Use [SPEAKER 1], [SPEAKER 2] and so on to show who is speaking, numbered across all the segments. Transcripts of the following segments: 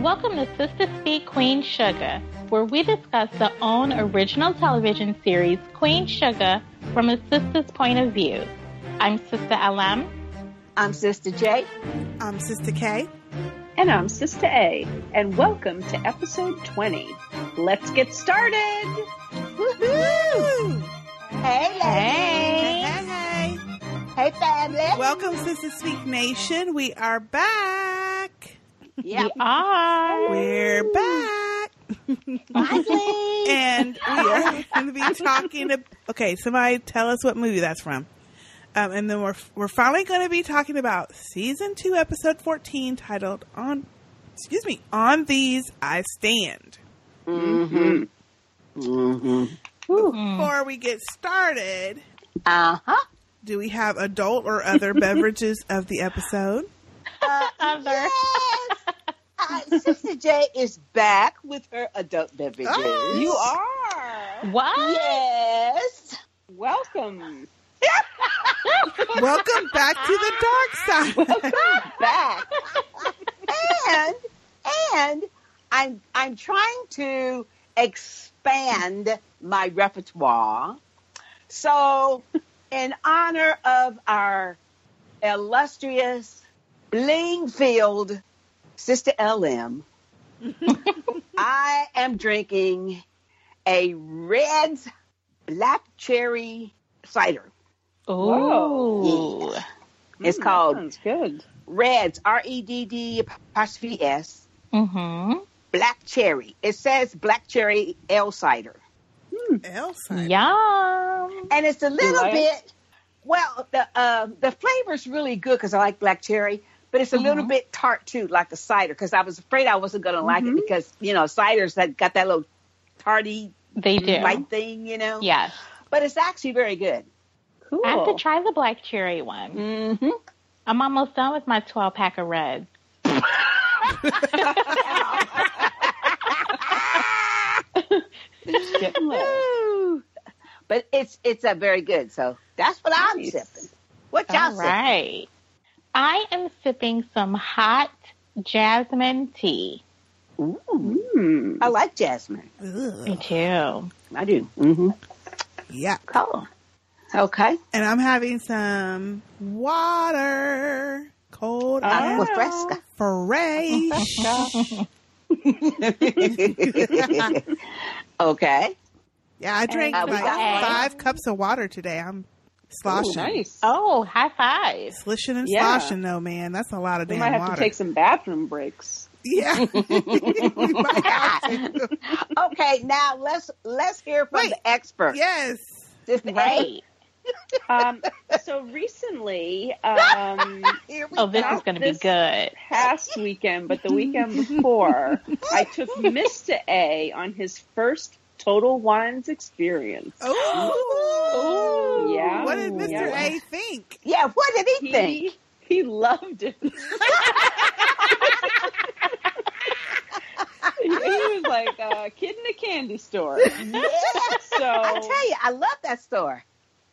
[SPEAKER 1] Welcome to Sister Speak Queen Sugar, where we discuss the own original television series Queen Sugar from a sister's point of view. I'm Sister LM.
[SPEAKER 2] I'm Sister J.
[SPEAKER 3] I'm Sister K.
[SPEAKER 4] And I'm Sister A. And welcome to episode 20. Let's get started!
[SPEAKER 2] Woohoo! Hey, ladies.
[SPEAKER 3] Hey,
[SPEAKER 1] Hey!
[SPEAKER 3] hey.
[SPEAKER 2] Hey, family.
[SPEAKER 3] Welcome, Sister Speak Nation. We are back.
[SPEAKER 2] yeah,
[SPEAKER 1] We are.
[SPEAKER 3] We're back.
[SPEAKER 2] finally.
[SPEAKER 3] And we are going to be talking. ab- okay, somebody tell us what movie that's from. Um, and then we're, we're finally going to be talking about season two, episode 14, titled On, excuse me, On These I Stand.
[SPEAKER 2] Mm-hmm.
[SPEAKER 1] Mm. Mm-hmm.
[SPEAKER 3] Before we get started,
[SPEAKER 2] Uh huh.
[SPEAKER 3] do we have adult or other beverages of the episode?
[SPEAKER 1] Other.
[SPEAKER 2] Yes. Uh, Sister J is back with her adult beverages.
[SPEAKER 3] Oh.
[SPEAKER 2] You are.
[SPEAKER 1] What?
[SPEAKER 2] Yes.
[SPEAKER 4] Welcome!
[SPEAKER 3] Welcome back to the dark side.
[SPEAKER 2] back. and and I'm I'm trying to expand my repertoire. So in honor of our illustrious Blingfield Sister LM, I am drinking a Red's Black Cherry Cider.
[SPEAKER 1] Ooh.
[SPEAKER 2] It's
[SPEAKER 4] Mm, that
[SPEAKER 2] called
[SPEAKER 4] Sounds good.
[SPEAKER 2] Reds, R E D D apostrophe S,
[SPEAKER 1] Mm-hmm.
[SPEAKER 2] black cherry. It says black cherry ale cider.
[SPEAKER 3] Elsa.
[SPEAKER 1] Yum.
[SPEAKER 2] And it's a little
[SPEAKER 4] like
[SPEAKER 2] bit, well, the um the flavor's really good because I like black cherry, but it's a little bit tart too, like the cider, because I was afraid I wasn't going to like it because, you know, cider's that got that little tarty
[SPEAKER 1] They do.
[SPEAKER 2] light thing, you know?
[SPEAKER 1] Yes.
[SPEAKER 2] But it's actually very good.
[SPEAKER 4] Cool.
[SPEAKER 1] I have to try the black cherry one.
[SPEAKER 2] Mm-hmm.
[SPEAKER 1] I'm almost done with my 12 pack of reds.
[SPEAKER 4] Hmm. Well,
[SPEAKER 2] But it's it's a very good. So that's what I'm
[SPEAKER 4] Nice.
[SPEAKER 2] sipping. What y'all
[SPEAKER 1] All
[SPEAKER 2] sipping?
[SPEAKER 1] right. I am sipping some hot jasmine tea.
[SPEAKER 2] Ooh,
[SPEAKER 4] mm,
[SPEAKER 2] I like jasmine.
[SPEAKER 1] Me
[SPEAKER 3] Ugh.
[SPEAKER 1] too.
[SPEAKER 2] I do. Mm-hmm.
[SPEAKER 3] Yeah.
[SPEAKER 2] Cool. Okay.
[SPEAKER 3] And I'm having some water. Cold
[SPEAKER 2] Agua
[SPEAKER 3] and
[SPEAKER 2] fresca.
[SPEAKER 3] fresh.
[SPEAKER 2] okay.
[SPEAKER 3] yeah, I drank
[SPEAKER 2] Uh, we
[SPEAKER 3] like
[SPEAKER 2] got-
[SPEAKER 3] five cups of water today. I'm sloshing.
[SPEAKER 4] ooh, nice.
[SPEAKER 1] Oh, high five.
[SPEAKER 3] Slishing and
[SPEAKER 4] Yeah.
[SPEAKER 3] sloshing, though, man. That's a lot of
[SPEAKER 4] we
[SPEAKER 3] damn
[SPEAKER 4] might have
[SPEAKER 3] water.
[SPEAKER 4] to take some bathroom breaks.
[SPEAKER 3] yeah. we might have to.
[SPEAKER 2] Okay. Now let's let's hear from
[SPEAKER 3] Wait.
[SPEAKER 2] the expert.
[SPEAKER 3] Yes.
[SPEAKER 2] Just-
[SPEAKER 1] Right.
[SPEAKER 4] Um, so recently, um,
[SPEAKER 2] Here we
[SPEAKER 1] Oh, this
[SPEAKER 2] go.
[SPEAKER 1] is going to be
[SPEAKER 4] This-
[SPEAKER 1] good.
[SPEAKER 4] past weekend, but the weekend before, I took Mr. A on his first Total Wines experience.
[SPEAKER 3] Oh.
[SPEAKER 4] Ooh, yeah.
[SPEAKER 3] What did Mr.
[SPEAKER 4] Yeah.
[SPEAKER 3] A think?
[SPEAKER 2] Yeah. What did he, think?
[SPEAKER 4] He, he loved it. he was like a kid in a candy store.
[SPEAKER 2] Yes. I
[SPEAKER 4] So
[SPEAKER 2] tell you, I love that store.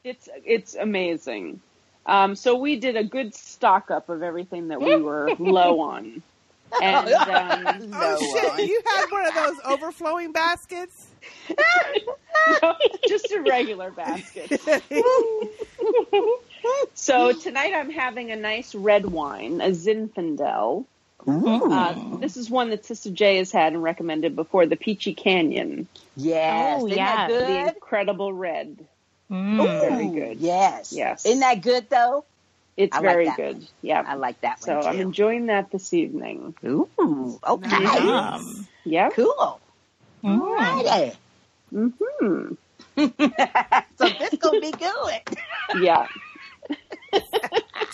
[SPEAKER 4] it's it's amazing. Um, so we did a good stock up of everything that we were low on. And um,
[SPEAKER 2] No uh,
[SPEAKER 3] oh,
[SPEAKER 2] one.
[SPEAKER 3] shit. You had one of those overflowing baskets?
[SPEAKER 4] uh, just a regular basket. So tonight I'm having a nice red wine, a Zinfandel. Uh, this is one that Sister J has had and recommended before, the Peachy Canyon,
[SPEAKER 2] Yes.
[SPEAKER 1] Oh,
[SPEAKER 2] Isn't
[SPEAKER 1] yes.
[SPEAKER 2] that
[SPEAKER 4] the
[SPEAKER 2] good?
[SPEAKER 4] incredible red.
[SPEAKER 1] Mm.
[SPEAKER 4] very
[SPEAKER 2] Ooh,
[SPEAKER 4] good.
[SPEAKER 2] Yes.
[SPEAKER 4] Yes.
[SPEAKER 2] Isn't that good though?
[SPEAKER 4] It's
[SPEAKER 2] I like
[SPEAKER 4] very
[SPEAKER 2] that
[SPEAKER 4] good.
[SPEAKER 2] one. I
[SPEAKER 4] Yeah.
[SPEAKER 2] like that
[SPEAKER 4] So
[SPEAKER 2] one
[SPEAKER 4] I'm
[SPEAKER 2] too.
[SPEAKER 4] enjoying that this evening.
[SPEAKER 2] Ooh. Okay.
[SPEAKER 1] Yum.
[SPEAKER 4] Yeah.
[SPEAKER 2] Cool.
[SPEAKER 1] Mm.
[SPEAKER 2] Alrighty.
[SPEAKER 4] hmm
[SPEAKER 2] So this gonna be good.
[SPEAKER 4] Yeah.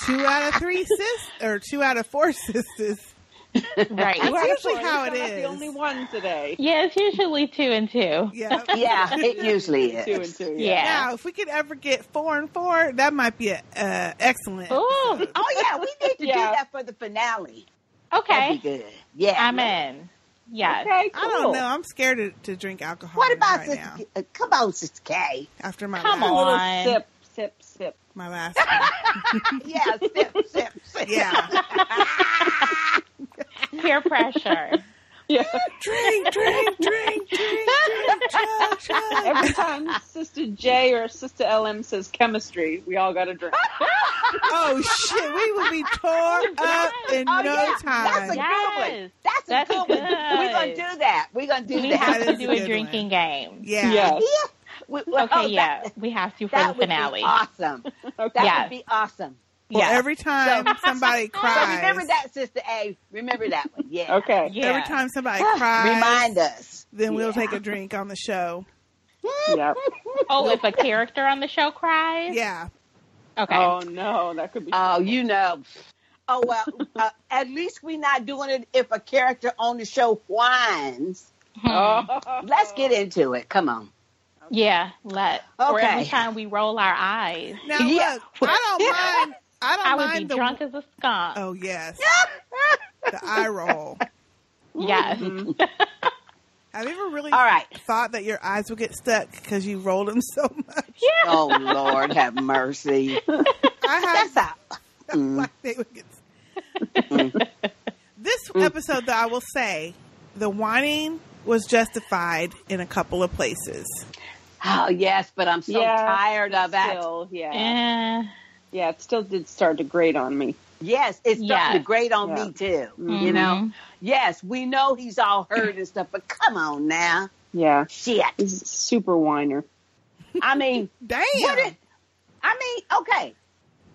[SPEAKER 3] two out of three sis or two out of four sisters.
[SPEAKER 1] Right.
[SPEAKER 3] That's usually
[SPEAKER 4] Sorry,
[SPEAKER 3] how
[SPEAKER 4] I'm
[SPEAKER 3] it
[SPEAKER 4] not The
[SPEAKER 3] is.
[SPEAKER 4] only one today.
[SPEAKER 1] Yeah, it's usually two and two.
[SPEAKER 3] Yeah.
[SPEAKER 2] Yeah, it usually is.
[SPEAKER 4] Two and two.
[SPEAKER 1] Yeah.
[SPEAKER 3] Now, if we could ever get four and four, that might be a, uh, excellent.
[SPEAKER 1] Ooh,
[SPEAKER 2] Oh yeah, we need to do
[SPEAKER 4] Yeah.
[SPEAKER 2] that for the finale. That'd
[SPEAKER 1] okay.
[SPEAKER 2] be good. Yeah.
[SPEAKER 1] I'm in. Yes.
[SPEAKER 4] Okay. Cool.
[SPEAKER 3] I don't know. I'm scared to, to drink alcohol
[SPEAKER 2] What about
[SPEAKER 3] right now
[SPEAKER 2] Sister? Uh, come on, Sister K.
[SPEAKER 3] after my
[SPEAKER 1] Come
[SPEAKER 3] last,
[SPEAKER 1] on.
[SPEAKER 4] Little sip, sip, sip.
[SPEAKER 3] my last. one.
[SPEAKER 2] Yeah, sip, sip, sip.
[SPEAKER 3] Yeah.
[SPEAKER 1] Peer pressure.
[SPEAKER 4] Yeah.
[SPEAKER 3] Drink, drink, drink, drink, drink, chug, chug.
[SPEAKER 4] Every time Sister J or Sister LM says chemistry, we all got to drink.
[SPEAKER 3] Oh shit, we will be tore up in
[SPEAKER 2] Oh,
[SPEAKER 3] no
[SPEAKER 2] yeah.
[SPEAKER 3] time.
[SPEAKER 2] That's a good
[SPEAKER 1] Yes.
[SPEAKER 2] one. That's a
[SPEAKER 1] That's
[SPEAKER 2] good, one. We're gonna
[SPEAKER 1] good.
[SPEAKER 2] do that. We're gonna do
[SPEAKER 1] We
[SPEAKER 2] that.
[SPEAKER 1] have
[SPEAKER 3] That
[SPEAKER 1] to
[SPEAKER 3] is
[SPEAKER 1] do
[SPEAKER 3] a
[SPEAKER 1] a
[SPEAKER 3] good
[SPEAKER 1] drinking game.
[SPEAKER 3] yeah.
[SPEAKER 4] Yes.
[SPEAKER 2] We- we-
[SPEAKER 1] Okay,
[SPEAKER 2] oh, that-
[SPEAKER 1] yeah, we have to for
[SPEAKER 2] That
[SPEAKER 1] the
[SPEAKER 2] would be
[SPEAKER 1] finale.
[SPEAKER 2] awesome. That
[SPEAKER 1] Yes.
[SPEAKER 2] would be awesome.
[SPEAKER 3] Well,
[SPEAKER 1] Yeah.
[SPEAKER 3] every time somebody
[SPEAKER 2] So
[SPEAKER 3] cries,
[SPEAKER 2] remember that, Sister A. Remember that one. Yeah.
[SPEAKER 4] Okay.
[SPEAKER 1] Yeah.
[SPEAKER 3] every time somebody cries,
[SPEAKER 2] Remind us.
[SPEAKER 3] then we'll
[SPEAKER 2] Yeah.
[SPEAKER 3] take a drink on the show.
[SPEAKER 4] Yep.
[SPEAKER 1] Oh, if a character on the show cries.
[SPEAKER 3] Yeah.
[SPEAKER 1] Okay.
[SPEAKER 4] Oh no, that could be.
[SPEAKER 2] Oh, you know. Oh well. Uh, at least we're not doing it if a character on the show whines.
[SPEAKER 1] Hmm.
[SPEAKER 2] Oh.
[SPEAKER 4] Oh.
[SPEAKER 2] Let's get into it. Come on.
[SPEAKER 1] Yeah. Let. Or
[SPEAKER 2] Okay.
[SPEAKER 1] every time we roll our eyes,
[SPEAKER 3] Now
[SPEAKER 2] Yeah.
[SPEAKER 3] look, I don't mind. I don't
[SPEAKER 1] I would be
[SPEAKER 3] mind the
[SPEAKER 1] drunk as a skunk.
[SPEAKER 3] Oh yes, the eye roll.
[SPEAKER 1] Yes.
[SPEAKER 3] Have you ever really
[SPEAKER 2] All right.
[SPEAKER 3] thought that your eyes would get stuck because you rolled them so much?
[SPEAKER 2] Oh Lord, have mercy. Mm.
[SPEAKER 3] I have
[SPEAKER 2] That's out.
[SPEAKER 3] like they would get. this
[SPEAKER 2] Mm.
[SPEAKER 3] episode, though, I will say, the whining was justified in a couple of places.
[SPEAKER 2] Oh yes, but I'm so
[SPEAKER 4] Yeah.
[SPEAKER 2] tired of it.
[SPEAKER 4] Still, yeah,
[SPEAKER 1] Eh.
[SPEAKER 4] yeah. It still did start to grate on me.
[SPEAKER 2] Yes, Mm-hmm. it's starting
[SPEAKER 1] Yeah.
[SPEAKER 2] to grate on
[SPEAKER 4] Yeah.
[SPEAKER 2] me too. You know. Yes, we know he's all hurt and stuff, but come on now,
[SPEAKER 4] Yeah,
[SPEAKER 2] shit.
[SPEAKER 4] he's a super whiner.
[SPEAKER 2] I mean,
[SPEAKER 3] Damn.
[SPEAKER 2] What it, I mean, okay.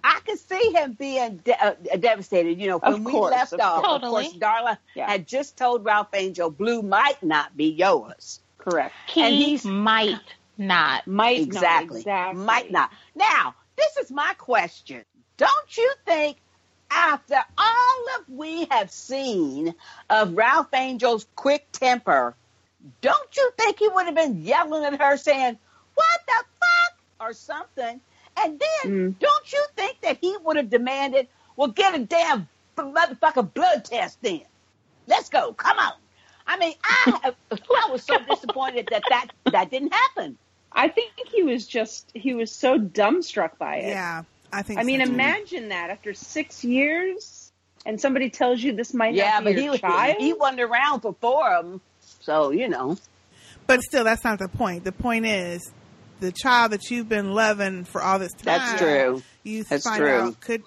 [SPEAKER 2] I could see him being de- uh, devastated. You know, when
[SPEAKER 4] Of
[SPEAKER 2] we
[SPEAKER 4] course,
[SPEAKER 2] left
[SPEAKER 4] of
[SPEAKER 2] off,
[SPEAKER 1] course.
[SPEAKER 2] of course, Darla
[SPEAKER 4] Yeah.
[SPEAKER 2] had just told Ralph Angel, "Blue might not be yours."
[SPEAKER 4] Correct.
[SPEAKER 1] Mm-hmm. He
[SPEAKER 2] And he's-
[SPEAKER 1] might not.
[SPEAKER 4] Might
[SPEAKER 2] exactly.
[SPEAKER 4] Not, exactly.
[SPEAKER 2] Might not. Now, this is my question. Don't you think after all of we have seen of Ralph Angel's quick temper, don't you think he would have been yelling at her saying, What the fuck? or something? And
[SPEAKER 4] Hmm.
[SPEAKER 2] then don't you think that he would have demanded, Well, get a damn motherfucking blood test then. Let's go. Come on. I mean, I, I was so disappointed that that, that didn't happen.
[SPEAKER 4] I think he was just he was so dumbstruck by it.
[SPEAKER 3] Yeah, I think.
[SPEAKER 4] I mean,
[SPEAKER 3] so, too.
[SPEAKER 4] imagine that after six years, and somebody tells you this might
[SPEAKER 2] Yeah,
[SPEAKER 4] not be
[SPEAKER 2] but
[SPEAKER 4] your
[SPEAKER 2] he was
[SPEAKER 4] child.
[SPEAKER 2] he wasn't around for four of them, so you know.
[SPEAKER 3] But still, that's not the point. The point is, the child that you've been loving for all this time.
[SPEAKER 2] That's true.
[SPEAKER 3] You
[SPEAKER 2] That's
[SPEAKER 3] find
[SPEAKER 2] true.
[SPEAKER 3] out could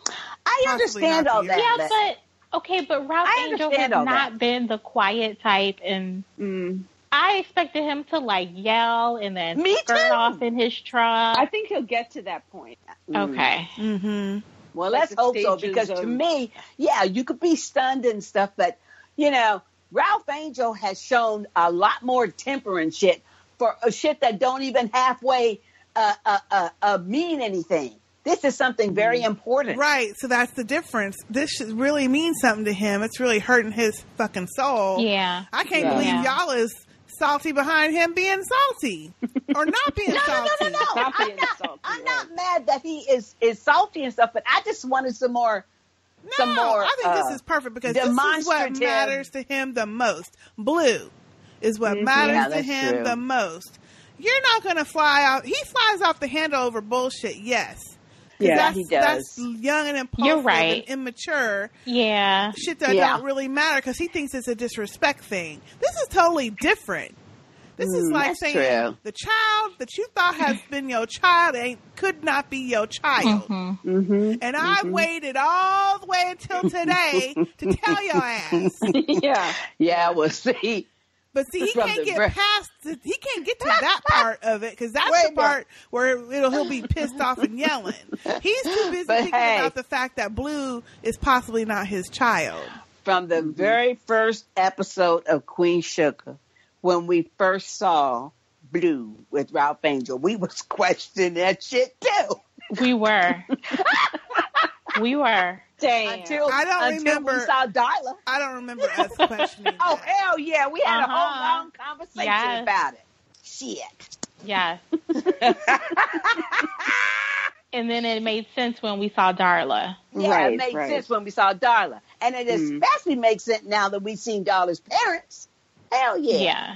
[SPEAKER 2] I
[SPEAKER 3] Possibly
[SPEAKER 2] understand
[SPEAKER 3] not
[SPEAKER 2] all
[SPEAKER 3] for
[SPEAKER 2] that.
[SPEAKER 3] you.
[SPEAKER 1] Yeah,
[SPEAKER 2] Les.
[SPEAKER 1] but okay, but Ralph
[SPEAKER 2] I
[SPEAKER 1] Angel has
[SPEAKER 2] understand all
[SPEAKER 1] not
[SPEAKER 2] that.
[SPEAKER 1] been the quiet type, and
[SPEAKER 4] Mm.
[SPEAKER 1] I expected him to like yell and then
[SPEAKER 2] Me
[SPEAKER 1] skirt
[SPEAKER 2] too.
[SPEAKER 1] off in his truck.
[SPEAKER 4] I think he'll get to that point.
[SPEAKER 2] Mm.
[SPEAKER 1] okay,
[SPEAKER 3] hmm
[SPEAKER 2] Well,
[SPEAKER 4] Like
[SPEAKER 2] let's
[SPEAKER 4] the
[SPEAKER 2] hope so
[SPEAKER 4] stages
[SPEAKER 2] because
[SPEAKER 4] of-
[SPEAKER 2] to me, yeah, you could be stunned and stuff, but you know, Ralph Angel has shown a lot more temper and shit for uh, shit that don't even halfway uh, uh, uh, uh, mean anything. This is something very important.
[SPEAKER 3] Right. So that's the difference. This should really mean something to him. It's really hurting his fucking soul.
[SPEAKER 1] yeah,
[SPEAKER 3] I can't
[SPEAKER 4] Yeah.
[SPEAKER 3] believe
[SPEAKER 1] Yeah.
[SPEAKER 3] y'all is salty behind him being salty or not being salty.
[SPEAKER 2] No, no, no.
[SPEAKER 4] Not
[SPEAKER 2] I'm
[SPEAKER 4] being
[SPEAKER 2] not.
[SPEAKER 4] salty,
[SPEAKER 2] I'm
[SPEAKER 4] right.
[SPEAKER 2] not mad that he is is salty and stuff, but I just wanted some more. some
[SPEAKER 3] No,
[SPEAKER 2] more,
[SPEAKER 3] I think
[SPEAKER 2] uh,
[SPEAKER 3] this is perfect because this is what
[SPEAKER 2] demonstrative-
[SPEAKER 3] matters to him the most. Blue is what matters
[SPEAKER 2] Yeah,
[SPEAKER 3] to
[SPEAKER 2] that's
[SPEAKER 3] him
[SPEAKER 2] true.
[SPEAKER 3] the most. You're not going to fly out. He flies off the handle over bullshit. Yes. 'Cause
[SPEAKER 4] Yeah,
[SPEAKER 3] that's,
[SPEAKER 2] he does.
[SPEAKER 3] That's young and impulsive
[SPEAKER 1] You're right.
[SPEAKER 3] and immature.
[SPEAKER 1] yeah,
[SPEAKER 3] Shit that
[SPEAKER 2] Yeah.
[SPEAKER 3] don't really matter because he thinks it's a disrespect thing. This is totally different. This is
[SPEAKER 2] Mm,
[SPEAKER 3] like
[SPEAKER 2] that's
[SPEAKER 3] saying
[SPEAKER 2] true.
[SPEAKER 3] the child that you thought has been your child ain't could not be your child.
[SPEAKER 1] Mhm.
[SPEAKER 4] Mm-hmm.
[SPEAKER 3] And I waited all the way until today to tell your ass.
[SPEAKER 4] yeah.
[SPEAKER 2] Yeah, we'll see.
[SPEAKER 3] But see, he
[SPEAKER 2] From
[SPEAKER 3] can't
[SPEAKER 2] the
[SPEAKER 3] get
[SPEAKER 2] breath.
[SPEAKER 3] past. The, he can't get to that part of it because that's
[SPEAKER 2] Wait a
[SPEAKER 3] the part where it'll, he'll be pissed off and yelling. He's too busy
[SPEAKER 2] But
[SPEAKER 3] thinking
[SPEAKER 2] hey.
[SPEAKER 3] about the fact that Blue is possibly not his child.
[SPEAKER 2] from the very first episode of Queen Sugar, when we first saw Blue with Ralph Angel, we was questioning that shit too.
[SPEAKER 1] we were, we were.
[SPEAKER 4] Damn.
[SPEAKER 2] Until
[SPEAKER 3] I don't
[SPEAKER 2] until we
[SPEAKER 3] remember-
[SPEAKER 2] saw Darla.
[SPEAKER 3] I don't remember us questioning.
[SPEAKER 2] Oh
[SPEAKER 3] that.
[SPEAKER 2] hell yeah, we had a
[SPEAKER 1] Uh-huh.
[SPEAKER 2] whole long conversation
[SPEAKER 1] Yes.
[SPEAKER 2] about it. Shit.
[SPEAKER 1] Yes. and then it made sense when we saw Darla.
[SPEAKER 2] Yeah,
[SPEAKER 4] Right,
[SPEAKER 2] it made
[SPEAKER 4] right.
[SPEAKER 2] sense when we saw Darla, and it
[SPEAKER 4] Mm.
[SPEAKER 2] especially makes sense now that we've seen Darla's parents. Hell yeah,
[SPEAKER 1] Yeah.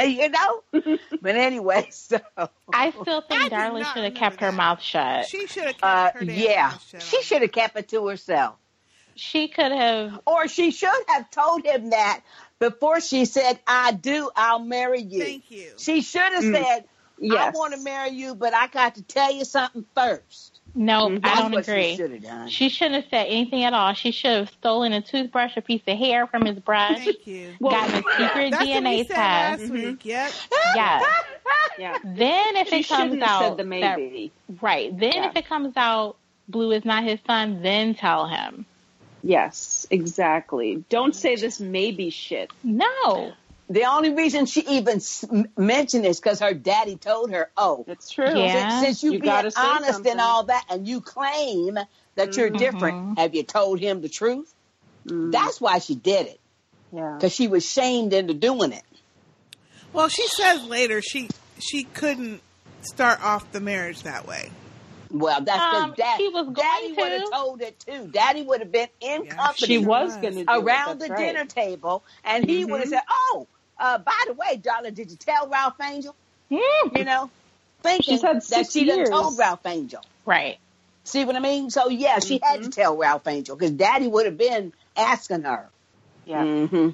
[SPEAKER 2] you know. but anyway, so uh,
[SPEAKER 1] I still
[SPEAKER 3] I
[SPEAKER 1] think
[SPEAKER 3] do
[SPEAKER 1] Darla
[SPEAKER 3] not
[SPEAKER 1] should have
[SPEAKER 3] remember
[SPEAKER 1] kept her
[SPEAKER 3] that.
[SPEAKER 1] mouth shut. She,
[SPEAKER 3] She should have kept
[SPEAKER 2] uh,
[SPEAKER 3] her damn
[SPEAKER 2] yeah,
[SPEAKER 3] mouth shut
[SPEAKER 2] she
[SPEAKER 3] on
[SPEAKER 2] should have kept it to herself.
[SPEAKER 1] could have.
[SPEAKER 2] or she should have told him that before she said, I do, I'll marry you.
[SPEAKER 3] Thank you.
[SPEAKER 2] She should have
[SPEAKER 1] Mm,
[SPEAKER 2] said, I
[SPEAKER 4] Yes.
[SPEAKER 2] want to marry you, but I got to tell you something first.
[SPEAKER 1] No, I
[SPEAKER 4] Mm-hmm.
[SPEAKER 2] That's
[SPEAKER 1] don't
[SPEAKER 2] what
[SPEAKER 1] agree.
[SPEAKER 2] She should have done.
[SPEAKER 1] She shouldn't have said anything at all. She should have stolen a toothbrush, a piece of hair from his brush,
[SPEAKER 3] Thank you.
[SPEAKER 4] Well,
[SPEAKER 1] gotten a secret
[SPEAKER 3] That's what we
[SPEAKER 1] DNA
[SPEAKER 3] said
[SPEAKER 1] test.
[SPEAKER 3] last week. Yep.
[SPEAKER 1] Yes.
[SPEAKER 4] Yeah.
[SPEAKER 1] Then if
[SPEAKER 4] She
[SPEAKER 1] it comes
[SPEAKER 4] shouldn't have
[SPEAKER 1] out
[SPEAKER 4] said the
[SPEAKER 1] that-
[SPEAKER 4] maybe.
[SPEAKER 1] right. Then
[SPEAKER 4] Yeah.
[SPEAKER 1] if it comes out Blue is not his son, then tell him.
[SPEAKER 4] Yes, exactly. Don't say this maybe shit.
[SPEAKER 1] No.
[SPEAKER 2] The only reason she even s- m- mentioned this because her daddy told her, "Oh,
[SPEAKER 4] That's true.
[SPEAKER 1] Yeah.
[SPEAKER 2] since, since you,
[SPEAKER 4] You
[SPEAKER 2] being
[SPEAKER 4] gotta
[SPEAKER 2] honest
[SPEAKER 4] say something.
[SPEAKER 2] and all that, and you claim that you're
[SPEAKER 1] Mm-hmm.
[SPEAKER 2] different, have you told him the truth?
[SPEAKER 1] Mm.
[SPEAKER 2] That's why she did it
[SPEAKER 4] Mm. Yeah.
[SPEAKER 2] because she was shamed into doing it.
[SPEAKER 3] Well, she says later she she couldn't start off the marriage that way.
[SPEAKER 2] Well, that's because
[SPEAKER 1] Um, she was going
[SPEAKER 2] daddy would
[SPEAKER 1] to.
[SPEAKER 2] have told it too. Daddy would have been in
[SPEAKER 3] Yeah.
[SPEAKER 2] company.
[SPEAKER 4] She
[SPEAKER 3] She
[SPEAKER 4] was
[SPEAKER 3] was.
[SPEAKER 4] going to
[SPEAKER 2] around the dinner table, and
[SPEAKER 4] Mm-hmm.
[SPEAKER 2] he would have said, "Oh, uh, by the way, darling, did you tell Ralph Angel?
[SPEAKER 1] Mm.
[SPEAKER 2] You know, thinking
[SPEAKER 4] She's had
[SPEAKER 2] that
[SPEAKER 4] six
[SPEAKER 2] she done
[SPEAKER 4] years.
[SPEAKER 2] told Ralph Angel.
[SPEAKER 1] Right.
[SPEAKER 2] See what I mean? So yeah, she had to
[SPEAKER 4] Mm-hmm.
[SPEAKER 2] tell Ralph Angel because Daddy would have been asking her.
[SPEAKER 4] Yeah.
[SPEAKER 2] Mm-hmm.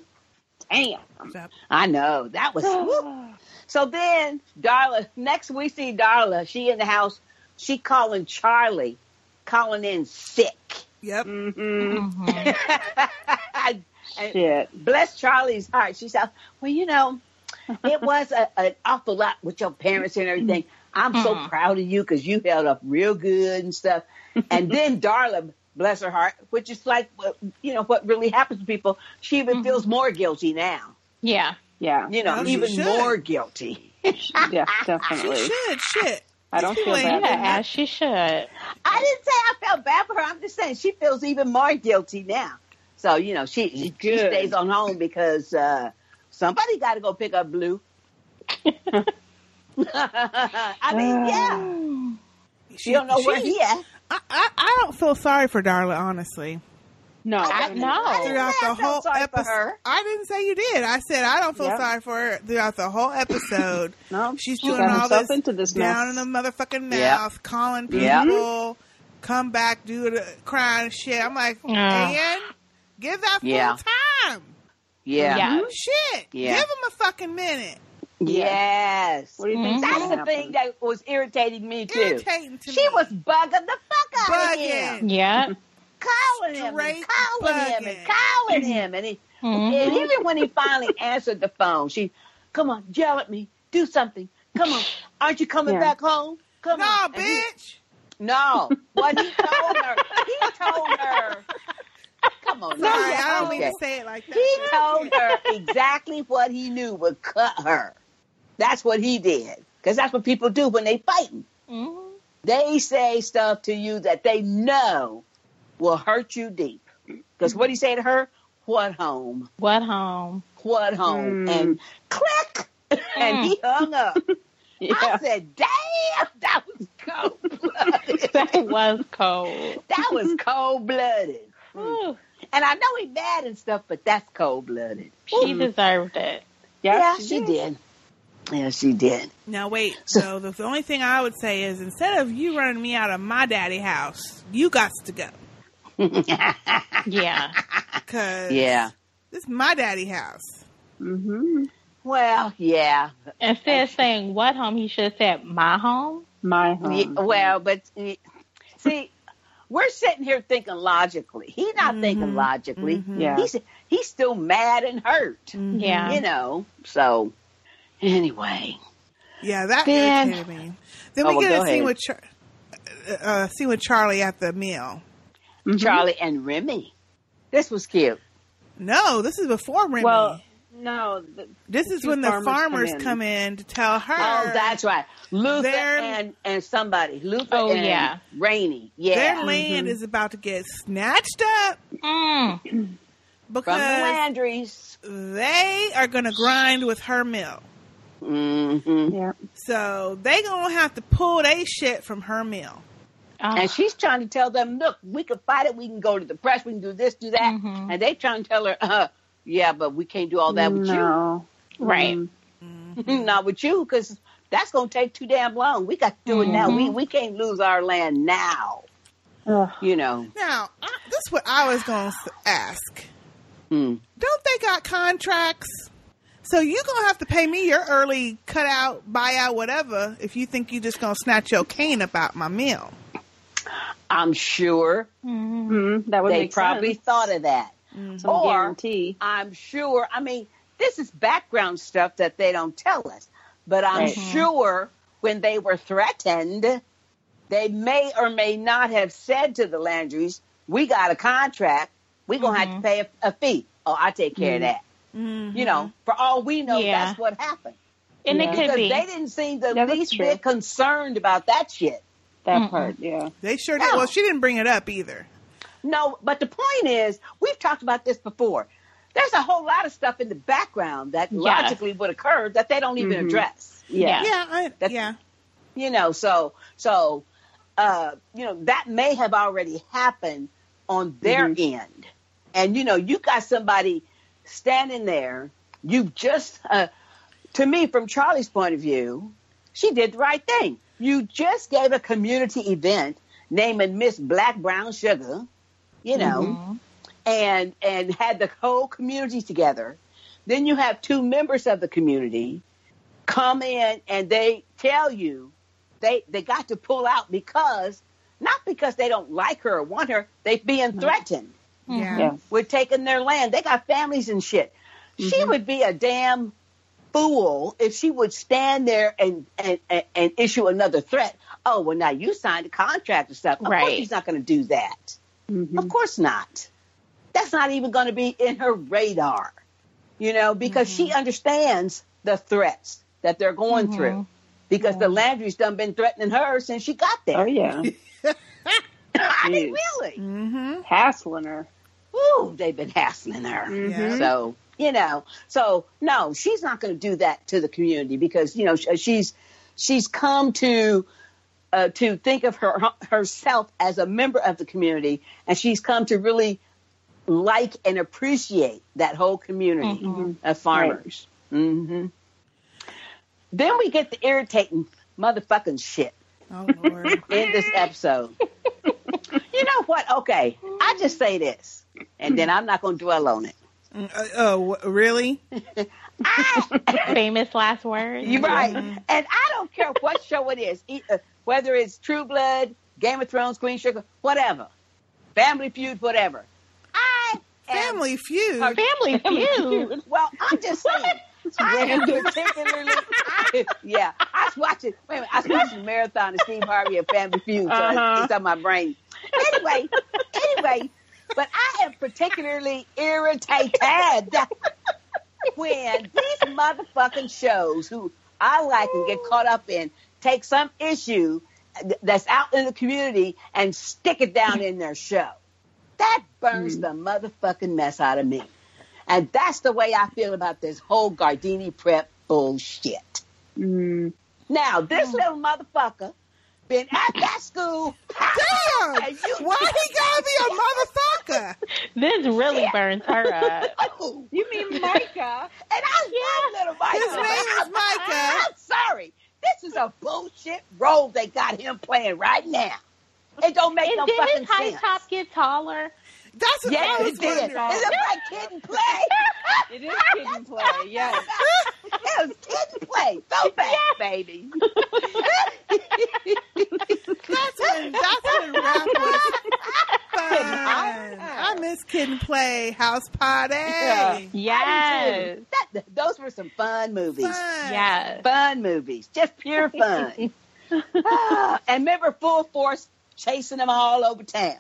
[SPEAKER 2] Damn,
[SPEAKER 3] Yep.
[SPEAKER 2] I know that was. whoop. So then, Darla. Next we see Darla. She in the house. She calling Charlie, calling in sick.
[SPEAKER 3] Yep.
[SPEAKER 4] Mhm.
[SPEAKER 3] Mm-hmm.
[SPEAKER 1] Mhm.
[SPEAKER 2] And-
[SPEAKER 4] Shit.
[SPEAKER 2] bless Charlie's heart. She said, "Well, you know, it was a, an awful lot with your parents and everything. I'm so
[SPEAKER 3] Mm-hmm.
[SPEAKER 1] Mhm.
[SPEAKER 2] proud of you because you held up real good and stuff." And then Darla, bless her heart, which is like what- you know what really happens to people. She even feels more guilty now.
[SPEAKER 1] Yeah.
[SPEAKER 4] Yeah.
[SPEAKER 2] You know,
[SPEAKER 3] Well, Mm-hmm. she
[SPEAKER 2] even
[SPEAKER 3] should.
[SPEAKER 2] more guilty.
[SPEAKER 4] Yeah,
[SPEAKER 3] She
[SPEAKER 4] definitely.
[SPEAKER 2] Mm-hmm.
[SPEAKER 3] should. Shit.
[SPEAKER 4] I don't feel
[SPEAKER 3] Explain
[SPEAKER 4] bad.
[SPEAKER 3] that.
[SPEAKER 1] Yeah, as she should.
[SPEAKER 2] I didn't say I felt bad for her. I'm just saying she feels even more guilty now. So you know, she she
[SPEAKER 4] Good.
[SPEAKER 2] stays on home because uh, somebody got to go pick up Blue. I mean, yeah.
[SPEAKER 3] She
[SPEAKER 2] You don't know where
[SPEAKER 3] she-
[SPEAKER 2] he at.
[SPEAKER 3] I, I, I don't feel sorry for Darla, honestly.
[SPEAKER 4] No.
[SPEAKER 1] I-
[SPEAKER 4] don't
[SPEAKER 1] no.
[SPEAKER 4] know.
[SPEAKER 3] Throughout
[SPEAKER 2] say I
[SPEAKER 3] the
[SPEAKER 2] felt
[SPEAKER 3] whole
[SPEAKER 2] sorry for
[SPEAKER 3] episode,
[SPEAKER 2] her.
[SPEAKER 3] I didn't say you did. I said I don't feel
[SPEAKER 4] Yep.
[SPEAKER 3] sorry for her throughout the whole episode.
[SPEAKER 4] No.
[SPEAKER 3] She's
[SPEAKER 4] She
[SPEAKER 3] doing
[SPEAKER 4] got
[SPEAKER 3] all
[SPEAKER 4] herself
[SPEAKER 3] this,
[SPEAKER 4] into this
[SPEAKER 3] down
[SPEAKER 4] mess.
[SPEAKER 3] in the motherfucking
[SPEAKER 2] Yep.
[SPEAKER 3] mouth, calling
[SPEAKER 2] Yep.
[SPEAKER 3] people, come back, do the crying shit. I'm like,
[SPEAKER 1] Yeah.
[SPEAKER 3] man, give that fool
[SPEAKER 2] Yeah.
[SPEAKER 3] time.
[SPEAKER 2] Yeah.
[SPEAKER 1] Yeah.
[SPEAKER 3] Shit,
[SPEAKER 2] Yeah.
[SPEAKER 3] give him a fucking minute.
[SPEAKER 2] Yes.
[SPEAKER 4] What do you think?
[SPEAKER 1] Mhm.
[SPEAKER 2] Mm-hmm. That's the thing that was irritating me too.
[SPEAKER 3] Irritating to me.
[SPEAKER 2] She was bugging the fuck out of
[SPEAKER 3] Bugging.
[SPEAKER 2] him,
[SPEAKER 1] Yeah.
[SPEAKER 2] calling him, and
[SPEAKER 3] Straight
[SPEAKER 2] calling him,
[SPEAKER 3] bugging.
[SPEAKER 2] and calling him, and he,
[SPEAKER 3] Mm-hmm.
[SPEAKER 1] Mhm.
[SPEAKER 2] and even when he finally answered the phone, she, come on, yell at me, do something, come on, aren't you coming
[SPEAKER 4] Yeah.
[SPEAKER 2] back home? Come
[SPEAKER 3] no,
[SPEAKER 2] on, And he-
[SPEAKER 3] bitch.
[SPEAKER 2] no. What he told her, he told her. Come on,
[SPEAKER 3] Sorry,
[SPEAKER 2] now.
[SPEAKER 3] I don't mean
[SPEAKER 2] Okay.
[SPEAKER 3] to say it like that.
[SPEAKER 2] He
[SPEAKER 3] but-
[SPEAKER 2] told her exactly what he knew would cut her. That's what he did. Because that's what people do when they fighting.
[SPEAKER 1] Mhm.
[SPEAKER 2] They say stuff to you that they know will hurt you deep. Because what he say to her? What home?
[SPEAKER 1] What home?
[SPEAKER 2] What home?
[SPEAKER 4] Mm.
[SPEAKER 2] And click. And he hung up. I
[SPEAKER 4] Yeah.
[SPEAKER 2] said, damn, that was cold blooded.
[SPEAKER 1] It was cold.
[SPEAKER 2] that was cold blooded.
[SPEAKER 1] Whew.
[SPEAKER 2] And I know he mad and stuff, but that's cold blooded.
[SPEAKER 1] She deserved it.
[SPEAKER 2] Yeah, she did. Yeah, she did.
[SPEAKER 3] Now wait.
[SPEAKER 2] So-
[SPEAKER 3] So the, the only thing I would say is instead of you running me out of my daddy house, you got to go.
[SPEAKER 1] Yeah.
[SPEAKER 3] Cause
[SPEAKER 2] Yeah.
[SPEAKER 3] this is my daddy house.
[SPEAKER 4] Mm-hmm.
[SPEAKER 2] Well, yeah.
[SPEAKER 1] Instead of saying what home, he should have said my home.
[SPEAKER 4] My home.
[SPEAKER 2] Ye- well, but eh, see, we're sitting here thinking logically. He's not thinking logically.
[SPEAKER 4] Yeah.
[SPEAKER 2] He's he's still mad and hurt.
[SPEAKER 1] Yeah.
[SPEAKER 2] You know. So anyway,
[SPEAKER 3] Yeah, that
[SPEAKER 2] Then-
[SPEAKER 3] irritated me. Then
[SPEAKER 2] Oh,
[SPEAKER 3] we
[SPEAKER 2] well,
[SPEAKER 3] get a
[SPEAKER 2] go
[SPEAKER 3] scene
[SPEAKER 2] ahead.
[SPEAKER 3] with Char- uh, uh, scene with Charlie at the meal.
[SPEAKER 4] Mhm.
[SPEAKER 2] Charlie and Remy. This was cute.
[SPEAKER 3] No, this is before Remy.
[SPEAKER 4] Well, no. The,
[SPEAKER 3] this is
[SPEAKER 4] two
[SPEAKER 3] when the farmers,
[SPEAKER 4] farmers
[SPEAKER 3] come,
[SPEAKER 4] come
[SPEAKER 3] in.
[SPEAKER 4] in.
[SPEAKER 3] to tell her.
[SPEAKER 2] Oh, that's right. Luther
[SPEAKER 3] They're-
[SPEAKER 2] and and somebody. Luther
[SPEAKER 1] Oh,
[SPEAKER 2] and
[SPEAKER 1] yeah.
[SPEAKER 2] Rainey.
[SPEAKER 3] Their
[SPEAKER 2] Yeah. Mm-hmm.
[SPEAKER 3] land is about to get snatched up
[SPEAKER 1] Mm.
[SPEAKER 2] From the
[SPEAKER 3] because
[SPEAKER 2] Landry's.
[SPEAKER 3] they are going to grind with her mill.
[SPEAKER 2] hmm
[SPEAKER 4] yeah.
[SPEAKER 3] So they gonna have to pull they shit from her mill.
[SPEAKER 1] Oh,
[SPEAKER 2] And she's trying to tell them, look, we can fight it. We can go to the press. We can do this, do that.
[SPEAKER 1] Mhm.
[SPEAKER 2] And they trying to tell her, uh, yeah, but we can't do all that with
[SPEAKER 4] no.
[SPEAKER 1] Right.
[SPEAKER 4] Mm.
[SPEAKER 2] you. Not with you, because that's going to take too damn long. We got to do it now. We, we can't lose our land now,
[SPEAKER 4] Ugh.
[SPEAKER 2] you know.
[SPEAKER 3] Now, I, this is what I was gonna s- ask.
[SPEAKER 2] Hmm.
[SPEAKER 3] Don't they got contracts? So you gonna have to pay me your early cutout, buyout, whatever, if you think you just gonna snatch your cane up out my meal.
[SPEAKER 2] I'm sure
[SPEAKER 4] Mm, that would
[SPEAKER 2] they
[SPEAKER 4] make
[SPEAKER 2] probably
[SPEAKER 4] sense.
[SPEAKER 2] thought of that.
[SPEAKER 4] Some
[SPEAKER 2] or-
[SPEAKER 4] guarantee.
[SPEAKER 2] I'm sure. I mean, this is background stuff that they don't tell us, but I'm
[SPEAKER 4] Right.
[SPEAKER 2] sure when they were threatened, they may or may not have said to the Landrys, "We got a contract. We're gonna
[SPEAKER 1] Mm-hmm.
[SPEAKER 2] have to pay a, a fee. Oh, I take care of that." You know, for all we know,
[SPEAKER 1] Yeah.
[SPEAKER 2] that's what happened
[SPEAKER 1] And
[SPEAKER 4] Yeah.
[SPEAKER 1] it could
[SPEAKER 2] because
[SPEAKER 1] be.
[SPEAKER 2] they didn't seem the
[SPEAKER 4] Yeah, that's
[SPEAKER 2] least
[SPEAKER 4] true.
[SPEAKER 2] bit concerned about that shit.
[SPEAKER 4] That part, yeah.
[SPEAKER 3] They sure did.
[SPEAKER 2] No.
[SPEAKER 3] Well, she didn't bring it up either.
[SPEAKER 2] No, but the point is, we've talked about this before. There's a whole lot of stuff in the background that logically would occur that they don't even address.
[SPEAKER 4] Yeah.
[SPEAKER 3] Yeah, I,
[SPEAKER 2] That's-
[SPEAKER 3] yeah.
[SPEAKER 2] You know, so so uh, you know that may have already happened on their end, and you know you got somebody standing there. You've just, uh, to me, from Charlie's point of view, she did the right thing. You just gave a community event naming Miss Black Brown Sugar, you know
[SPEAKER 1] Mm-hmm.
[SPEAKER 2] and and had the whole community together. Then you have two members of the community come in and they tell you they they got to pull out because not because they don't like her or want her, they being threatened
[SPEAKER 3] Yeah.
[SPEAKER 4] Yeah.
[SPEAKER 2] with taking their land. They got families and shit. She
[SPEAKER 4] Mm-hmm.
[SPEAKER 2] would be a damn fool if she would stand there and and, and, and issue another threat. Oh well, now you signed a contract and stuff. Of course
[SPEAKER 1] Right.
[SPEAKER 2] she's not going to do that.
[SPEAKER 4] Mm-hmm.
[SPEAKER 2] Of course not. That's not even going to be in her radar, you know, because
[SPEAKER 4] Mm-hmm.
[SPEAKER 2] she understands the threats that they're going through. Because the Landry's done been threatening her since she got there.
[SPEAKER 4] Oh, yeah.
[SPEAKER 2] I mean,
[SPEAKER 4] Jeez.
[SPEAKER 2] really?
[SPEAKER 3] Mm-hmm.
[SPEAKER 4] Hassling her.
[SPEAKER 2] Ooh, they've been hassling her.
[SPEAKER 3] Yeah.
[SPEAKER 2] So you know, so no, she's not going to do that to the community because you know sh- she's she's come to uh, to think of her herself as a member of the community, and she's come to really like and appreciate that whole community of farmers. hmm Then we get the irritating motherfucking shit
[SPEAKER 3] Oh Lord.
[SPEAKER 2] in this episode. you know what? Okay, I just say this, and then I'm not going to dwell on it.
[SPEAKER 3] Mm, uh, oh, wh- really?
[SPEAKER 1] Famous last words.
[SPEAKER 2] You're right. And I don't care what show it is, e- uh, whether it's True Blood, Game of Thrones, Queen Sugar, whatever, Family Feud, whatever. I am-
[SPEAKER 3] Family Feud.
[SPEAKER 1] Family feud.
[SPEAKER 2] well, I'm just saying. I am particularly, I- yeah. I was watching. Wait a minute, I was watching marathon of Steve Harvey and Family Feud, so
[SPEAKER 4] Uh-huh.
[SPEAKER 2] it's on my brain. Anyway, anyway, but I am particularly irritated when these motherfucking shows, who I like and get caught up in, take some issue th- that's out in the community and stick it down in their show. That burns the motherfucking mess out of me. And that's the way I feel about this whole Gardini prep bullshit.
[SPEAKER 4] Mm.
[SPEAKER 2] Now, this little motherfucker been at that school.
[SPEAKER 3] Damn! Why
[SPEAKER 2] And you-
[SPEAKER 3] he gotta be a motherfucker?
[SPEAKER 1] This really burns her up.
[SPEAKER 2] Oh,
[SPEAKER 4] You mean Micah?
[SPEAKER 2] and I love little Micah.
[SPEAKER 3] His name is Micah.
[SPEAKER 2] I'm sorry. This is a bullshit role they got him playing right now. It don't make
[SPEAKER 1] And
[SPEAKER 2] no
[SPEAKER 1] did
[SPEAKER 2] fucking
[SPEAKER 1] his high
[SPEAKER 2] sense.
[SPEAKER 1] top get taller?
[SPEAKER 3] That's what
[SPEAKER 2] yes,
[SPEAKER 3] I was
[SPEAKER 2] it did. It
[SPEAKER 3] wondering.
[SPEAKER 2] looked like kid and play.
[SPEAKER 4] It is kid and play, yes.
[SPEAKER 2] it was kid and play. So bad, baby.
[SPEAKER 3] That's when that's when rap was fun. I miss Kid and Play House Party.
[SPEAKER 1] Yes.
[SPEAKER 2] That, those were some fun movies.
[SPEAKER 3] Fun.
[SPEAKER 1] Yes.
[SPEAKER 2] fun movies, just pure fun. Ah, and remember Full Force chasing them all over town.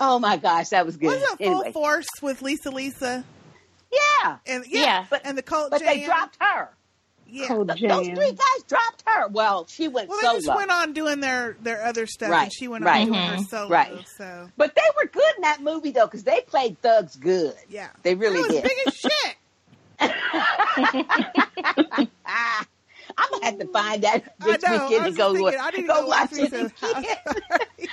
[SPEAKER 2] oh my gosh, that was good.
[SPEAKER 3] Wasn't Full
[SPEAKER 2] anyway,
[SPEAKER 3] Force with Lisa Lisa
[SPEAKER 2] yeah,
[SPEAKER 3] and yeah,
[SPEAKER 1] Yeah.
[SPEAKER 3] but, and the Colt
[SPEAKER 2] but they
[SPEAKER 3] Jam.
[SPEAKER 2] dropped her.
[SPEAKER 3] yeah.
[SPEAKER 4] Cold
[SPEAKER 2] Th- Those
[SPEAKER 4] jam.
[SPEAKER 2] three guys dropped her. Well, she went
[SPEAKER 3] well, they
[SPEAKER 2] solo.
[SPEAKER 3] just went on doing their their other stuff,
[SPEAKER 2] Right,
[SPEAKER 3] and she went
[SPEAKER 2] right, Mm-hmm.
[SPEAKER 3] on doing her solo.
[SPEAKER 2] right.
[SPEAKER 3] So
[SPEAKER 2] but they were good in that movie though, because they played thugs good.
[SPEAKER 3] yeah,
[SPEAKER 2] They really
[SPEAKER 3] it was
[SPEAKER 2] did.
[SPEAKER 3] big as shit.
[SPEAKER 2] Ah, I'm gonna have to find that this
[SPEAKER 3] I know.
[SPEAKER 2] weekend
[SPEAKER 3] I
[SPEAKER 2] to
[SPEAKER 3] was
[SPEAKER 2] go,
[SPEAKER 3] just thinking, I need to
[SPEAKER 2] go
[SPEAKER 3] go
[SPEAKER 2] watch
[SPEAKER 3] watch
[SPEAKER 2] it
[SPEAKER 3] this
[SPEAKER 2] again.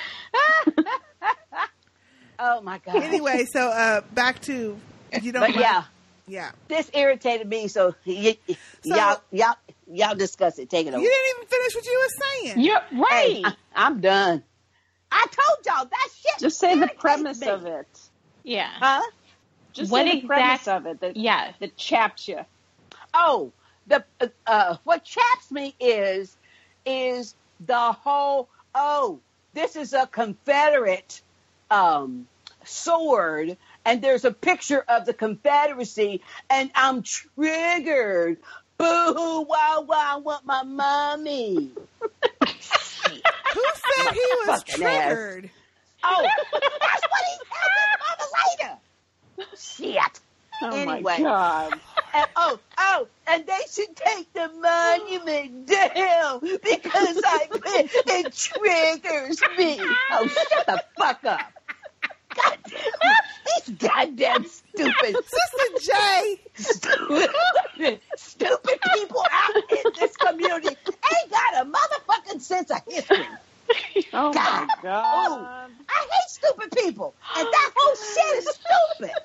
[SPEAKER 2] oh my god.
[SPEAKER 3] Anyway, so uh, back to you don't.
[SPEAKER 2] but
[SPEAKER 3] mind-
[SPEAKER 2] yeah.
[SPEAKER 3] yeah.
[SPEAKER 2] this irritated me. So, y- y-
[SPEAKER 3] So-
[SPEAKER 2] y'all, y'all, y'all discuss it. Take it over.
[SPEAKER 3] You didn't even finish what you were saying.
[SPEAKER 1] You're
[SPEAKER 2] Hey, uh,
[SPEAKER 1] right.
[SPEAKER 2] I, am done. I told y'all that shit.
[SPEAKER 4] Just say the
[SPEAKER 2] irritates
[SPEAKER 4] premise
[SPEAKER 2] me.
[SPEAKER 4] of it.
[SPEAKER 1] Yeah.
[SPEAKER 2] Huh?
[SPEAKER 4] Just
[SPEAKER 1] What
[SPEAKER 4] say the premise
[SPEAKER 1] exact-
[SPEAKER 4] of it that,
[SPEAKER 1] yes.
[SPEAKER 4] that chaps you.
[SPEAKER 2] Oh, the uh, uh, what chaps me is is the whole oh this is a Confederate um, sword and there's a picture of the Confederacy and I'm triggered. Boo hoo! Wow! Wow! Want my mommy?
[SPEAKER 3] Who said he was
[SPEAKER 2] Fucking ass.
[SPEAKER 3] triggered?
[SPEAKER 2] Oh, that's what he held his mother later. Shit.
[SPEAKER 4] Oh
[SPEAKER 2] Anyway.
[SPEAKER 4] my god.
[SPEAKER 2] And, oh, oh, and they should take the monument down because I it triggers me. Oh, shut the fuck up. God damn, these goddamn stupid,
[SPEAKER 3] Sister J.
[SPEAKER 2] stupid, stupid people out in this community ain't got a motherfucking sense of history.
[SPEAKER 4] Oh
[SPEAKER 2] God.
[SPEAKER 4] my god.
[SPEAKER 2] I hate stupid people, and that whole shit is stupid.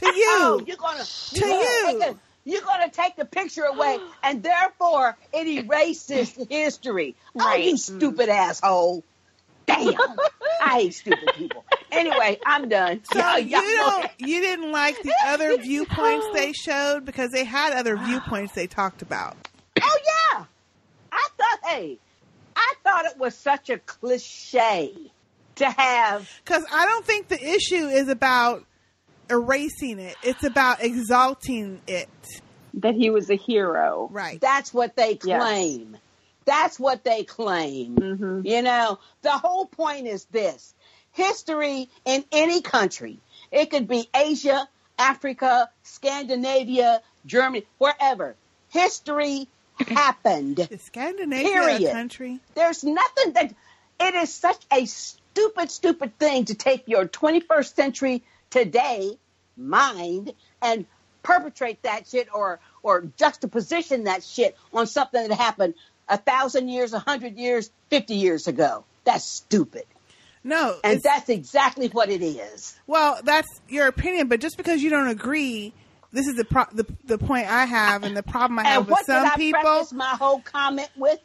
[SPEAKER 3] To you.
[SPEAKER 2] Oh, you're gonna you're
[SPEAKER 3] To you.
[SPEAKER 2] Gonna take a, you're gonna take the picture away, and therefore it erases history. Oh,
[SPEAKER 3] Mm.
[SPEAKER 2] you
[SPEAKER 1] Right.
[SPEAKER 2] stupid asshole! Damn, I hate stupid people. Anyway, I'm done.
[SPEAKER 3] So
[SPEAKER 2] Y'all-
[SPEAKER 3] you
[SPEAKER 2] y'all go
[SPEAKER 3] don't,
[SPEAKER 2] ahead.
[SPEAKER 3] you didn't like the other viewpoints they showed because they had other viewpoints they talked about.
[SPEAKER 2] Oh yeah, I thought. Hey, I thought it was such a cliche to have.
[SPEAKER 3] Because I don't think the issue is about erasing it; it's about exalting it.
[SPEAKER 4] That he was a hero.
[SPEAKER 3] Right?
[SPEAKER 2] That's what they
[SPEAKER 4] Yes.
[SPEAKER 2] claim. That's what they claim.
[SPEAKER 4] Mm-hmm.
[SPEAKER 2] You know, the whole point is this history in any country, it could be Asia, Africa, Scandinavia, Germany, wherever. History happened.
[SPEAKER 3] Is Scandinavia a
[SPEAKER 2] Period.
[SPEAKER 3] country?
[SPEAKER 2] There's nothing that it is such a stupid, stupid thing to take your 21st century today mind and perpetrate that shit or or juxtaposition that shit on something that happened a thousand years, a hundred years, fifty years ago. That's stupid,
[SPEAKER 3] No.
[SPEAKER 2] and
[SPEAKER 3] it's-
[SPEAKER 2] that's exactly what it is.
[SPEAKER 3] well, that's your opinion, but just because you don't agree, this is the pro- the, the point I have and the problem I have
[SPEAKER 2] And
[SPEAKER 3] with
[SPEAKER 2] what did
[SPEAKER 3] Uh, some
[SPEAKER 2] I
[SPEAKER 3] people.
[SPEAKER 2] preface my whole comment with?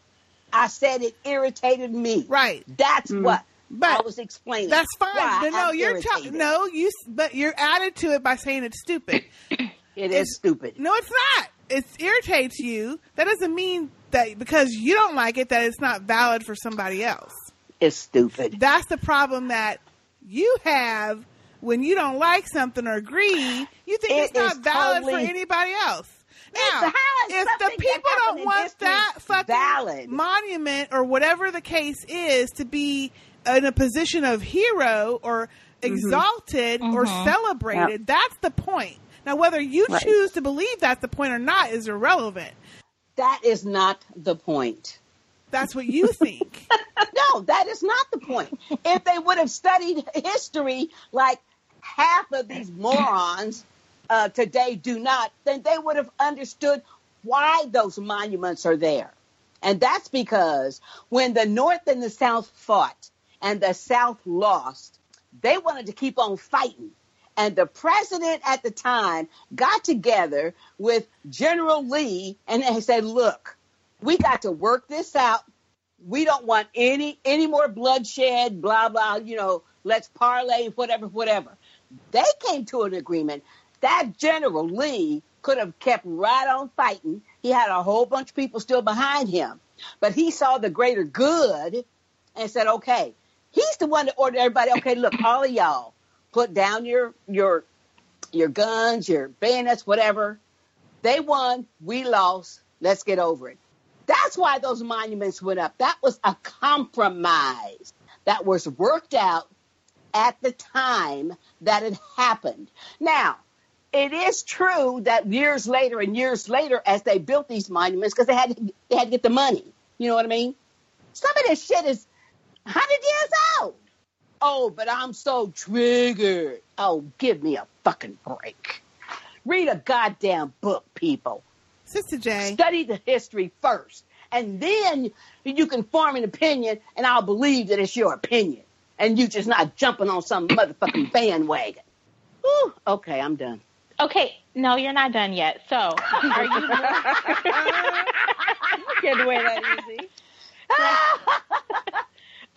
[SPEAKER 2] I said it irritated me.
[SPEAKER 3] Right. Mm.
[SPEAKER 2] That's what
[SPEAKER 3] But
[SPEAKER 2] I was explaining.
[SPEAKER 3] That's fine.
[SPEAKER 2] why
[SPEAKER 3] But no,
[SPEAKER 2] I'm
[SPEAKER 3] you're ta-
[SPEAKER 2] irritated.
[SPEAKER 3] no, you. s- But you're added to it by saying it's stupid.
[SPEAKER 2] It is stupid.
[SPEAKER 3] No, it's not. It irritates you. That doesn't mean that because you don't like it that it's not valid for somebody else.
[SPEAKER 2] It's stupid.
[SPEAKER 3] That's the problem that you have when you don't like something or agree. You think
[SPEAKER 2] It
[SPEAKER 3] it's not
[SPEAKER 2] is
[SPEAKER 3] valid
[SPEAKER 2] totally-
[SPEAKER 3] for anybody else.
[SPEAKER 2] Yes,
[SPEAKER 3] Now,
[SPEAKER 2] how is
[SPEAKER 3] if the
[SPEAKER 2] something that
[SPEAKER 3] people
[SPEAKER 2] happened
[SPEAKER 3] don't
[SPEAKER 2] in
[SPEAKER 3] want
[SPEAKER 2] history
[SPEAKER 3] that fucking
[SPEAKER 2] valid?
[SPEAKER 3] monument or whatever the case is to be in a position of hero or
[SPEAKER 2] Mm-hmm.
[SPEAKER 3] exalted or
[SPEAKER 1] Mhm.
[SPEAKER 3] celebrated, that's the point. Now, whether you
[SPEAKER 4] Right.
[SPEAKER 3] choose to believe that's the point or not is irrelevant.
[SPEAKER 2] That is not the point.
[SPEAKER 3] That's what you think.
[SPEAKER 2] No, that is not the point. If they would have studied history like half of these morons uh, today do not, then they would have understood why those monuments are there. And that's because when the North and the South fought and the South lost, they wanted to keep on fighting. And the president at the time got together with General Lee and they said, look, we got to work this out we don't want any any more bloodshed blah blah you know let's parlay whatever whatever they came to an agreement that general lee could have kept right on fighting he had a whole bunch of people still behind him but he saw the greater good and said okay he's the one that ordered everybody okay look all of y'all put down your your your guns your bayonets whatever they won we lost let's get over it that's why those monuments went up. That was a compromise that was worked out at the time that it happened. Now, it is true that years later and years later, as they built these monuments, because they had they had to get the money. You know what I mean? Some of this shit is hundred years old. Oh, but I'm so triggered. Oh, give me a fucking break. Read a goddamn book, people
[SPEAKER 3] Sister J.
[SPEAKER 2] study the history first and then you can form an opinion and i'll believe that it's your opinion and you just not jumping on some motherfucking bandwagon Whew, okay i'm done
[SPEAKER 1] Okay, no, you're not done yet. So, are you
[SPEAKER 4] Get away that easy.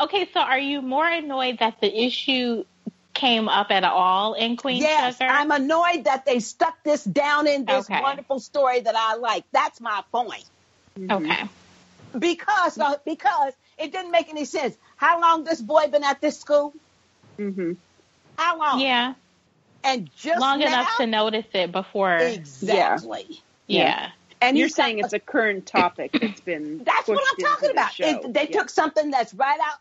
[SPEAKER 1] Okay, so are you more annoyed that the issue came up at all in Queen
[SPEAKER 2] Yes,
[SPEAKER 1] Sugar?
[SPEAKER 2] I'm annoyed that they stuck this down in this
[SPEAKER 1] Okay.
[SPEAKER 2] wonderful story that I like. That's my point.
[SPEAKER 1] okay.
[SPEAKER 2] Because uh, because it didn't make any sense. How long this boy been at this school?
[SPEAKER 4] Mm-hmm.
[SPEAKER 2] How long?
[SPEAKER 1] Yeah.
[SPEAKER 2] And just
[SPEAKER 1] Long
[SPEAKER 2] now?
[SPEAKER 1] enough to notice it before.
[SPEAKER 2] Exactly.
[SPEAKER 1] yeah.
[SPEAKER 4] And
[SPEAKER 2] You're
[SPEAKER 4] you're saying
[SPEAKER 2] talking-
[SPEAKER 4] it's a current topic that's been.
[SPEAKER 2] That's what
[SPEAKER 4] pushed
[SPEAKER 2] I'm
[SPEAKER 4] into
[SPEAKER 2] talking
[SPEAKER 4] the
[SPEAKER 2] about.
[SPEAKER 4] show.
[SPEAKER 2] It, they
[SPEAKER 4] Yeah.
[SPEAKER 2] took something that's right out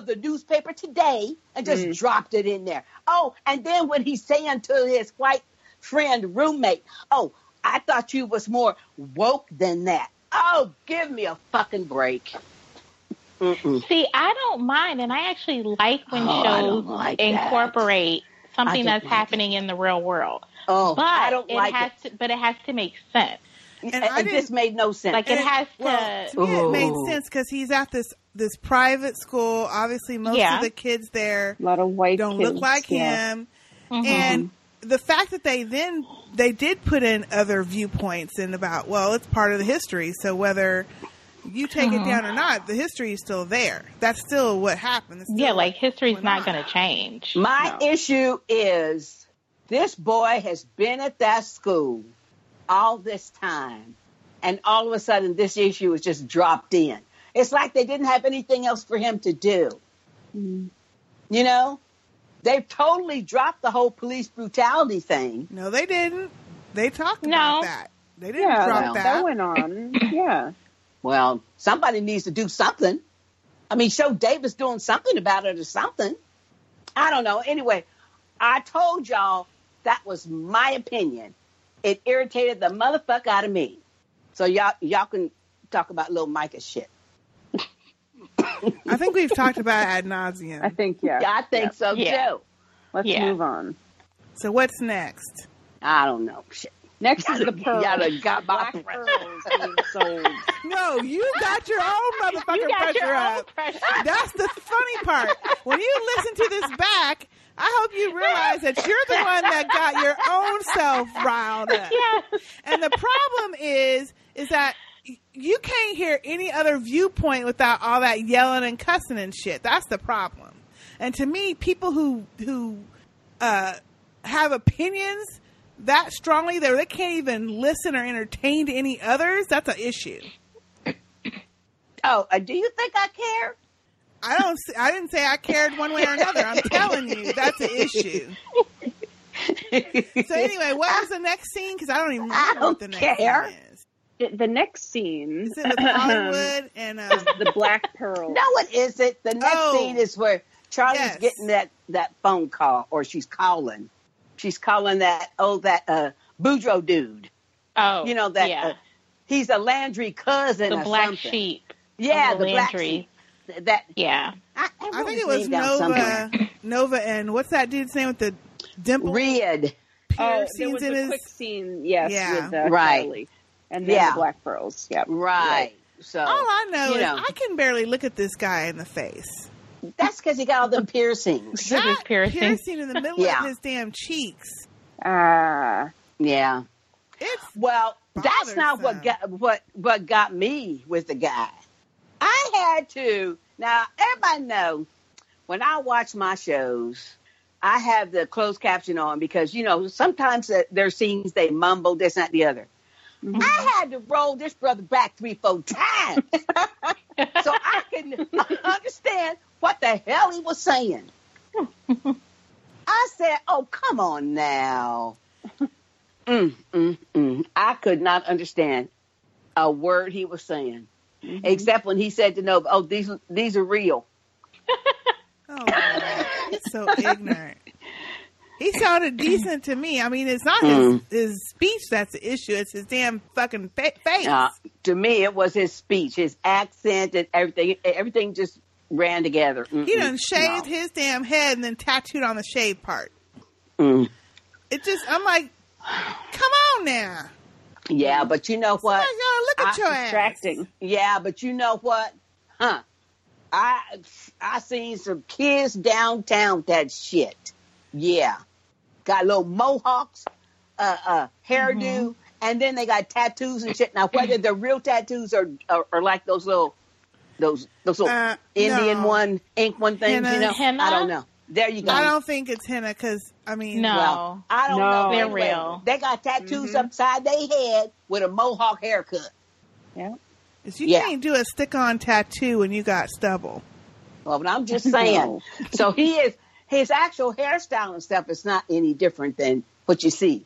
[SPEAKER 2] of the newspaper today and just
[SPEAKER 4] Mm.
[SPEAKER 2] dropped it in there. Oh, and then when he's saying to his white friend roommate, "Oh, I thought you was more woke than that." Oh, give me a fucking break. Mm-mm.
[SPEAKER 1] See, I don't mind, and I actually like when
[SPEAKER 2] Oh, I don't
[SPEAKER 1] shows
[SPEAKER 2] like that.
[SPEAKER 1] incorporate something
[SPEAKER 2] don't
[SPEAKER 1] that's
[SPEAKER 2] like it.
[SPEAKER 1] happening in the real world.
[SPEAKER 2] Oh,
[SPEAKER 1] But
[SPEAKER 2] I don't
[SPEAKER 1] it
[SPEAKER 2] like
[SPEAKER 1] has
[SPEAKER 2] it.
[SPEAKER 1] to, but it has to make sense.
[SPEAKER 2] And,
[SPEAKER 3] And I
[SPEAKER 2] and this
[SPEAKER 3] didn't-
[SPEAKER 2] made no sense.
[SPEAKER 1] Like it
[SPEAKER 3] And
[SPEAKER 1] has
[SPEAKER 3] well,
[SPEAKER 1] to.
[SPEAKER 3] to me it made
[SPEAKER 2] Ooh.
[SPEAKER 3] sense because he's at this this private school. Obviously, most
[SPEAKER 1] Yeah.
[SPEAKER 3] of the kids there
[SPEAKER 4] A lot of white
[SPEAKER 3] don't
[SPEAKER 4] kids.
[SPEAKER 3] look like
[SPEAKER 4] yeah. Mm-hmm.
[SPEAKER 3] him,
[SPEAKER 1] Mhm.
[SPEAKER 3] and the fact that they then they did put in other viewpoints and about well, it's part of the history. So whether you take
[SPEAKER 1] Mm-hmm.
[SPEAKER 3] it down or not, the history is still there. That's still what happened. It's still
[SPEAKER 1] yeah, like history's
[SPEAKER 3] Why
[SPEAKER 1] not
[SPEAKER 3] not?
[SPEAKER 1] going to change.
[SPEAKER 2] My
[SPEAKER 4] No.
[SPEAKER 2] issue is this boy has been at that school all this time, and all of a sudden this issue was just dropped in. It's like they didn't have anything else for him to do.
[SPEAKER 4] Mm.
[SPEAKER 2] You know, they've totally dropped the whole police brutality thing.
[SPEAKER 3] no, they didn't. They talked
[SPEAKER 1] No.
[SPEAKER 3] about that. They didn't
[SPEAKER 4] Yeah,
[SPEAKER 3] drop
[SPEAKER 2] well,
[SPEAKER 3] that.
[SPEAKER 4] that went on. Yeah.
[SPEAKER 2] Well, somebody needs to do something. I mean, show Davis doing something about it or something. I don't know. Anyway, I told y'all that was my opinion. It irritated the motherfucker out of me. So y'all y'all can talk about little Micah shit.
[SPEAKER 3] I think we've talked about it ad
[SPEAKER 4] I
[SPEAKER 3] nauseum.
[SPEAKER 4] think, yeah.
[SPEAKER 2] I think so
[SPEAKER 1] Yeah.
[SPEAKER 2] too.
[SPEAKER 4] Let's
[SPEAKER 1] Yeah.
[SPEAKER 4] move on.
[SPEAKER 3] So what's next?
[SPEAKER 2] I don't know. Shit.
[SPEAKER 4] Next is the pearls.
[SPEAKER 2] Y'all done got my
[SPEAKER 4] Black
[SPEAKER 2] breath.
[SPEAKER 4] pearls being sold.
[SPEAKER 3] No, you got your own motherfucking
[SPEAKER 1] you got
[SPEAKER 3] pressure
[SPEAKER 1] your own
[SPEAKER 3] up.
[SPEAKER 1] pressure.
[SPEAKER 3] That's the funny part. When you listen to this back, I hope you realize that you're the one that got your own self riled up.
[SPEAKER 1] yeah.
[SPEAKER 3] And the problem is, is that y- you can't hear any other viewpoint without all that yelling and cussing and shit. That's the problem. And to me, people who who uh, have opinions that strongly that they can't even listen or entertain to any others, that's an issue.
[SPEAKER 2] Oh, uh, do you think I care?
[SPEAKER 3] I don't. s- I didn't say I cared one way or another. I'm telling you, that's an issue. So anyway, what was the next scene? Because I don't even
[SPEAKER 2] I
[SPEAKER 3] remember what the
[SPEAKER 2] don't
[SPEAKER 3] next
[SPEAKER 2] care.
[SPEAKER 3] scene is.
[SPEAKER 4] The- The next scene.
[SPEAKER 3] It's in the Hollywood and um,
[SPEAKER 4] the black pearl.
[SPEAKER 2] No, it isn't. The next
[SPEAKER 3] Oh.
[SPEAKER 2] scene is where Charlie's
[SPEAKER 3] Yes.
[SPEAKER 2] getting that that phone call, or she's calling. She's calling that oh that uh Boudreaux dude.
[SPEAKER 1] Oh,
[SPEAKER 2] You know that
[SPEAKER 1] Yeah.
[SPEAKER 2] uh, he's a Landry cousin.
[SPEAKER 1] the
[SPEAKER 2] or
[SPEAKER 1] black
[SPEAKER 2] something.
[SPEAKER 1] sheep.
[SPEAKER 2] Yeah,
[SPEAKER 1] of
[SPEAKER 2] the
[SPEAKER 1] the
[SPEAKER 2] black
[SPEAKER 1] Landrys.
[SPEAKER 2] sheep. That
[SPEAKER 1] Yeah.
[SPEAKER 2] I, I,
[SPEAKER 3] I
[SPEAKER 2] wrote
[SPEAKER 3] think
[SPEAKER 2] his
[SPEAKER 3] it was
[SPEAKER 2] name down somewhere.
[SPEAKER 3] Nova. Nova and what's that dude's name with the dimple
[SPEAKER 2] Red.
[SPEAKER 4] oh, there
[SPEAKER 3] piercings
[SPEAKER 4] was
[SPEAKER 3] in
[SPEAKER 4] a
[SPEAKER 3] his?
[SPEAKER 4] quick scene, yes,
[SPEAKER 3] Yeah.
[SPEAKER 4] with uh,
[SPEAKER 2] Right.
[SPEAKER 4] Charlie, and then
[SPEAKER 2] Yeah.
[SPEAKER 4] the black pearls. Yeah,
[SPEAKER 2] Right. So
[SPEAKER 3] All I know
[SPEAKER 2] you
[SPEAKER 3] is
[SPEAKER 2] know.
[SPEAKER 3] I can barely look at this guy in the face.
[SPEAKER 2] that's because he got all them piercings.
[SPEAKER 1] With his
[SPEAKER 3] That
[SPEAKER 1] Ah, piercing.
[SPEAKER 3] piercing in the middle
[SPEAKER 2] Yeah.
[SPEAKER 3] of his damn cheeks.
[SPEAKER 4] Ah,
[SPEAKER 2] Yeah.
[SPEAKER 3] It's
[SPEAKER 2] Well, that's not what got
[SPEAKER 3] Bothersome.
[SPEAKER 2] what what got me with the guy. I had to. Now everybody know when I watch my shows, I have the closed caption on because you know sometimes uh, there's scenes they mumble this not the other.
[SPEAKER 4] Mhm.
[SPEAKER 2] I had to roll this brother back three four times so I can understand what the hell he was saying. I said, "Oh, come on now." Mm, mm, mm. I could not understand a word he was saying, except when he said to Nova, "Oh, these these are real."
[SPEAKER 3] Oh, Lord. he's so ignorant. He sounded decent to me. I mean, it's not
[SPEAKER 2] Hmm.
[SPEAKER 3] his, his speech that's the issue. It's his damn fucking fa- face.
[SPEAKER 2] Uh, to me, it was his speech, his accent, and everything. Everything just ran together. Mm, Mm-mm.
[SPEAKER 3] he done shaved
[SPEAKER 2] No.
[SPEAKER 3] his damn head and then tattooed on the shave part.
[SPEAKER 2] Mm.
[SPEAKER 3] It just, I'm like, come on now.
[SPEAKER 2] Yeah, but you know what?
[SPEAKER 3] Like, y'all look at
[SPEAKER 2] I-
[SPEAKER 3] your ass.
[SPEAKER 4] distracting.
[SPEAKER 2] Yeah, but you know what? Huh? I I seen some kids downtown with that shit. Yeah, got little mohawks, uh, uh, hairdo,
[SPEAKER 3] Mm-hmm.
[SPEAKER 2] and then they got tattoos and shit. Now whether they're real tattoos or or, or like those little those those little
[SPEAKER 3] Uh,
[SPEAKER 2] Indian
[SPEAKER 3] no.
[SPEAKER 2] one, ink one things. You
[SPEAKER 3] Henna.
[SPEAKER 2] know,
[SPEAKER 1] Henna?
[SPEAKER 2] I don't know. There you go.
[SPEAKER 3] I don't think it's henna because I mean,
[SPEAKER 1] No.
[SPEAKER 2] Well, I don't
[SPEAKER 4] No.
[SPEAKER 2] know.
[SPEAKER 1] They're
[SPEAKER 2] Anyway,
[SPEAKER 1] real.
[SPEAKER 2] They got
[SPEAKER 3] Mm-hmm.
[SPEAKER 2] tattoos upside their head with a mohawk haircut.
[SPEAKER 4] Yeah.
[SPEAKER 3] you
[SPEAKER 2] Yeah.
[SPEAKER 3] can't do a stick-on tattoo when you got stubble.
[SPEAKER 2] Well, but I'm just saying.
[SPEAKER 4] No.
[SPEAKER 2] so he is his actual hairstyle and stuff is not any different than what you see.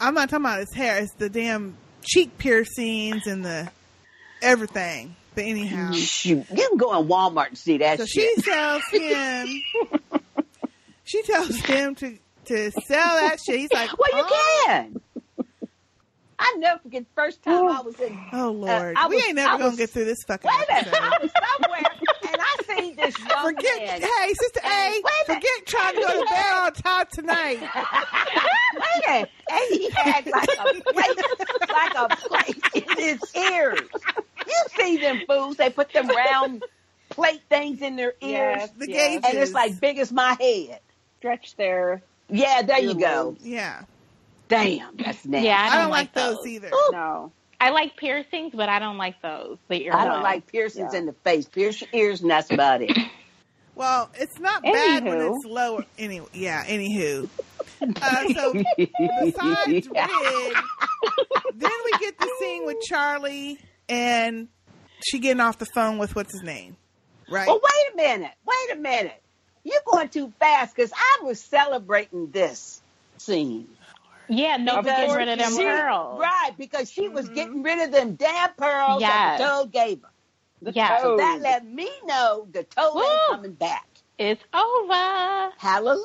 [SPEAKER 3] I'm not talking about his hair; it's the damn cheek piercings and the everything. But anyhow,
[SPEAKER 2] Shoot, you can go in Walmart and see that
[SPEAKER 3] so she
[SPEAKER 2] shit.
[SPEAKER 3] tells him, she tells him to to sell that shit. He's like,
[SPEAKER 2] Well, you
[SPEAKER 3] "Oh,
[SPEAKER 2] can. I never forget the first time I was in.
[SPEAKER 3] Oh Lord,
[SPEAKER 2] Uh, I
[SPEAKER 3] we
[SPEAKER 2] was-
[SPEAKER 3] ain't never
[SPEAKER 2] I
[SPEAKER 3] gonna
[SPEAKER 2] was-
[SPEAKER 3] get through this fucking.
[SPEAKER 2] Wait a minute,
[SPEAKER 3] episode.
[SPEAKER 2] I was somewhere and I seen this young man.
[SPEAKER 3] Forget, hey, sister A,
[SPEAKER 2] Wait a minute.
[SPEAKER 3] forget trying to go to bed on top tonight.
[SPEAKER 2] Wait a minute. and he had like a plate, like a plate in his ears. You see them fools? They put them round plate things in their ears,
[SPEAKER 4] Yes,
[SPEAKER 3] The
[SPEAKER 4] yes.
[SPEAKER 3] gauge-
[SPEAKER 2] and it's like big as my head.
[SPEAKER 4] stretch there.
[SPEAKER 2] Yeah, there you go.
[SPEAKER 3] Yeah,
[SPEAKER 2] Damn, that's nasty.
[SPEAKER 1] Yeah,
[SPEAKER 3] I
[SPEAKER 1] I
[SPEAKER 3] don't,
[SPEAKER 1] don't,
[SPEAKER 3] like those, either.
[SPEAKER 2] Ooh.
[SPEAKER 4] No.
[SPEAKER 1] I like piercings, but I don't like those. The earlobes.
[SPEAKER 2] I don't like piercings
[SPEAKER 4] Yeah.
[SPEAKER 2] in the face. Pierce your ears, and that's about it.
[SPEAKER 3] Well, it's not bad when
[SPEAKER 4] Anywho.
[SPEAKER 3] it's lower. Any, yeah, anywho. Uh, so besides Red, then we get the scene with Charlie and she getting off the phone with what's his name, right?
[SPEAKER 2] Well, wait a minute. Wait a minute. You're going too fast because I was celebrating this scene.
[SPEAKER 1] Yeah, no,
[SPEAKER 2] Because
[SPEAKER 1] get rid of them
[SPEAKER 2] she-
[SPEAKER 1] pearls. Mm-hmm.
[SPEAKER 2] Right, because she was getting rid of them damn pearls that the
[SPEAKER 1] Yes.
[SPEAKER 2] toad gave her.
[SPEAKER 4] The
[SPEAKER 1] Yeah.
[SPEAKER 2] So
[SPEAKER 4] toad.
[SPEAKER 2] that let me know the toad
[SPEAKER 1] Woo.
[SPEAKER 2] ain't coming back.
[SPEAKER 1] It's over.
[SPEAKER 2] Hallelujah.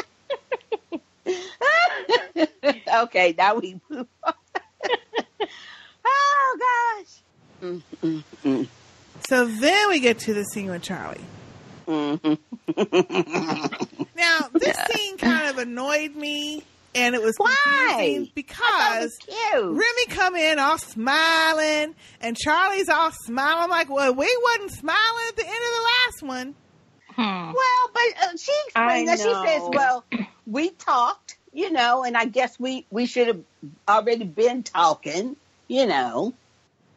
[SPEAKER 2] okay, now we move on. oh, gosh.
[SPEAKER 3] So then we get to the scene with Charlie. Now this scene kind of annoyed me, and it was
[SPEAKER 2] Why?
[SPEAKER 3] confusing
[SPEAKER 2] That was
[SPEAKER 3] because
[SPEAKER 2] cute.
[SPEAKER 3] Remy come in all smiling, and Charlie's all smiling. I'm like, well, we wasn't smiling at the end of the last one.
[SPEAKER 1] Hmm.
[SPEAKER 2] Well, but uh, she
[SPEAKER 4] I
[SPEAKER 2] explained that she
[SPEAKER 4] know.
[SPEAKER 2] says, "Well, we talked, you know, and I guess we we should have already been talking, you know."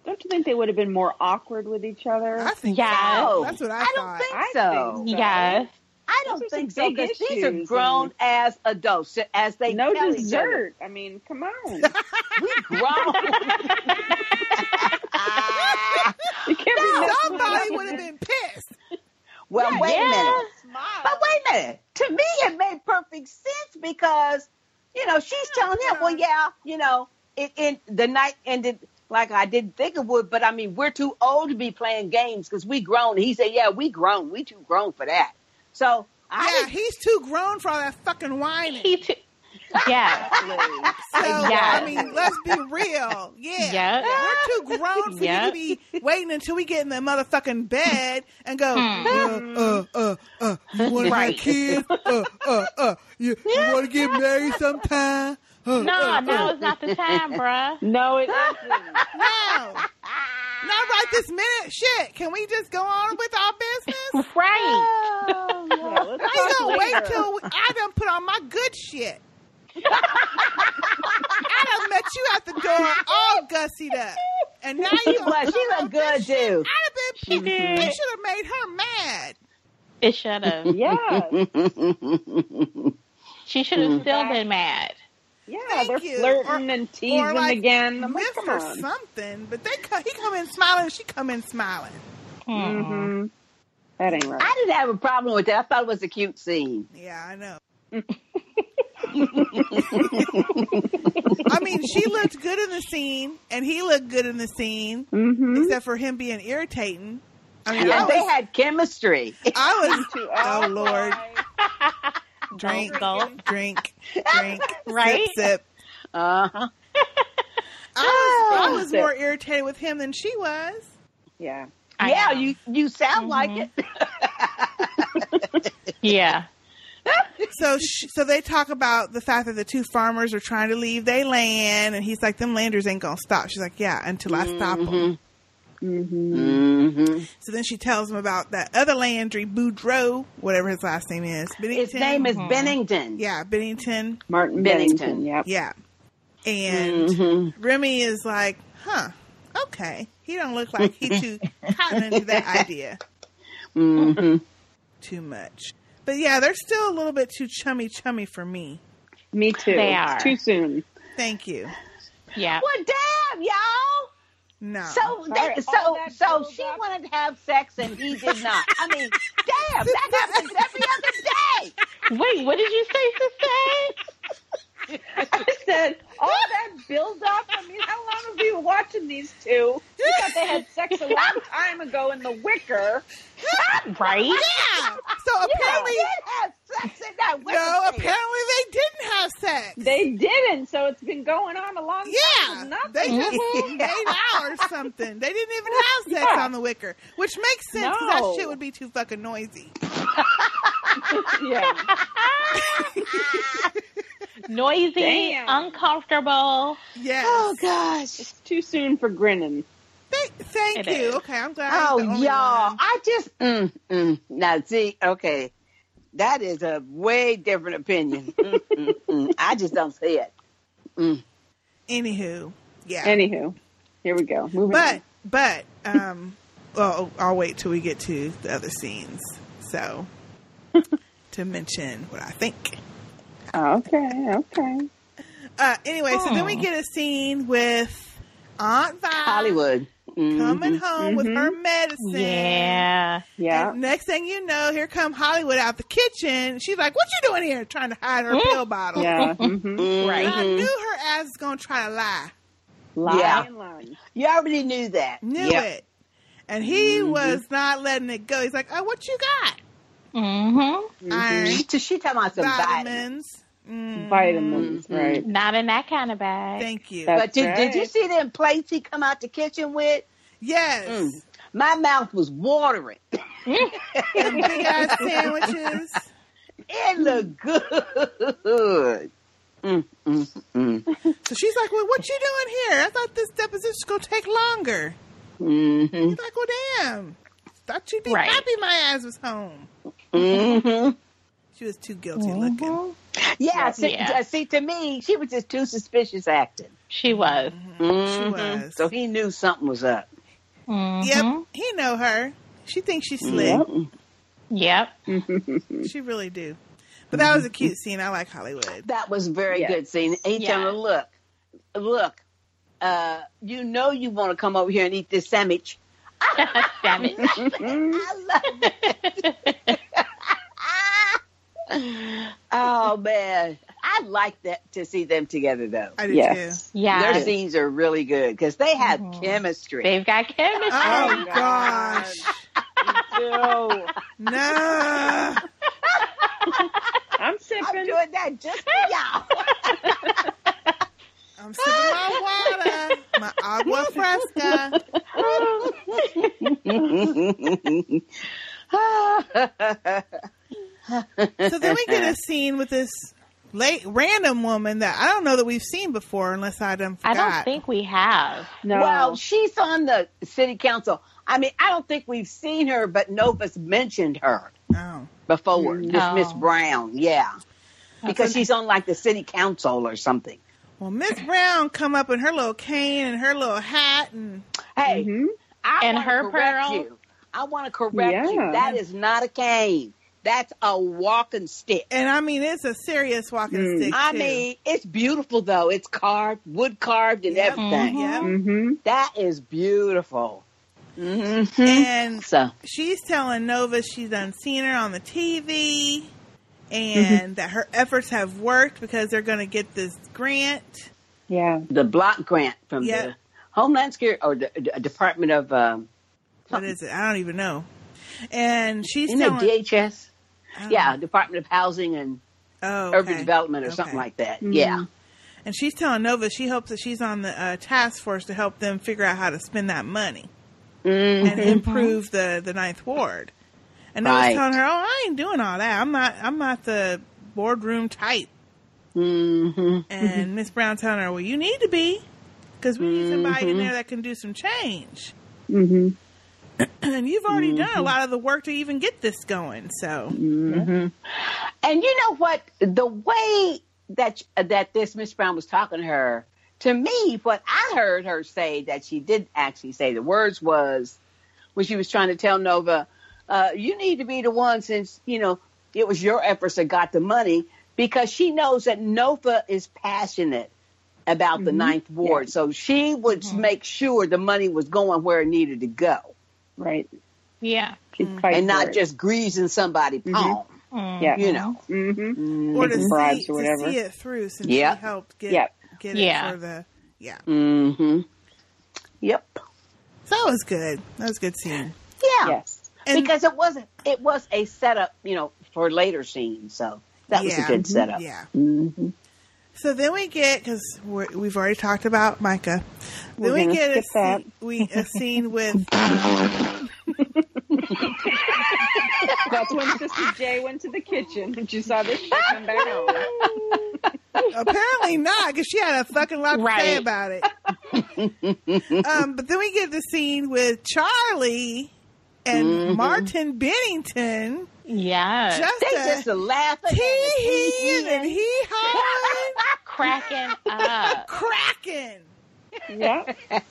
[SPEAKER 4] Don't you think they would have been more awkward with each other?
[SPEAKER 3] I think
[SPEAKER 1] Yeah.
[SPEAKER 3] so.
[SPEAKER 2] No,
[SPEAKER 3] that's what I,
[SPEAKER 2] don't
[SPEAKER 3] thought.
[SPEAKER 2] think
[SPEAKER 4] I
[SPEAKER 2] so.
[SPEAKER 4] think-
[SPEAKER 1] Yes.
[SPEAKER 2] I don't
[SPEAKER 4] Those are
[SPEAKER 2] think so
[SPEAKER 4] some big
[SPEAKER 2] because these are
[SPEAKER 4] issues,
[SPEAKER 2] grown ass adults, as they
[SPEAKER 4] no
[SPEAKER 2] tell each
[SPEAKER 4] dessert. I mean, come on.
[SPEAKER 2] other. We grown.
[SPEAKER 4] You can't be messing with
[SPEAKER 3] Somebody
[SPEAKER 4] that.
[SPEAKER 3] would have been pissed.
[SPEAKER 2] well, wait a minute.
[SPEAKER 4] Smile.
[SPEAKER 2] But wait a minute. To me, it made perfect sense because, you know, she's telling him, well, yeah, you know, it, it the night ended like I didn't think it would, but I mean, we're too old to be playing games because we grown. He said, yeah, we grown. We too grown for that. So I
[SPEAKER 3] yeah,
[SPEAKER 2] didn't-
[SPEAKER 3] he's too grown for all that fucking whining.
[SPEAKER 1] He too. Yes.
[SPEAKER 3] So
[SPEAKER 1] Yes.
[SPEAKER 3] I mean, let's be real. Yeah,
[SPEAKER 1] Yep.
[SPEAKER 3] we're too grown for
[SPEAKER 1] Yep.
[SPEAKER 3] you to be waiting until we get in the motherfucking bed and go,
[SPEAKER 1] Hmm.
[SPEAKER 3] uh, uh, uh, uh, you want to have
[SPEAKER 1] Right.
[SPEAKER 3] kids? Uh, uh, uh, you, you want to get married sometime? Uh,
[SPEAKER 1] No,
[SPEAKER 3] uh,
[SPEAKER 1] now
[SPEAKER 3] uh.
[SPEAKER 1] is not the time, bruh.
[SPEAKER 4] No,
[SPEAKER 2] Oh,
[SPEAKER 4] it isn't.
[SPEAKER 3] no, not right this minute. Shit, can we just go on with our business?
[SPEAKER 1] Right.
[SPEAKER 2] Oh,
[SPEAKER 4] Yeah,
[SPEAKER 2] Lord.
[SPEAKER 4] let's
[SPEAKER 3] I ain't
[SPEAKER 4] talk
[SPEAKER 3] gonna wait
[SPEAKER 4] later.
[SPEAKER 3] till we- I done put on my good shit. I done met you at the door all gussied up. And now you
[SPEAKER 2] she
[SPEAKER 3] gonna
[SPEAKER 2] was.
[SPEAKER 3] put
[SPEAKER 2] She's
[SPEAKER 3] on
[SPEAKER 2] a
[SPEAKER 3] my
[SPEAKER 2] good
[SPEAKER 3] shit.
[SPEAKER 2] dude.
[SPEAKER 3] I'd have been
[SPEAKER 1] She
[SPEAKER 3] They
[SPEAKER 1] did.
[SPEAKER 3] should have made her mad.
[SPEAKER 1] It should have.
[SPEAKER 4] Yeah,
[SPEAKER 1] She should have still been mad.
[SPEAKER 4] yeah,
[SPEAKER 3] Thank
[SPEAKER 4] they're
[SPEAKER 3] you.
[SPEAKER 4] flirting
[SPEAKER 3] Or-
[SPEAKER 4] and teasing
[SPEAKER 3] or like
[SPEAKER 4] again. I'm like,
[SPEAKER 3] Miff
[SPEAKER 4] come
[SPEAKER 3] or
[SPEAKER 4] on.
[SPEAKER 3] something. But they co- he come in smiling, she come in smiling.
[SPEAKER 1] Hmm.
[SPEAKER 4] Mhm. That ain't right.
[SPEAKER 2] I didn't have a problem with that. I thought it was a cute scene.
[SPEAKER 3] Yeah, I know. I mean, she looked good in the scene, and he looked good in the scene,
[SPEAKER 4] Mm-hmm.
[SPEAKER 3] except for him being irritating. I mean, I
[SPEAKER 2] And they
[SPEAKER 3] was,
[SPEAKER 2] had chemistry.
[SPEAKER 3] I was
[SPEAKER 4] Oh,
[SPEAKER 3] Oh, Lord. drink,
[SPEAKER 1] Gulp.
[SPEAKER 3] drink, drink,
[SPEAKER 1] Right?
[SPEAKER 3] sip, sip.
[SPEAKER 2] Uh
[SPEAKER 3] Uh-huh.
[SPEAKER 2] huh.
[SPEAKER 3] I was, I
[SPEAKER 2] Oh,
[SPEAKER 3] was
[SPEAKER 4] sip.
[SPEAKER 3] more irritated with him than she was.
[SPEAKER 4] Yeah.
[SPEAKER 1] I
[SPEAKER 2] Yeah,
[SPEAKER 1] know.
[SPEAKER 2] you you sound like
[SPEAKER 4] Mm-hmm.
[SPEAKER 2] it.
[SPEAKER 1] Yeah.
[SPEAKER 3] So, sh- so they talk about the fact that the two farmers are trying to leave their land, and he's like, "Them landers ain't gonna stop." She's like, "Yeah, until I stop them."
[SPEAKER 4] Mm-hmm.
[SPEAKER 2] Mm-hmm.
[SPEAKER 3] So then she tells him about that other Landry Boudreau, whatever his last name is. Bennington.
[SPEAKER 4] Mm-hmm.
[SPEAKER 2] His name is Bennington.
[SPEAKER 3] yeah, Bennington.
[SPEAKER 4] Martin
[SPEAKER 2] Bennington.
[SPEAKER 4] Bennington. Yep.
[SPEAKER 3] Yeah, and Remy is like, "Huh, okay." He don't look like he too cotton into that idea Mm-hmm.
[SPEAKER 2] hmm
[SPEAKER 3] too much. But yeah, they're still a little bit too chummy chummy for me.
[SPEAKER 4] Me too.
[SPEAKER 1] They
[SPEAKER 4] It's
[SPEAKER 1] are.
[SPEAKER 4] too soon.
[SPEAKER 3] Thank you.
[SPEAKER 1] Yeah.
[SPEAKER 2] Well, damn, y'all.
[SPEAKER 3] No.
[SPEAKER 2] So,
[SPEAKER 4] Uh, Sorry,
[SPEAKER 2] that,
[SPEAKER 4] all
[SPEAKER 2] so,
[SPEAKER 4] that
[SPEAKER 2] so
[SPEAKER 4] builds
[SPEAKER 2] she
[SPEAKER 4] up.
[SPEAKER 2] wanted to have sex and he did not. I mean, damn, that happens every other day.
[SPEAKER 1] Wait, what did you say, sister?
[SPEAKER 4] I said all that build up. I mean, how long have we been watching these two? We thought they had sex a long time ago in The Wicker.
[SPEAKER 1] right?
[SPEAKER 3] yeah. So apparently,
[SPEAKER 2] They did have sex in that way.
[SPEAKER 3] no. Apparently, they didn't have sex.
[SPEAKER 4] They didn't, so it's been going on a long time.
[SPEAKER 3] Yeah,
[SPEAKER 4] with nothing.
[SPEAKER 3] they just
[SPEAKER 2] Mhm.
[SPEAKER 3] made out or something. They didn't even have sex
[SPEAKER 4] Yeah.
[SPEAKER 3] on the wicker, which makes sense 'cause that
[SPEAKER 4] No.
[SPEAKER 3] shit would be too fucking noisy.
[SPEAKER 4] yeah.
[SPEAKER 1] Noisy,
[SPEAKER 4] Damn.
[SPEAKER 1] uncomfortable.
[SPEAKER 3] Yes.
[SPEAKER 2] Oh gosh.
[SPEAKER 4] It's too soon for grinning.
[SPEAKER 3] Thank, thank
[SPEAKER 1] It
[SPEAKER 3] you.
[SPEAKER 1] is.
[SPEAKER 3] Okay, I'm glad. I'm
[SPEAKER 2] Oh,
[SPEAKER 3] the only
[SPEAKER 2] y'all.
[SPEAKER 3] one.
[SPEAKER 2] I just, mm, mm. now see, okay. That is a way different opinion. Mm, mm, mm. I just don't see it.
[SPEAKER 3] Anywho, yeah.
[SPEAKER 4] Anywho, here we go. Moving
[SPEAKER 3] but
[SPEAKER 4] on.
[SPEAKER 3] but um, well, I'll wait till we get to the other scenes. So to mention what I think.
[SPEAKER 4] Oh, okay, okay.
[SPEAKER 3] Uh, anyway, so then we
[SPEAKER 4] Hmm.
[SPEAKER 1] Oh.
[SPEAKER 3] get a scene with Aunt Vi
[SPEAKER 2] Hollywood. Mhm.
[SPEAKER 3] coming home with her medicine.
[SPEAKER 1] Yeah.
[SPEAKER 4] Mm-hmm. Yeah.
[SPEAKER 3] And next thing you know, here come Hollywood out the kitchen. She's like, "What you doing here?" Trying to hide her
[SPEAKER 1] Mm.
[SPEAKER 3] pill bottle.
[SPEAKER 4] Yeah. Mm-hmm.
[SPEAKER 2] Mhm.
[SPEAKER 1] Right.
[SPEAKER 3] I knew her ass was gonna try to lie.
[SPEAKER 4] Lying,
[SPEAKER 2] Yeah.
[SPEAKER 4] lying.
[SPEAKER 2] You already knew that.
[SPEAKER 3] Knew
[SPEAKER 2] Yeah.
[SPEAKER 3] it. And he
[SPEAKER 4] Mm-hmm.
[SPEAKER 3] was not letting it go. He's like, "Oh, what you got?
[SPEAKER 1] Mm-hmm.
[SPEAKER 3] Iron,
[SPEAKER 2] She, she talking about some vitamins.
[SPEAKER 3] vitamins, Mm,
[SPEAKER 4] Vitamins,
[SPEAKER 2] Mhm.
[SPEAKER 4] right.
[SPEAKER 1] Not in that kind of bag.
[SPEAKER 3] Thank you.
[SPEAKER 4] That's
[SPEAKER 2] But did, did you
[SPEAKER 4] right.
[SPEAKER 2] see them plates he come out the kitchen with?
[SPEAKER 3] yes,
[SPEAKER 2] Mm. My mouth was watering.
[SPEAKER 3] Them big ass sandwiches.
[SPEAKER 2] It looked good. Mm, mm, mm.
[SPEAKER 3] So she's like, "Well, what you doing here? I thought this deposition's gonna take longer."
[SPEAKER 2] hmm
[SPEAKER 3] He's like, "Well, damn, thought you'd be
[SPEAKER 1] Right.
[SPEAKER 3] happy my ass was home."
[SPEAKER 2] hmm
[SPEAKER 3] She was too guilty looking.
[SPEAKER 2] Yeah, see,
[SPEAKER 1] Yeah.
[SPEAKER 2] uh, see, to me, she was just too suspicious acting.
[SPEAKER 1] She was.
[SPEAKER 2] Mhm.
[SPEAKER 3] was.
[SPEAKER 2] So he knew something was up.
[SPEAKER 3] Mm-hmm.
[SPEAKER 1] Mhm.
[SPEAKER 3] Yep, he know her. She thinks she's slick.
[SPEAKER 1] Yep.
[SPEAKER 4] Mm-hmm.
[SPEAKER 3] She really do. But that was a cute scene. I like Hollywood.
[SPEAKER 2] That was very
[SPEAKER 4] Yeah.
[SPEAKER 2] good scene. He
[SPEAKER 1] Yeah.
[SPEAKER 2] told her, look, look, uh, you know you want to come over here and eat this sandwich.
[SPEAKER 1] Damn it.
[SPEAKER 4] Mm-hmm.
[SPEAKER 2] I love it. oh, man. I like that to see them together, though.
[SPEAKER 3] I do
[SPEAKER 4] Yes.
[SPEAKER 1] Yeah.
[SPEAKER 2] Their scenes are really good because they have chemistry.
[SPEAKER 1] They've got chemistry.
[SPEAKER 3] too. Oh
[SPEAKER 4] God.
[SPEAKER 3] gosh,
[SPEAKER 4] No.
[SPEAKER 3] no!
[SPEAKER 4] I'm
[SPEAKER 2] I'm
[SPEAKER 4] sipping.
[SPEAKER 2] doing that just for y'all.
[SPEAKER 3] I'm sipping my water, my agua fresca. So then we get a scene with this late random woman that I don't know that we've seen before, unless I done
[SPEAKER 1] I
[SPEAKER 3] forgot.
[SPEAKER 1] don't think we have.
[SPEAKER 4] No.
[SPEAKER 2] Well, she's on the city council. I mean, I don't think we've seen her, but Nova's mentioned her
[SPEAKER 3] Oh,
[SPEAKER 2] before. This
[SPEAKER 1] No.
[SPEAKER 2] Miss Brown, yeah, because she's on like the city council or something.
[SPEAKER 3] well, Miss Brown come up in her little cane and her little hat, and
[SPEAKER 2] Hey,
[SPEAKER 4] Mhm.
[SPEAKER 2] I
[SPEAKER 1] And
[SPEAKER 2] wanna
[SPEAKER 1] her
[SPEAKER 2] correct
[SPEAKER 1] pearl.
[SPEAKER 2] you. I want to correct you.
[SPEAKER 4] Yeah.
[SPEAKER 2] That is not a cane. That's a walking stick.
[SPEAKER 3] and I mean it's a serious walking
[SPEAKER 4] Mm.
[SPEAKER 3] stick.
[SPEAKER 2] I
[SPEAKER 3] too.
[SPEAKER 2] mean, it's beautiful though. It's carved, wood carved, and
[SPEAKER 3] Yeah.
[SPEAKER 2] everything.
[SPEAKER 3] yeah.
[SPEAKER 4] Mm-hmm.
[SPEAKER 2] That is beautiful. Mm-hmm.
[SPEAKER 3] And
[SPEAKER 2] So,
[SPEAKER 3] she's telling Nova she's done seen her on the TV and
[SPEAKER 2] Mm-hmm.
[SPEAKER 3] that her efforts have worked because they're going to get this grant.
[SPEAKER 4] Yeah.
[SPEAKER 2] the block grant from
[SPEAKER 3] Yeah.
[SPEAKER 2] the Homeland Security or the, the Department of um,
[SPEAKER 3] What is it? I don't even know. And she's
[SPEAKER 2] Isn't it
[SPEAKER 3] telling,
[SPEAKER 2] DHS?
[SPEAKER 3] I don't
[SPEAKER 2] Yeah,
[SPEAKER 3] know.
[SPEAKER 2] Department of Housing and
[SPEAKER 3] oh,
[SPEAKER 2] Urban
[SPEAKER 3] okay.
[SPEAKER 2] Development or something
[SPEAKER 3] Okay.
[SPEAKER 2] like that. Yeah.
[SPEAKER 3] And she's telling Nova she hopes that she's on the uh, task force to help them figure out how to spend that money
[SPEAKER 4] Mm-hmm.
[SPEAKER 2] Mm.
[SPEAKER 3] and improve the the ninth ward. And I
[SPEAKER 2] Right.
[SPEAKER 3] was telling her, "Oh, I ain't doing all that. I'm not. I'm not the boardroom type."
[SPEAKER 4] Mm-hmm.
[SPEAKER 2] hmm
[SPEAKER 3] And Miss Brown telling her, "Well, you need to be, because we need somebody in there that can do some change."
[SPEAKER 4] Mm-hmm.
[SPEAKER 3] And you've already done a lot of the work to even get this going. So
[SPEAKER 4] Mm-hmm.
[SPEAKER 2] And you know what? The way that that this Miss Brown was talking to her, to me, what I heard her say that she did actually say the words was when she was trying to tell Nova, uh, you need to be the one since, you know, it was your efforts that got the money because she knows that Nova is passionate about the ninth ward. So she would make sure the money was going where it needed to go
[SPEAKER 4] Right.
[SPEAKER 1] Yeah.
[SPEAKER 4] She'd fight
[SPEAKER 2] and
[SPEAKER 4] for
[SPEAKER 2] not
[SPEAKER 4] it.
[SPEAKER 2] just greasing somebody palm,
[SPEAKER 1] Mm.
[SPEAKER 4] Yeah.
[SPEAKER 2] you know.
[SPEAKER 4] Mm-hmm.
[SPEAKER 3] or to
[SPEAKER 4] Making
[SPEAKER 3] see,
[SPEAKER 4] bribes or
[SPEAKER 3] to
[SPEAKER 4] whatever.
[SPEAKER 3] see it through since
[SPEAKER 2] Yep.
[SPEAKER 3] she helped get
[SPEAKER 4] Yep.
[SPEAKER 3] get
[SPEAKER 1] Yeah.
[SPEAKER 3] it for the yeah.
[SPEAKER 2] Mm-hmm. Yep.
[SPEAKER 3] So that was good. That was a good scene.
[SPEAKER 2] Yeah.
[SPEAKER 4] Yes.
[SPEAKER 3] And-
[SPEAKER 2] because it wasn't it was a setup, you know, for later scenes. So that was a
[SPEAKER 3] Yeah.
[SPEAKER 2] good setup.
[SPEAKER 3] Yeah.
[SPEAKER 2] Mm-hmm.
[SPEAKER 3] So then we get because we've already talked about Micah. Then
[SPEAKER 4] We're
[SPEAKER 3] we
[SPEAKER 4] gonna
[SPEAKER 3] get a,
[SPEAKER 4] skip that.
[SPEAKER 3] scene, we a scene with
[SPEAKER 4] That's when Sister J went to the kitchen and she saw this shit come back over.
[SPEAKER 3] apparently not because she had a fucking lot to say
[SPEAKER 1] Right.
[SPEAKER 3] about it. um, but then we get the scene with Charlie and Martin Bennington.
[SPEAKER 1] Yeah.
[SPEAKER 3] Just
[SPEAKER 2] They
[SPEAKER 3] a
[SPEAKER 2] just laughing.
[SPEAKER 3] tee
[SPEAKER 2] Mm-hmm.
[SPEAKER 3] heeing and he hawing,
[SPEAKER 1] Cracking up.
[SPEAKER 3] cracking.
[SPEAKER 4] Yeah.
[SPEAKER 3] And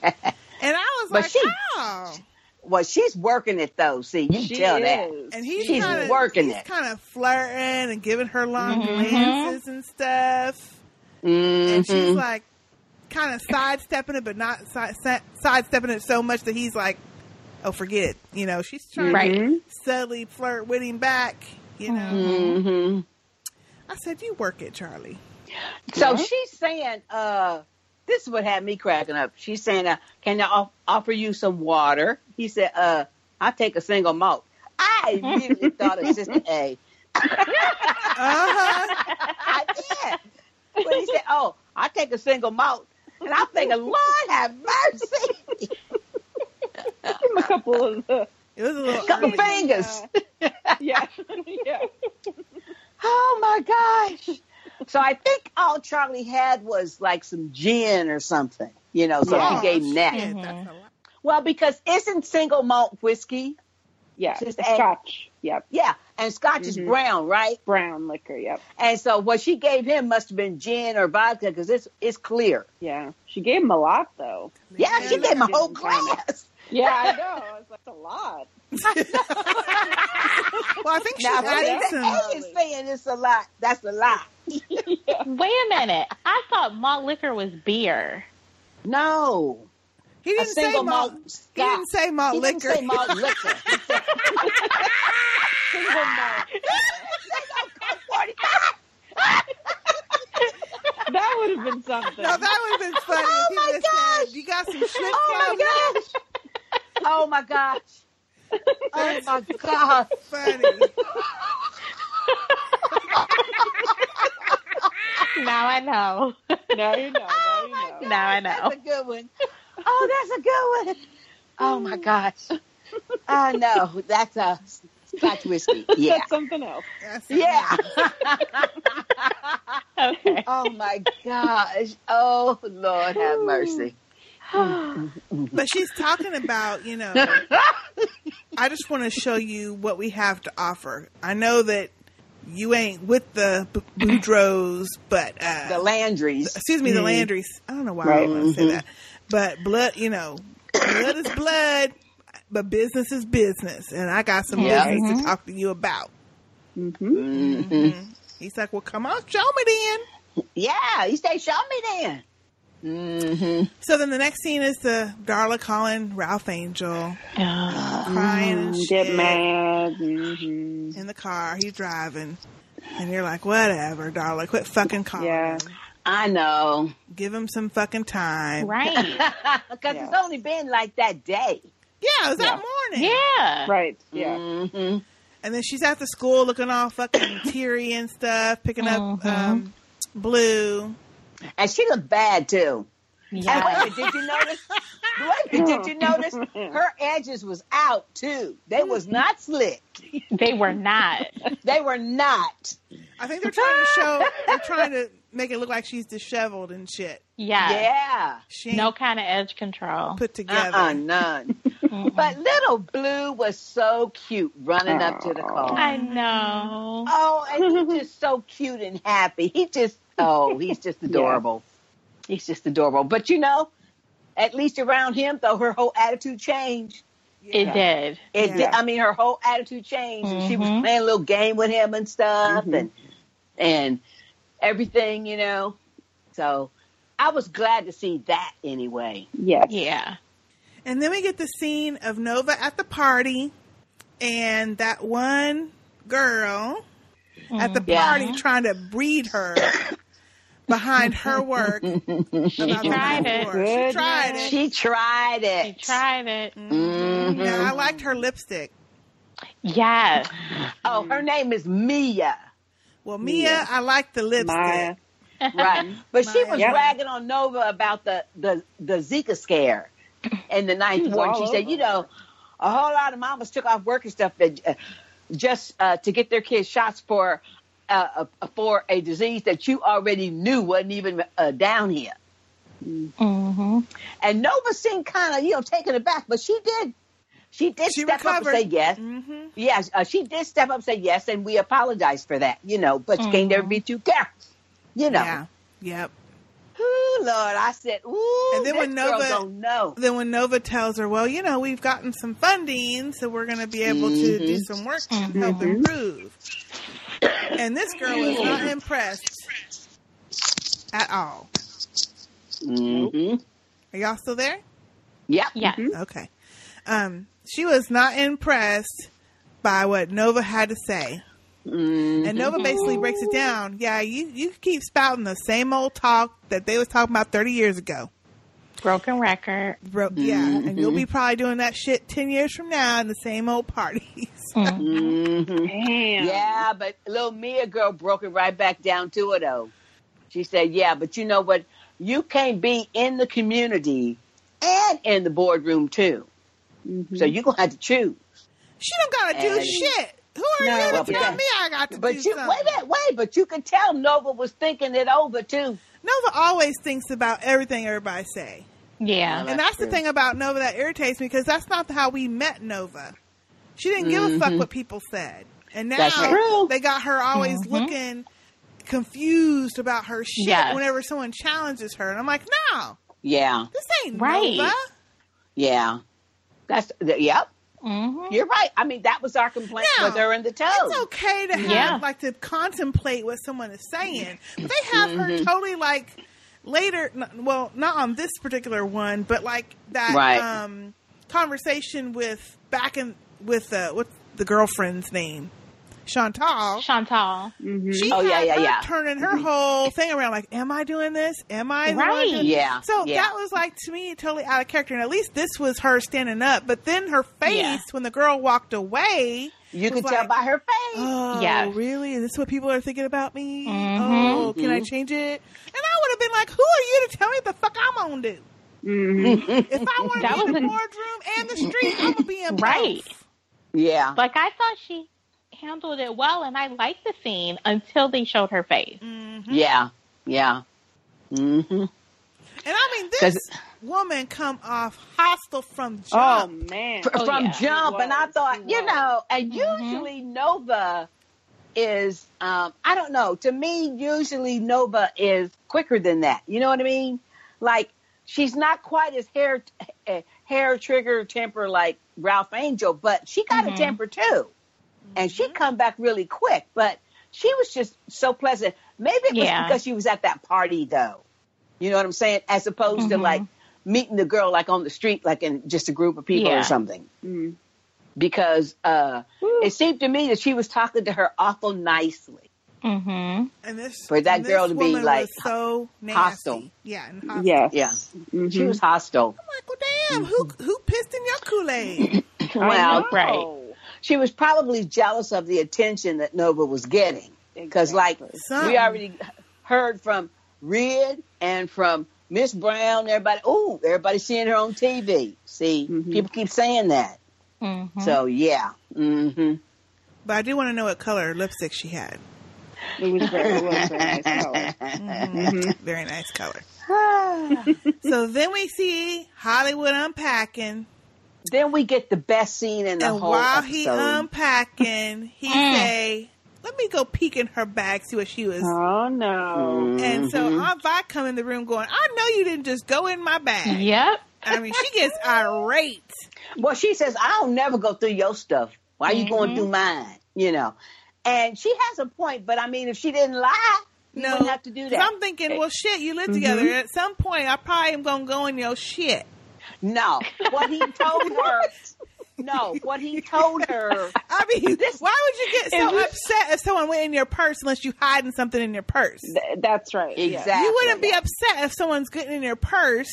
[SPEAKER 3] I was
[SPEAKER 2] But
[SPEAKER 3] like,
[SPEAKER 2] she-
[SPEAKER 3] oh.
[SPEAKER 2] Well, she's working it though. See, you
[SPEAKER 4] She
[SPEAKER 2] tell that.
[SPEAKER 4] is.
[SPEAKER 3] And he's
[SPEAKER 2] She's
[SPEAKER 3] kinda,
[SPEAKER 2] working
[SPEAKER 3] he's
[SPEAKER 2] it.
[SPEAKER 3] kind of flirting and giving her long
[SPEAKER 1] Mhm.
[SPEAKER 3] glances and stuff. And she's
[SPEAKER 2] Mm-hmm.
[SPEAKER 3] like, kind of sidestepping it, but not si- si- sidestepping it so much that he's like, oh, forget it. You know, she's trying
[SPEAKER 1] Right.
[SPEAKER 3] to subtly flirt with him back. You know,
[SPEAKER 2] Mm-hmm.
[SPEAKER 3] I said, you work it, Charlie.
[SPEAKER 2] So
[SPEAKER 4] Yeah.
[SPEAKER 2] she's saying, uh, this is what had me cracking up. She's saying, uh, can I off- offer you some water? He said, uh, I'll take a single malt. I immediately thought of Sister A.
[SPEAKER 3] Uh huh.
[SPEAKER 2] I did. But he said, oh, I'll take a single malt. And I'm thinking, Lord have mercy.
[SPEAKER 4] Give him a couple of the,
[SPEAKER 3] it was a little
[SPEAKER 2] Couple
[SPEAKER 3] early.
[SPEAKER 2] fingers.
[SPEAKER 4] yeah, yeah.
[SPEAKER 2] Oh my gosh. So I think all Charlie had was like some gin or something, you know, so
[SPEAKER 3] Oh,
[SPEAKER 2] she gave him that.
[SPEAKER 3] shit,
[SPEAKER 1] Mhm.
[SPEAKER 3] that's a lot.
[SPEAKER 2] Well, because isn't single malt whiskey?
[SPEAKER 4] Yeah,
[SPEAKER 2] Just add-
[SPEAKER 4] scotch. Yep,
[SPEAKER 2] Yeah, and scotch is
[SPEAKER 4] Mhm.
[SPEAKER 2] brown, right?
[SPEAKER 4] brown liquor. Yep,
[SPEAKER 2] And so what she gave him must have been gin or vodka because it's it's clear.
[SPEAKER 4] yeah. She gave him a lot though.
[SPEAKER 2] Yeah, she
[SPEAKER 4] Yeah,
[SPEAKER 2] gave him a
[SPEAKER 4] she
[SPEAKER 2] whole
[SPEAKER 4] didn't count it.
[SPEAKER 2] glass.
[SPEAKER 4] Yeah, I know. I was like, that's a lot.
[SPEAKER 3] Well, I think she
[SPEAKER 2] Now, what
[SPEAKER 3] added
[SPEAKER 2] is
[SPEAKER 3] some.
[SPEAKER 2] A is saying it's a lot. That's a lot.
[SPEAKER 1] Wait a minute. I thought malt liquor was beer.
[SPEAKER 2] No,
[SPEAKER 3] He
[SPEAKER 2] a
[SPEAKER 3] didn't say
[SPEAKER 2] single
[SPEAKER 3] malt.
[SPEAKER 2] malt.
[SPEAKER 3] He
[SPEAKER 2] scotch.
[SPEAKER 3] didn't say malt
[SPEAKER 2] He
[SPEAKER 3] liquor.
[SPEAKER 2] didn't say malt liquor. He said
[SPEAKER 4] Single malt. that would have been something.
[SPEAKER 3] No, that would have been funny.
[SPEAKER 2] Oh my gosh.
[SPEAKER 3] if he just said, you got some shit
[SPEAKER 2] Oh
[SPEAKER 3] coming.
[SPEAKER 2] my gosh! Oh my gosh! Oh my gosh!
[SPEAKER 3] Funny.
[SPEAKER 1] Now I know.
[SPEAKER 4] now you know. Now
[SPEAKER 2] Oh
[SPEAKER 4] you
[SPEAKER 2] my
[SPEAKER 4] know.
[SPEAKER 2] gosh!
[SPEAKER 1] Now I know.
[SPEAKER 2] That's a good one. Oh, that's a good one. Oh my gosh! I know that's a scotch whiskey. Yeah,
[SPEAKER 4] That's something else.
[SPEAKER 3] That's something.
[SPEAKER 2] yeah.
[SPEAKER 1] Okay.
[SPEAKER 2] Oh my gosh! Oh Lord, have mercy.
[SPEAKER 3] But she's talking about, you know, I just want to show you what we have to offer. I know that you ain't with the B- Boudreaux, but uh,
[SPEAKER 2] The Mm-hmm. Landrys.
[SPEAKER 3] excuse me, the Landrys. I don't know why I
[SPEAKER 4] Right.
[SPEAKER 3] want to say that, but blood, you know, blood is blood, but business is business, and I got some
[SPEAKER 2] Yeah.
[SPEAKER 3] business to talk to you about.
[SPEAKER 4] Mm-hmm.
[SPEAKER 2] hmm
[SPEAKER 3] He's like, well, come on, show me then.
[SPEAKER 2] Yeah, he said, "Show me then." Mm-hmm.
[SPEAKER 3] So then the next scene is the Darla calling Ralph Angel, crying and shit
[SPEAKER 4] Get mad. Mm-hmm.
[SPEAKER 3] in the car. He's driving, and you're like, whatever, Darla, quit fucking calling.
[SPEAKER 4] Yeah.
[SPEAKER 3] him.
[SPEAKER 2] I know.
[SPEAKER 3] Give him some fucking time.
[SPEAKER 1] Right.
[SPEAKER 2] Because it's
[SPEAKER 4] Yeah.
[SPEAKER 2] only been like that day.
[SPEAKER 3] Yeah, it was that morning.
[SPEAKER 1] Yeah.
[SPEAKER 4] Right. Yeah.
[SPEAKER 2] Mm-hmm.
[SPEAKER 3] And then she's after school looking all fucking teary and stuff, picking up
[SPEAKER 1] Mm-hmm.
[SPEAKER 3] um, Blue.
[SPEAKER 2] And she looked bad too. And wait a
[SPEAKER 1] Yeah.
[SPEAKER 2] minute, did you notice? Wait a minute, did you notice? Her edges was out too. They was not slick.
[SPEAKER 1] They were not.
[SPEAKER 2] They were not.
[SPEAKER 3] I think they're trying to show, they're trying to make it look like she's disheveled and shit.
[SPEAKER 1] Yeah.
[SPEAKER 2] Yeah.
[SPEAKER 3] She ain't
[SPEAKER 1] No kind of edge control.
[SPEAKER 3] put together.
[SPEAKER 2] Uh-uh, none.
[SPEAKER 1] Mm-mm.
[SPEAKER 2] But little Blue was so cute running up to the car.
[SPEAKER 1] I know.
[SPEAKER 2] Oh, and he's just so cute and happy. He just, oh, he's just adorable. He's just adorable. But you know, at least around him, though, her whole attitude changed.
[SPEAKER 1] It did.
[SPEAKER 2] It
[SPEAKER 3] Yeah.
[SPEAKER 2] did, I mean, her whole attitude changed, and she was
[SPEAKER 1] Mhm.
[SPEAKER 2] playing a little game with him and stuff,
[SPEAKER 1] Mm-hmm.
[SPEAKER 4] Mhm.
[SPEAKER 2] and and everything, you know. So, I was glad to see that anyway.
[SPEAKER 4] Yes.
[SPEAKER 1] Yeah.
[SPEAKER 3] And then we get the scene of Nova at the party and that one girl at the
[SPEAKER 2] Yeah.
[SPEAKER 3] party trying to breed her behind her work. she
[SPEAKER 1] tried it.
[SPEAKER 3] She tried it.
[SPEAKER 2] She tried it.
[SPEAKER 1] She tried it.
[SPEAKER 2] Mhm.
[SPEAKER 3] Yeah, I liked her lipstick.
[SPEAKER 1] Yes.
[SPEAKER 2] Oh, her name is Mia,
[SPEAKER 3] Well, Mia, I like the lipstick.
[SPEAKER 4] Maya.
[SPEAKER 2] right? But she
[SPEAKER 3] Maya.
[SPEAKER 2] was
[SPEAKER 4] Yep.
[SPEAKER 2] ragging on Nova about the the the Zika scare in the ninth
[SPEAKER 4] She was
[SPEAKER 2] ward.
[SPEAKER 4] all
[SPEAKER 2] She said,
[SPEAKER 4] over
[SPEAKER 2] you know, a whole lot of mamas took off work and stuff that, uh, just uh, to get their kids shots for uh, uh, for a disease that you already knew wasn't even uh, down here.
[SPEAKER 1] hmm
[SPEAKER 2] And Nova seemed kind of you know taken aback, but she did. She did
[SPEAKER 3] She
[SPEAKER 2] step
[SPEAKER 3] recovered.
[SPEAKER 2] up and say yes.
[SPEAKER 3] Mm-hmm.
[SPEAKER 2] Yes, uh, she did step up and say yes, and we apologize for that, you know, but you can't never be too careful, you know.
[SPEAKER 3] Yeah. Yep.
[SPEAKER 2] Ooh, Lord, I said, ooh,
[SPEAKER 3] And then
[SPEAKER 2] this
[SPEAKER 3] when Nova-
[SPEAKER 2] girl don't know.
[SPEAKER 3] Then when Nova tells her, well, you know, we've gotten some funding, so we're going to be able to do some work and help improve. And this girl was not impressed at all.
[SPEAKER 2] Mm-hmm.
[SPEAKER 3] Are y'all still there?
[SPEAKER 2] Yep.
[SPEAKER 1] Yes.
[SPEAKER 3] Okay. Um, she was not impressed by what Nova had to say.
[SPEAKER 2] Mm.
[SPEAKER 3] And Nova basically breaks it down. Yeah, you, you keep spouting the same old talk that they was talking about 30 years ago.
[SPEAKER 1] Broken record.
[SPEAKER 3] Bro, yeah, and you'll be probably doing that shit 10 years from now in the same old parties.
[SPEAKER 1] Mm.
[SPEAKER 2] hmm
[SPEAKER 4] Damn.
[SPEAKER 2] Yeah, but little Mia girl broke it right back down to it, though. She said, yeah, but you know what? You can't be in the community and in the boardroom, too.
[SPEAKER 4] Mhm.
[SPEAKER 2] So you're going to have to choose.
[SPEAKER 3] She don't gotta do
[SPEAKER 2] And-
[SPEAKER 3] shit. Who are
[SPEAKER 4] No,
[SPEAKER 3] you
[SPEAKER 2] well,
[SPEAKER 3] to
[SPEAKER 2] but
[SPEAKER 3] tell
[SPEAKER 2] that-
[SPEAKER 3] me I got to do
[SPEAKER 2] But you, wait
[SPEAKER 3] something?
[SPEAKER 2] a minute, wait, but you could tell Nova was thinking it over, too.
[SPEAKER 3] Nova always thinks about everything everybody say,
[SPEAKER 1] Yeah.
[SPEAKER 3] and
[SPEAKER 2] that's
[SPEAKER 3] that's the
[SPEAKER 2] true.
[SPEAKER 3] thing about Nova that irritates me because that's not how we met Nova. She didn't give a fuck what people said, and now
[SPEAKER 2] Mm-hmm. That's true. Mm-hmm.
[SPEAKER 3] they got her always
[SPEAKER 1] Mhm.
[SPEAKER 3] looking confused about her shit
[SPEAKER 1] Yes.
[SPEAKER 3] whenever someone challenges her, and I'm like, no,
[SPEAKER 2] Yeah,
[SPEAKER 3] this ain't
[SPEAKER 1] Right.
[SPEAKER 3] Nova.
[SPEAKER 2] yeah. That's, yep.
[SPEAKER 1] hmm
[SPEAKER 2] You're right. I mean, that was our complaint
[SPEAKER 3] No,
[SPEAKER 2] with her in the toe.
[SPEAKER 3] It's okay to have
[SPEAKER 1] Yeah.
[SPEAKER 3] like to contemplate what someone is saying. But they have
[SPEAKER 2] Mm-hmm.
[SPEAKER 3] her totally like later. n- Well, not on this particular one, but like that
[SPEAKER 2] Right.
[SPEAKER 3] um, conversation with back in with uh, what's the girlfriend's name, Chantal.
[SPEAKER 1] Chantal.
[SPEAKER 4] Mhm.
[SPEAKER 3] She
[SPEAKER 2] Oh,
[SPEAKER 3] had
[SPEAKER 2] yeah, yeah,
[SPEAKER 3] her
[SPEAKER 2] yeah. Mm-hmm.
[SPEAKER 3] turning her whole thing around. Like, am I doing this? Am I the one
[SPEAKER 1] Right.
[SPEAKER 3] doing-"
[SPEAKER 2] Yeah.
[SPEAKER 3] So
[SPEAKER 2] yeah.
[SPEAKER 3] that was like to me totally out of character. And at least this was her standing up. But then her face
[SPEAKER 1] Yeah.
[SPEAKER 3] when the girl walked away.
[SPEAKER 2] you could
[SPEAKER 3] was
[SPEAKER 2] tell
[SPEAKER 3] like-
[SPEAKER 2] by her face.
[SPEAKER 3] Oh,
[SPEAKER 1] Yes.
[SPEAKER 3] really? Is this what people are thinking about me?
[SPEAKER 1] Mhm.
[SPEAKER 3] Oh, can
[SPEAKER 2] Mm-hmm.
[SPEAKER 3] I change it? And I would have been like, who are you to tell me the fuck I'm going to do?
[SPEAKER 2] Mm.
[SPEAKER 4] Mhm.
[SPEAKER 3] If I want to
[SPEAKER 1] That
[SPEAKER 3] be in
[SPEAKER 1] was
[SPEAKER 3] the
[SPEAKER 1] a-
[SPEAKER 3] boardroom and the street, I'm going to be in
[SPEAKER 1] Right.
[SPEAKER 3] both.
[SPEAKER 2] yeah.
[SPEAKER 1] Like I thought she handled it well, and I liked the scene until they showed her face.
[SPEAKER 3] Mhm.
[SPEAKER 2] yeah. Yeah. Mm-hmm.
[SPEAKER 3] And I mean, this
[SPEAKER 2] 'Cause-
[SPEAKER 3] woman come off hostile from
[SPEAKER 4] Oh
[SPEAKER 3] jump.
[SPEAKER 4] man.
[SPEAKER 1] Oh,
[SPEAKER 2] From
[SPEAKER 1] yeah.
[SPEAKER 2] jump.
[SPEAKER 4] He
[SPEAKER 2] And I
[SPEAKER 4] was.
[SPEAKER 2] thought,
[SPEAKER 4] He
[SPEAKER 2] you
[SPEAKER 4] was. Mm-hmm.
[SPEAKER 2] know, and
[SPEAKER 1] Mhm.
[SPEAKER 2] usually Nova is, um, I don't know. To me, usually Nova is quicker than that. You know what I mean? Like, she's not quite as hair, eh, hair trigger temper like Ralph Angel, but she got
[SPEAKER 4] Mm-hmm.
[SPEAKER 1] Mhm.
[SPEAKER 2] a temper too. And she come back really quick, but she was just so pleasant. Maybe it was
[SPEAKER 1] Yeah.
[SPEAKER 2] because she was at that party though. You know what I'm saying? As opposed to
[SPEAKER 1] Mhm.
[SPEAKER 2] like meeting the girl like on the street, like in just a group of people
[SPEAKER 1] Yeah.
[SPEAKER 2] or something.
[SPEAKER 4] Mm.
[SPEAKER 2] Because uh,
[SPEAKER 4] Woo.
[SPEAKER 2] it seemed to me that she was talking to her awful nicely.
[SPEAKER 1] Mm-hmm.
[SPEAKER 3] And this,
[SPEAKER 2] For that
[SPEAKER 3] and this
[SPEAKER 2] girl to be,
[SPEAKER 3] woman
[SPEAKER 2] like,
[SPEAKER 3] was so nasty.
[SPEAKER 2] hostile.
[SPEAKER 3] Yeah, and hostile.
[SPEAKER 4] Yes.
[SPEAKER 2] Yeah, Mm-hmm.
[SPEAKER 4] Mhm.
[SPEAKER 2] she
[SPEAKER 3] Mm-hmm.
[SPEAKER 2] was hostile.
[SPEAKER 3] I'm like, well, damn, who who pissed in your Kool Aid?
[SPEAKER 4] Mm-hmm. I
[SPEAKER 2] Well,
[SPEAKER 4] know.
[SPEAKER 1] right.
[SPEAKER 2] She was probably jealous of the attention that Nova was getting. Because, like,
[SPEAKER 4] Exactly.
[SPEAKER 2] we already heard from Red and from Miss Brown, everybody. Ooh, everybody seeing her on TV. See,
[SPEAKER 3] Mm-hmm.
[SPEAKER 4] Mhm.
[SPEAKER 2] people keep saying that.
[SPEAKER 1] Mm-hmm.
[SPEAKER 2] So, yeah. hmm
[SPEAKER 3] But I do want to know what color lipstick she had.
[SPEAKER 4] it was very, it was very nice color.
[SPEAKER 3] Mhm.
[SPEAKER 2] Mm-hmm.
[SPEAKER 3] Very nice color.
[SPEAKER 2] Ah.
[SPEAKER 3] so then we see Hollywood unpacking,
[SPEAKER 2] Then we get the best scene in the
[SPEAKER 3] and
[SPEAKER 2] whole
[SPEAKER 3] while
[SPEAKER 2] episode.
[SPEAKER 3] he unpacking, he
[SPEAKER 1] Mm.
[SPEAKER 3] say, let me go peek in her bag, see what she was.
[SPEAKER 4] Oh no.
[SPEAKER 3] um, And
[SPEAKER 2] Mm-hmm.
[SPEAKER 3] so Aunt Vi come in the room going, I know you didn't just go in my bag.
[SPEAKER 1] Yep.
[SPEAKER 3] I mean, she gets irate.
[SPEAKER 2] Well, she says, I don't never go through your stuff. Why you
[SPEAKER 3] Mm-hmm.
[SPEAKER 2] going through mine? You know. And she has a point, but I mean, if she didn't lie, you
[SPEAKER 3] No,
[SPEAKER 2] wouldn't have to do
[SPEAKER 3] 'Cause
[SPEAKER 2] that. Mm-hmm.
[SPEAKER 3] I'm thinking, well, shit, you live together. At some point, I probably am gonna go in your shit.
[SPEAKER 2] No. What he told her. no, what he told her.
[SPEAKER 3] I mean, why would you get so upset if someone went in your purse unless you hiding something in your purse?
[SPEAKER 2] Mm-hmm.
[SPEAKER 4] Th- that's right. yeah.
[SPEAKER 2] Exactly.
[SPEAKER 3] You wouldn't be upset if someone's getting in your purse,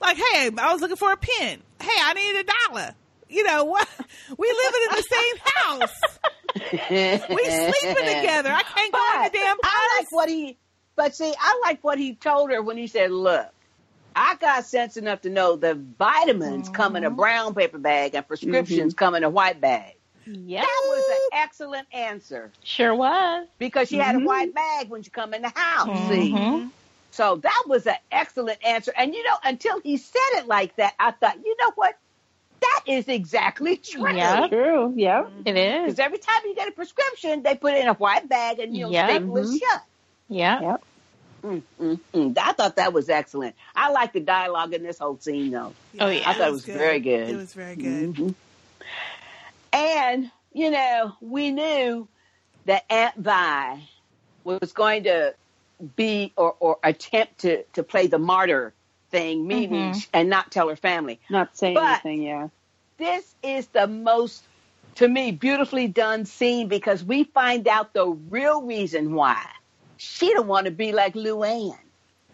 [SPEAKER 3] like, hey, I was looking for a pen. Hey, I need a dollar. You know what? We living in the same house. We sleeping together. I can't go in the
[SPEAKER 2] I
[SPEAKER 3] damn purse.
[SPEAKER 2] like what he, but see, I like what he told her when he said, "Look, I got sense enough to know that vitamins come in a brown paper bag and
[SPEAKER 3] Mm-hmm.
[SPEAKER 2] prescriptions come in a white bag."
[SPEAKER 1] Yep.
[SPEAKER 2] That was an excellent answer
[SPEAKER 1] Sure was.
[SPEAKER 2] because she had a white bag when she come in the house.
[SPEAKER 1] Mm-hmm.
[SPEAKER 2] See, so that was an excellent answer. And you know, until he said it like that, I thought, you know what? That is exactly true.
[SPEAKER 1] Yep.
[SPEAKER 4] True. Yeah.
[SPEAKER 1] It is.
[SPEAKER 2] Because every time you get a prescription, they put it in a white bag and you'll
[SPEAKER 1] Yeah.
[SPEAKER 2] staple it shut.
[SPEAKER 1] Yep.
[SPEAKER 4] Yep.
[SPEAKER 2] Mm, I thought that was excellent. I like the dialogue in this whole scene, though.
[SPEAKER 1] Oh, yeah.
[SPEAKER 2] I thought it was very good. Mm-hmm.
[SPEAKER 3] It was very good.
[SPEAKER 2] And, you know, we knew that Aunt Vi was going to be or, or attempt to, to play the martyr thing, meaning,
[SPEAKER 1] Mhm.
[SPEAKER 2] and not tell her family.
[SPEAKER 4] Not saying
[SPEAKER 2] But-
[SPEAKER 4] anything. Yeah.
[SPEAKER 2] This is the most, to me, beautifully done scene because we find out the real reason why she don't want to be like Lou Ann.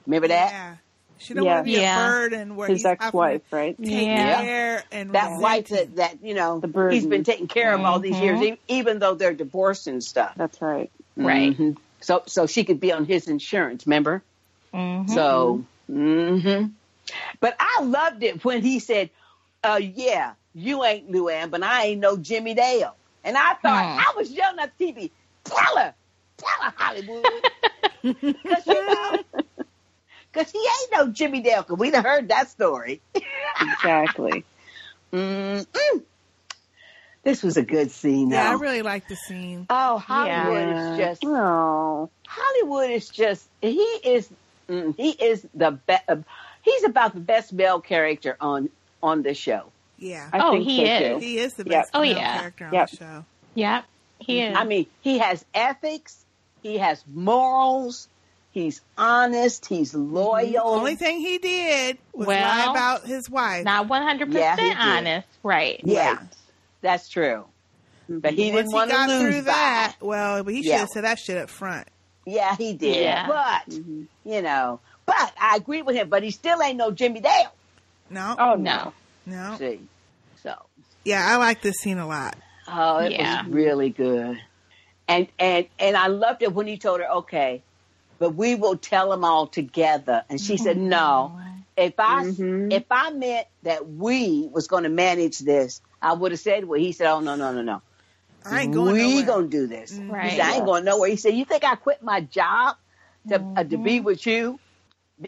[SPEAKER 2] Remember that?
[SPEAKER 3] Yeah. She don't
[SPEAKER 4] Yeah.
[SPEAKER 3] want to be
[SPEAKER 1] Yeah.
[SPEAKER 3] a burden where
[SPEAKER 4] His
[SPEAKER 3] he's having to
[SPEAKER 4] ex-wife, right?
[SPEAKER 3] Take
[SPEAKER 1] Yeah.
[SPEAKER 3] care and
[SPEAKER 2] that wife
[SPEAKER 3] resent him.
[SPEAKER 2] that, that you know
[SPEAKER 4] The burden.
[SPEAKER 2] he's been taking care of all these years, e- even though they're divorced and stuff.
[SPEAKER 4] That's right.
[SPEAKER 1] Right.
[SPEAKER 2] Mhm. So so she could be on his insurance, remember?
[SPEAKER 3] Mm-hmm.
[SPEAKER 1] Mhm.
[SPEAKER 2] So, hmm but I loved it when he said, uh, "Yeah, you ain't Luann, but I ain't no Jimmy Dale." And I thought
[SPEAKER 1] Hmm.
[SPEAKER 2] I was yelling at the TV, "Tell her, tell her Hollywood," because you know, because he ain't no Jimmy Dale. Because we done heard that story.
[SPEAKER 4] Exactly.
[SPEAKER 2] Mm-mm. This was a good scene.
[SPEAKER 3] Yeah, I
[SPEAKER 2] though.
[SPEAKER 3] really like the scene.
[SPEAKER 2] oh, Hollywood
[SPEAKER 4] Yeah.
[SPEAKER 2] is just
[SPEAKER 4] Oh.
[SPEAKER 2] Hollywood is just he is mm, he is the best. He's about the best male character on on the show.
[SPEAKER 3] Yeah.
[SPEAKER 4] I
[SPEAKER 1] Oh,
[SPEAKER 4] think
[SPEAKER 1] he
[SPEAKER 4] so,
[SPEAKER 1] is.
[SPEAKER 4] Too.
[SPEAKER 3] He is the
[SPEAKER 4] Yep.
[SPEAKER 3] best
[SPEAKER 1] Oh,
[SPEAKER 3] male
[SPEAKER 1] yeah.
[SPEAKER 3] character on
[SPEAKER 4] Yep.
[SPEAKER 3] the show.
[SPEAKER 1] Yep. He is.
[SPEAKER 2] mm-hmm. I mean, he has ethics, he has morals, he's honest, he's loyal.
[SPEAKER 3] Mm-hmm. Only thing he did was lie
[SPEAKER 1] Well,
[SPEAKER 3] about his wife.
[SPEAKER 1] not 100%
[SPEAKER 2] Yeah, he did.
[SPEAKER 1] honest. Right.
[SPEAKER 2] yeah,
[SPEAKER 4] Right. Mm-hmm.
[SPEAKER 2] that's true. But he
[SPEAKER 3] Once
[SPEAKER 2] didn't
[SPEAKER 3] he
[SPEAKER 2] want
[SPEAKER 3] got
[SPEAKER 2] to lose
[SPEAKER 3] through that, well, but he should
[SPEAKER 2] Yeah.
[SPEAKER 3] have said that shit up front.
[SPEAKER 2] Yeah, he did.
[SPEAKER 1] Yeah.
[SPEAKER 2] But
[SPEAKER 4] Mm-hmm.
[SPEAKER 2] you know, but I agree with him. But he still ain't no Jimmy Dale.
[SPEAKER 3] No,
[SPEAKER 4] Oh
[SPEAKER 1] No.
[SPEAKER 4] no.
[SPEAKER 3] no.
[SPEAKER 2] See, so
[SPEAKER 3] Yeah, I like this scene a lot.
[SPEAKER 2] Oh, it
[SPEAKER 1] Yeah.
[SPEAKER 2] was really good. And and and I loved it when he told her, "Okay, but we will tell them all together." And she said,
[SPEAKER 3] Mm-hmm.
[SPEAKER 2] "No, if I
[SPEAKER 4] Mhm.
[SPEAKER 2] if I meant that we was going to manage this, I would have said what he said. Oh no, no, no, no,
[SPEAKER 3] I ain't going
[SPEAKER 2] we
[SPEAKER 3] nowhere. Mm-hmm.
[SPEAKER 2] gonna do this.
[SPEAKER 1] Right.
[SPEAKER 2] He said, I ain't going nowhere. He said, "You think I quit my job to uh, to
[SPEAKER 3] Mm-hmm.
[SPEAKER 2] be with you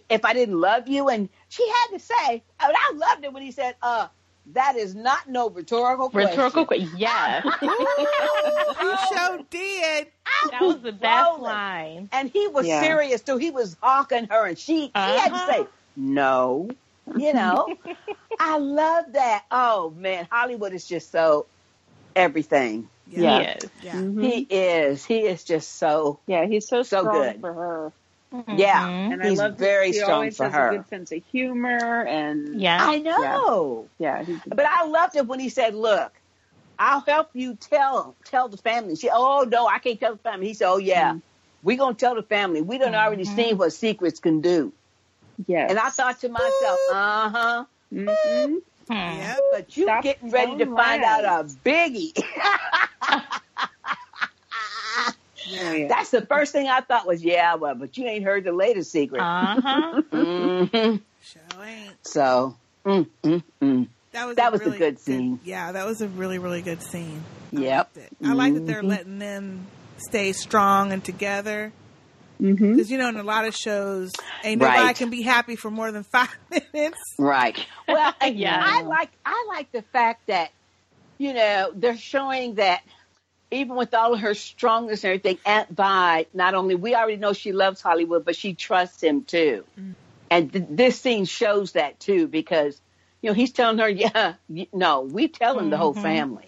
[SPEAKER 2] if I didn't love you?" And she had to say, and I loved it when he said, "Uh, that is not no rhetorical question."
[SPEAKER 1] Rhetorical question. Yes.
[SPEAKER 3] You show did.
[SPEAKER 1] that was the best
[SPEAKER 2] Rolling.
[SPEAKER 1] line.
[SPEAKER 2] and he was
[SPEAKER 4] Yeah.
[SPEAKER 2] serious too. He was hawking her, and she he had
[SPEAKER 1] Uh-huh.
[SPEAKER 2] to say no. You know, I love that. Oh man, Hollywood is just so everything.
[SPEAKER 4] Yeah.
[SPEAKER 1] He is.
[SPEAKER 3] Yeah.
[SPEAKER 4] Mhm.
[SPEAKER 2] He is. He is just so.
[SPEAKER 4] Yeah, he's so,
[SPEAKER 2] So
[SPEAKER 4] strong
[SPEAKER 2] good.
[SPEAKER 4] for her.
[SPEAKER 1] Mm-hmm.
[SPEAKER 2] Yeah,
[SPEAKER 4] And
[SPEAKER 2] he's
[SPEAKER 4] I love that
[SPEAKER 2] very
[SPEAKER 4] he
[SPEAKER 2] strong
[SPEAKER 4] always
[SPEAKER 2] for
[SPEAKER 4] has
[SPEAKER 2] her.
[SPEAKER 4] a good sense of humor and
[SPEAKER 1] Yeah.
[SPEAKER 2] I know,
[SPEAKER 4] yeah, he's
[SPEAKER 2] but I loved it when he said, "Look." I'll help you tell tell the family. She, oh no, I can't tell the family. He said, oh yeah,
[SPEAKER 1] Mm-hmm.
[SPEAKER 2] we gonna tell the family. We done already seen what secrets can do.
[SPEAKER 4] yeah.
[SPEAKER 2] And I thought to myself, uh huh.
[SPEAKER 4] Mhm.
[SPEAKER 1] Hmm.
[SPEAKER 3] Yep.
[SPEAKER 2] But you
[SPEAKER 4] Stop
[SPEAKER 2] getting ready to
[SPEAKER 4] saying
[SPEAKER 2] find
[SPEAKER 4] lies.
[SPEAKER 2] out a biggie.
[SPEAKER 4] Oh, yeah.
[SPEAKER 2] That's the first thing I thought was, yeah, well, but you ain't heard the latest secret.
[SPEAKER 1] Uh-huh.
[SPEAKER 2] hmm
[SPEAKER 3] Show ain't.
[SPEAKER 2] So, mm, mm, mm.
[SPEAKER 3] That was
[SPEAKER 2] That
[SPEAKER 3] a
[SPEAKER 2] was a
[SPEAKER 3] really
[SPEAKER 2] good scene.
[SPEAKER 3] Yeah, that was a really really good scene. I
[SPEAKER 2] Yep. Mm-hmm.
[SPEAKER 3] liked it. I like that they're letting them stay strong and together.
[SPEAKER 4] Mhm.
[SPEAKER 3] Because you know, in a lot of shows, ain't nobody
[SPEAKER 2] Right.
[SPEAKER 3] can be happy for more than five minutes.
[SPEAKER 2] right. Well,
[SPEAKER 1] Yeah.
[SPEAKER 2] I like I like the fact that you know they're showing that even with all of her strongness and everything, Aunt Vi, not only we already know she loves Hollywood, but she trusts him too. And th- this scene shows that too because, you know, he's telling her, yeah, y- no, we telling the whole family.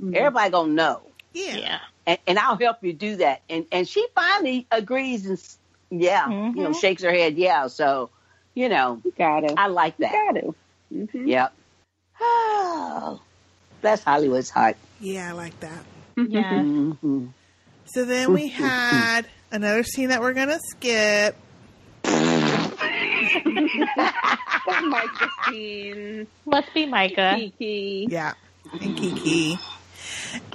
[SPEAKER 4] Mm-hmm.
[SPEAKER 2] Everybody gonna know.
[SPEAKER 3] Yeah.
[SPEAKER 1] Yeah.
[SPEAKER 2] And, and I'll help you do that. And, and she finally agrees and, s- yeah, you know,
[SPEAKER 1] Mhm.
[SPEAKER 2] shakes her head. Yeah. So, you know,
[SPEAKER 4] You gotta.
[SPEAKER 2] I like that.
[SPEAKER 4] You gotta. Mhm.
[SPEAKER 2] Yep. Oh, that's Hollywood's heart.
[SPEAKER 3] Yeah, I like that.
[SPEAKER 1] Yeah.
[SPEAKER 2] hmm
[SPEAKER 3] So then we had another scene that we're gonna skip.
[SPEAKER 4] That might just mean
[SPEAKER 1] Must be Micah.
[SPEAKER 4] Kiki.
[SPEAKER 3] Yeah, and Kiki,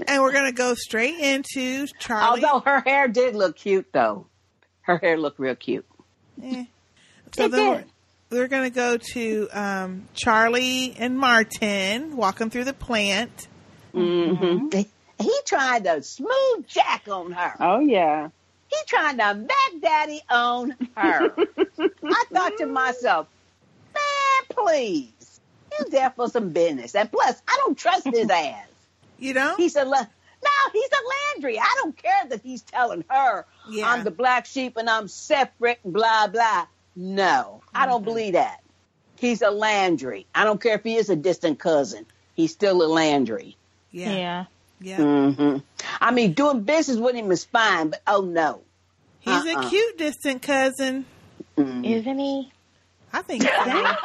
[SPEAKER 3] and we're gonna go straight into Charlie.
[SPEAKER 2] Although her hair did look cute, though. Her hair looked real cute.
[SPEAKER 3] Eh. So then we're, we're gonna go to um, Charlie and Martin walking through the plant.
[SPEAKER 4] Mm-hmm.
[SPEAKER 2] hmm He tried to smooth jack on her.
[SPEAKER 4] Oh yeah.
[SPEAKER 2] He tried to Mac Daddy on her. I thought to myself, man, please. You there for some business. And plus, I don't trust his ass.
[SPEAKER 3] You know,
[SPEAKER 2] He's a, La- no, he's a Landry. I don't care that he's telling her
[SPEAKER 3] yeah,
[SPEAKER 2] I'm the black sheep and I'm separate and blah blah. No, I don't believe that. He's a Landry. I don't care if he is a distant cousin. He's still a Landry.
[SPEAKER 1] Yeah.
[SPEAKER 3] yeah, yeah.
[SPEAKER 2] hmm I mean, doing business with him is fine, but oh no,
[SPEAKER 3] He's a
[SPEAKER 2] Uh-uh.
[SPEAKER 3] cute distant cousin.
[SPEAKER 2] Mm.
[SPEAKER 1] Isn't he?
[SPEAKER 3] I think so. I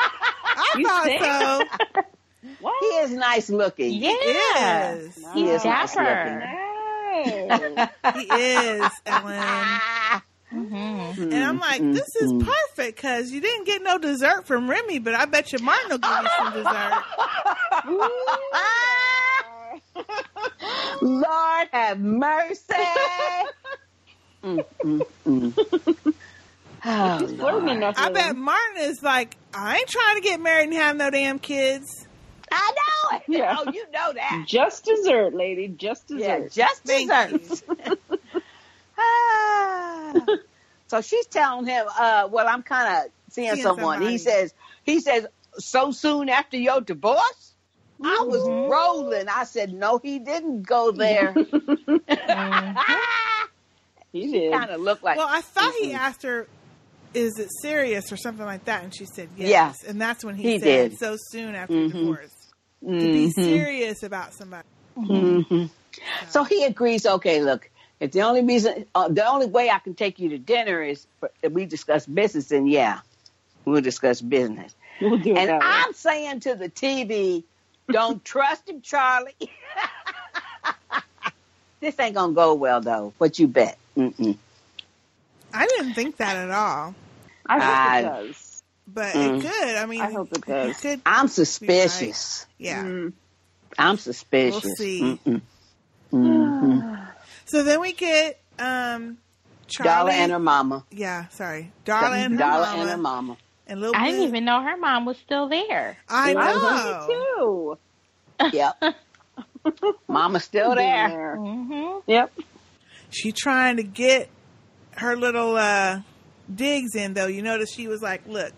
[SPEAKER 3] thought
[SPEAKER 4] think?
[SPEAKER 3] so.
[SPEAKER 2] he
[SPEAKER 4] What?
[SPEAKER 2] is nice looking.
[SPEAKER 1] Yeah.
[SPEAKER 3] Yes.
[SPEAKER 2] he
[SPEAKER 1] He's
[SPEAKER 2] is nice
[SPEAKER 1] dapper.
[SPEAKER 4] No.
[SPEAKER 3] He is, Ellen.
[SPEAKER 2] Ah.
[SPEAKER 1] hmm
[SPEAKER 2] Mm,
[SPEAKER 3] And I'm like,
[SPEAKER 2] mm,
[SPEAKER 3] this is
[SPEAKER 2] mm.
[SPEAKER 3] perfect because you didn't get no dessert from Remy, but I bet you Martin will give you some dessert.
[SPEAKER 2] Ah, Lord have mercy. Mm, mm, mm. Oh,
[SPEAKER 4] Flirting
[SPEAKER 2] Lord.
[SPEAKER 4] enough.
[SPEAKER 3] I
[SPEAKER 4] with
[SPEAKER 3] bet
[SPEAKER 4] him.
[SPEAKER 3] Martin is like, I ain't trying to get married and have no damn kids.
[SPEAKER 2] I know it.
[SPEAKER 4] Yeah.
[SPEAKER 2] Oh, you know that.
[SPEAKER 4] Just dessert, lady. Just
[SPEAKER 2] Yeah,
[SPEAKER 4] dessert.
[SPEAKER 2] just
[SPEAKER 3] Thank
[SPEAKER 2] desserts. Ah. so she's telling him, uh, well, I'm kind of seeing
[SPEAKER 3] Seeing
[SPEAKER 2] someone.
[SPEAKER 3] somebody.
[SPEAKER 2] He says, he says, so soon after your divorce? I was
[SPEAKER 1] Mhm.
[SPEAKER 2] rolling. I said, no, he didn't go there.
[SPEAKER 1] Mm.
[SPEAKER 2] Ah,
[SPEAKER 4] he did.
[SPEAKER 2] kind of looked like,
[SPEAKER 3] Well, I thought he
[SPEAKER 2] Mhm.
[SPEAKER 3] asked her, is it serious or something like that? And she said, yes.
[SPEAKER 2] Yeah.
[SPEAKER 3] And that's when he,
[SPEAKER 2] He
[SPEAKER 3] said,
[SPEAKER 2] did.
[SPEAKER 3] so soon after
[SPEAKER 2] Mhm.
[SPEAKER 3] divorce, to be
[SPEAKER 2] Mhm,
[SPEAKER 4] Mm-hmm.
[SPEAKER 3] serious about somebody.
[SPEAKER 2] mhm. So he agrees. Okay, look, if the only reason, uh, the only way I can take you to dinner is for, if we discuss business, then yeah, we'll discuss business.
[SPEAKER 4] We'll do it
[SPEAKER 2] And
[SPEAKER 4] that way.
[SPEAKER 2] I'm saying to the TV, don't trust him, Charlie. this ain't gonna go well though. What you bet? Mm-mm.
[SPEAKER 3] I didn't think that at all,
[SPEAKER 4] I hope it
[SPEAKER 2] I-
[SPEAKER 4] does.
[SPEAKER 3] but
[SPEAKER 2] Mm.
[SPEAKER 3] it could. I mean,
[SPEAKER 4] I hope it does.
[SPEAKER 3] could.
[SPEAKER 2] I'm suspicious.
[SPEAKER 3] Yeah.
[SPEAKER 4] Mm.
[SPEAKER 2] I'm suspicious.
[SPEAKER 3] We'll see.
[SPEAKER 2] Mm-mm. Mhm.
[SPEAKER 3] So then we get um, Charlie
[SPEAKER 2] Darla and her mama.
[SPEAKER 3] Yeah, sorry, Darla and her
[SPEAKER 2] Darla
[SPEAKER 3] mama.
[SPEAKER 2] and her mama.
[SPEAKER 3] And little.
[SPEAKER 1] I didn't even know her mom was still there.
[SPEAKER 3] I
[SPEAKER 4] I
[SPEAKER 3] know.
[SPEAKER 4] love it too.
[SPEAKER 2] Yep. Mama's still there.
[SPEAKER 4] There.
[SPEAKER 2] Mm-hmm.
[SPEAKER 1] hmm
[SPEAKER 4] Yep.
[SPEAKER 3] She trying to get her little uh, digs in though. You notice she was like, "Look,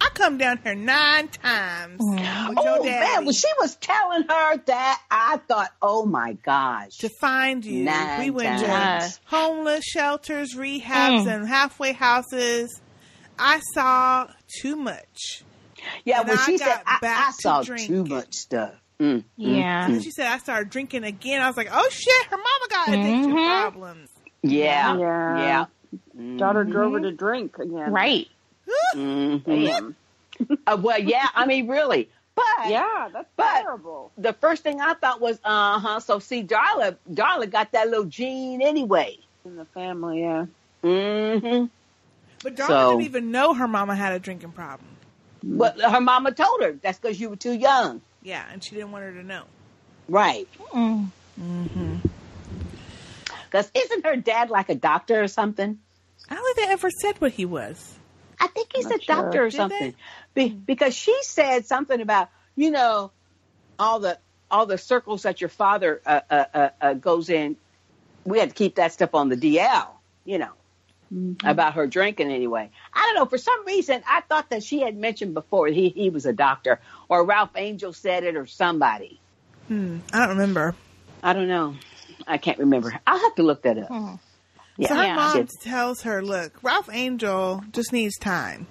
[SPEAKER 3] I come down here nine times with
[SPEAKER 2] Oh
[SPEAKER 3] your daddy
[SPEAKER 2] man, when she was telling her that, I thought, oh my gosh.
[SPEAKER 3] to find you.
[SPEAKER 2] Nine
[SPEAKER 3] we went
[SPEAKER 1] times.
[SPEAKER 3] to homeless shelters, rehabs,
[SPEAKER 1] Mm.
[SPEAKER 3] and halfway houses. I saw too much."
[SPEAKER 2] Yeah,
[SPEAKER 3] And
[SPEAKER 2] when
[SPEAKER 3] I
[SPEAKER 2] she said,
[SPEAKER 3] got
[SPEAKER 2] I,
[SPEAKER 3] back
[SPEAKER 2] I
[SPEAKER 3] to
[SPEAKER 2] saw too
[SPEAKER 3] drinking.
[SPEAKER 2] much stuff. Mm.
[SPEAKER 1] Yeah.
[SPEAKER 3] And then she said, I started drinking again. I was like, oh shit, her mama got
[SPEAKER 2] Mm-hmm.
[SPEAKER 3] addiction
[SPEAKER 1] Mhm.
[SPEAKER 3] problems.
[SPEAKER 2] Yeah.
[SPEAKER 4] Yeah.
[SPEAKER 2] Yeah.
[SPEAKER 4] Daughter drove her to drink again. Mm.
[SPEAKER 1] Right.
[SPEAKER 2] Mhm.
[SPEAKER 4] Damn.
[SPEAKER 2] Uh, well, yeah, I mean, really. But
[SPEAKER 4] Yeah, that's
[SPEAKER 2] But-
[SPEAKER 4] terrible.
[SPEAKER 2] the first thing I thought was, uh huh. So, see, Darla, Darla got that little gene anyway.
[SPEAKER 4] In the family, yeah.
[SPEAKER 2] Mm-hmm.
[SPEAKER 4] Mm.
[SPEAKER 3] But Darla
[SPEAKER 2] So-
[SPEAKER 3] didn't even know her mama had a drinking problem.
[SPEAKER 2] But her mama told her that's because you were too young.
[SPEAKER 3] Yeah, and she didn't want her to know.
[SPEAKER 2] Right.
[SPEAKER 1] Mm.
[SPEAKER 2] Mm-hmm. Because isn't her dad like a doctor or something?
[SPEAKER 3] I don't think they ever said what he was.
[SPEAKER 2] I think he's
[SPEAKER 4] Not
[SPEAKER 2] a
[SPEAKER 4] sure.
[SPEAKER 2] doctor or
[SPEAKER 3] Did
[SPEAKER 2] something. Be- because she said something about you know all the all the circles that your father uh, uh, uh, uh, goes in. We had to keep that stuff on the DL, you know, about her drinking anyway. I don't know. For some reason, I thought that she had mentioned before he he was a doctor, or Ralph Angel said it, or somebody.
[SPEAKER 3] Hmm, I don't remember.
[SPEAKER 2] I don't know. I can't remember. I'll have to look that up. Yeah,
[SPEAKER 3] so her
[SPEAKER 1] Yeah.
[SPEAKER 3] mom
[SPEAKER 2] Good.
[SPEAKER 3] tells her, "Look, Ralph Angel just needs time.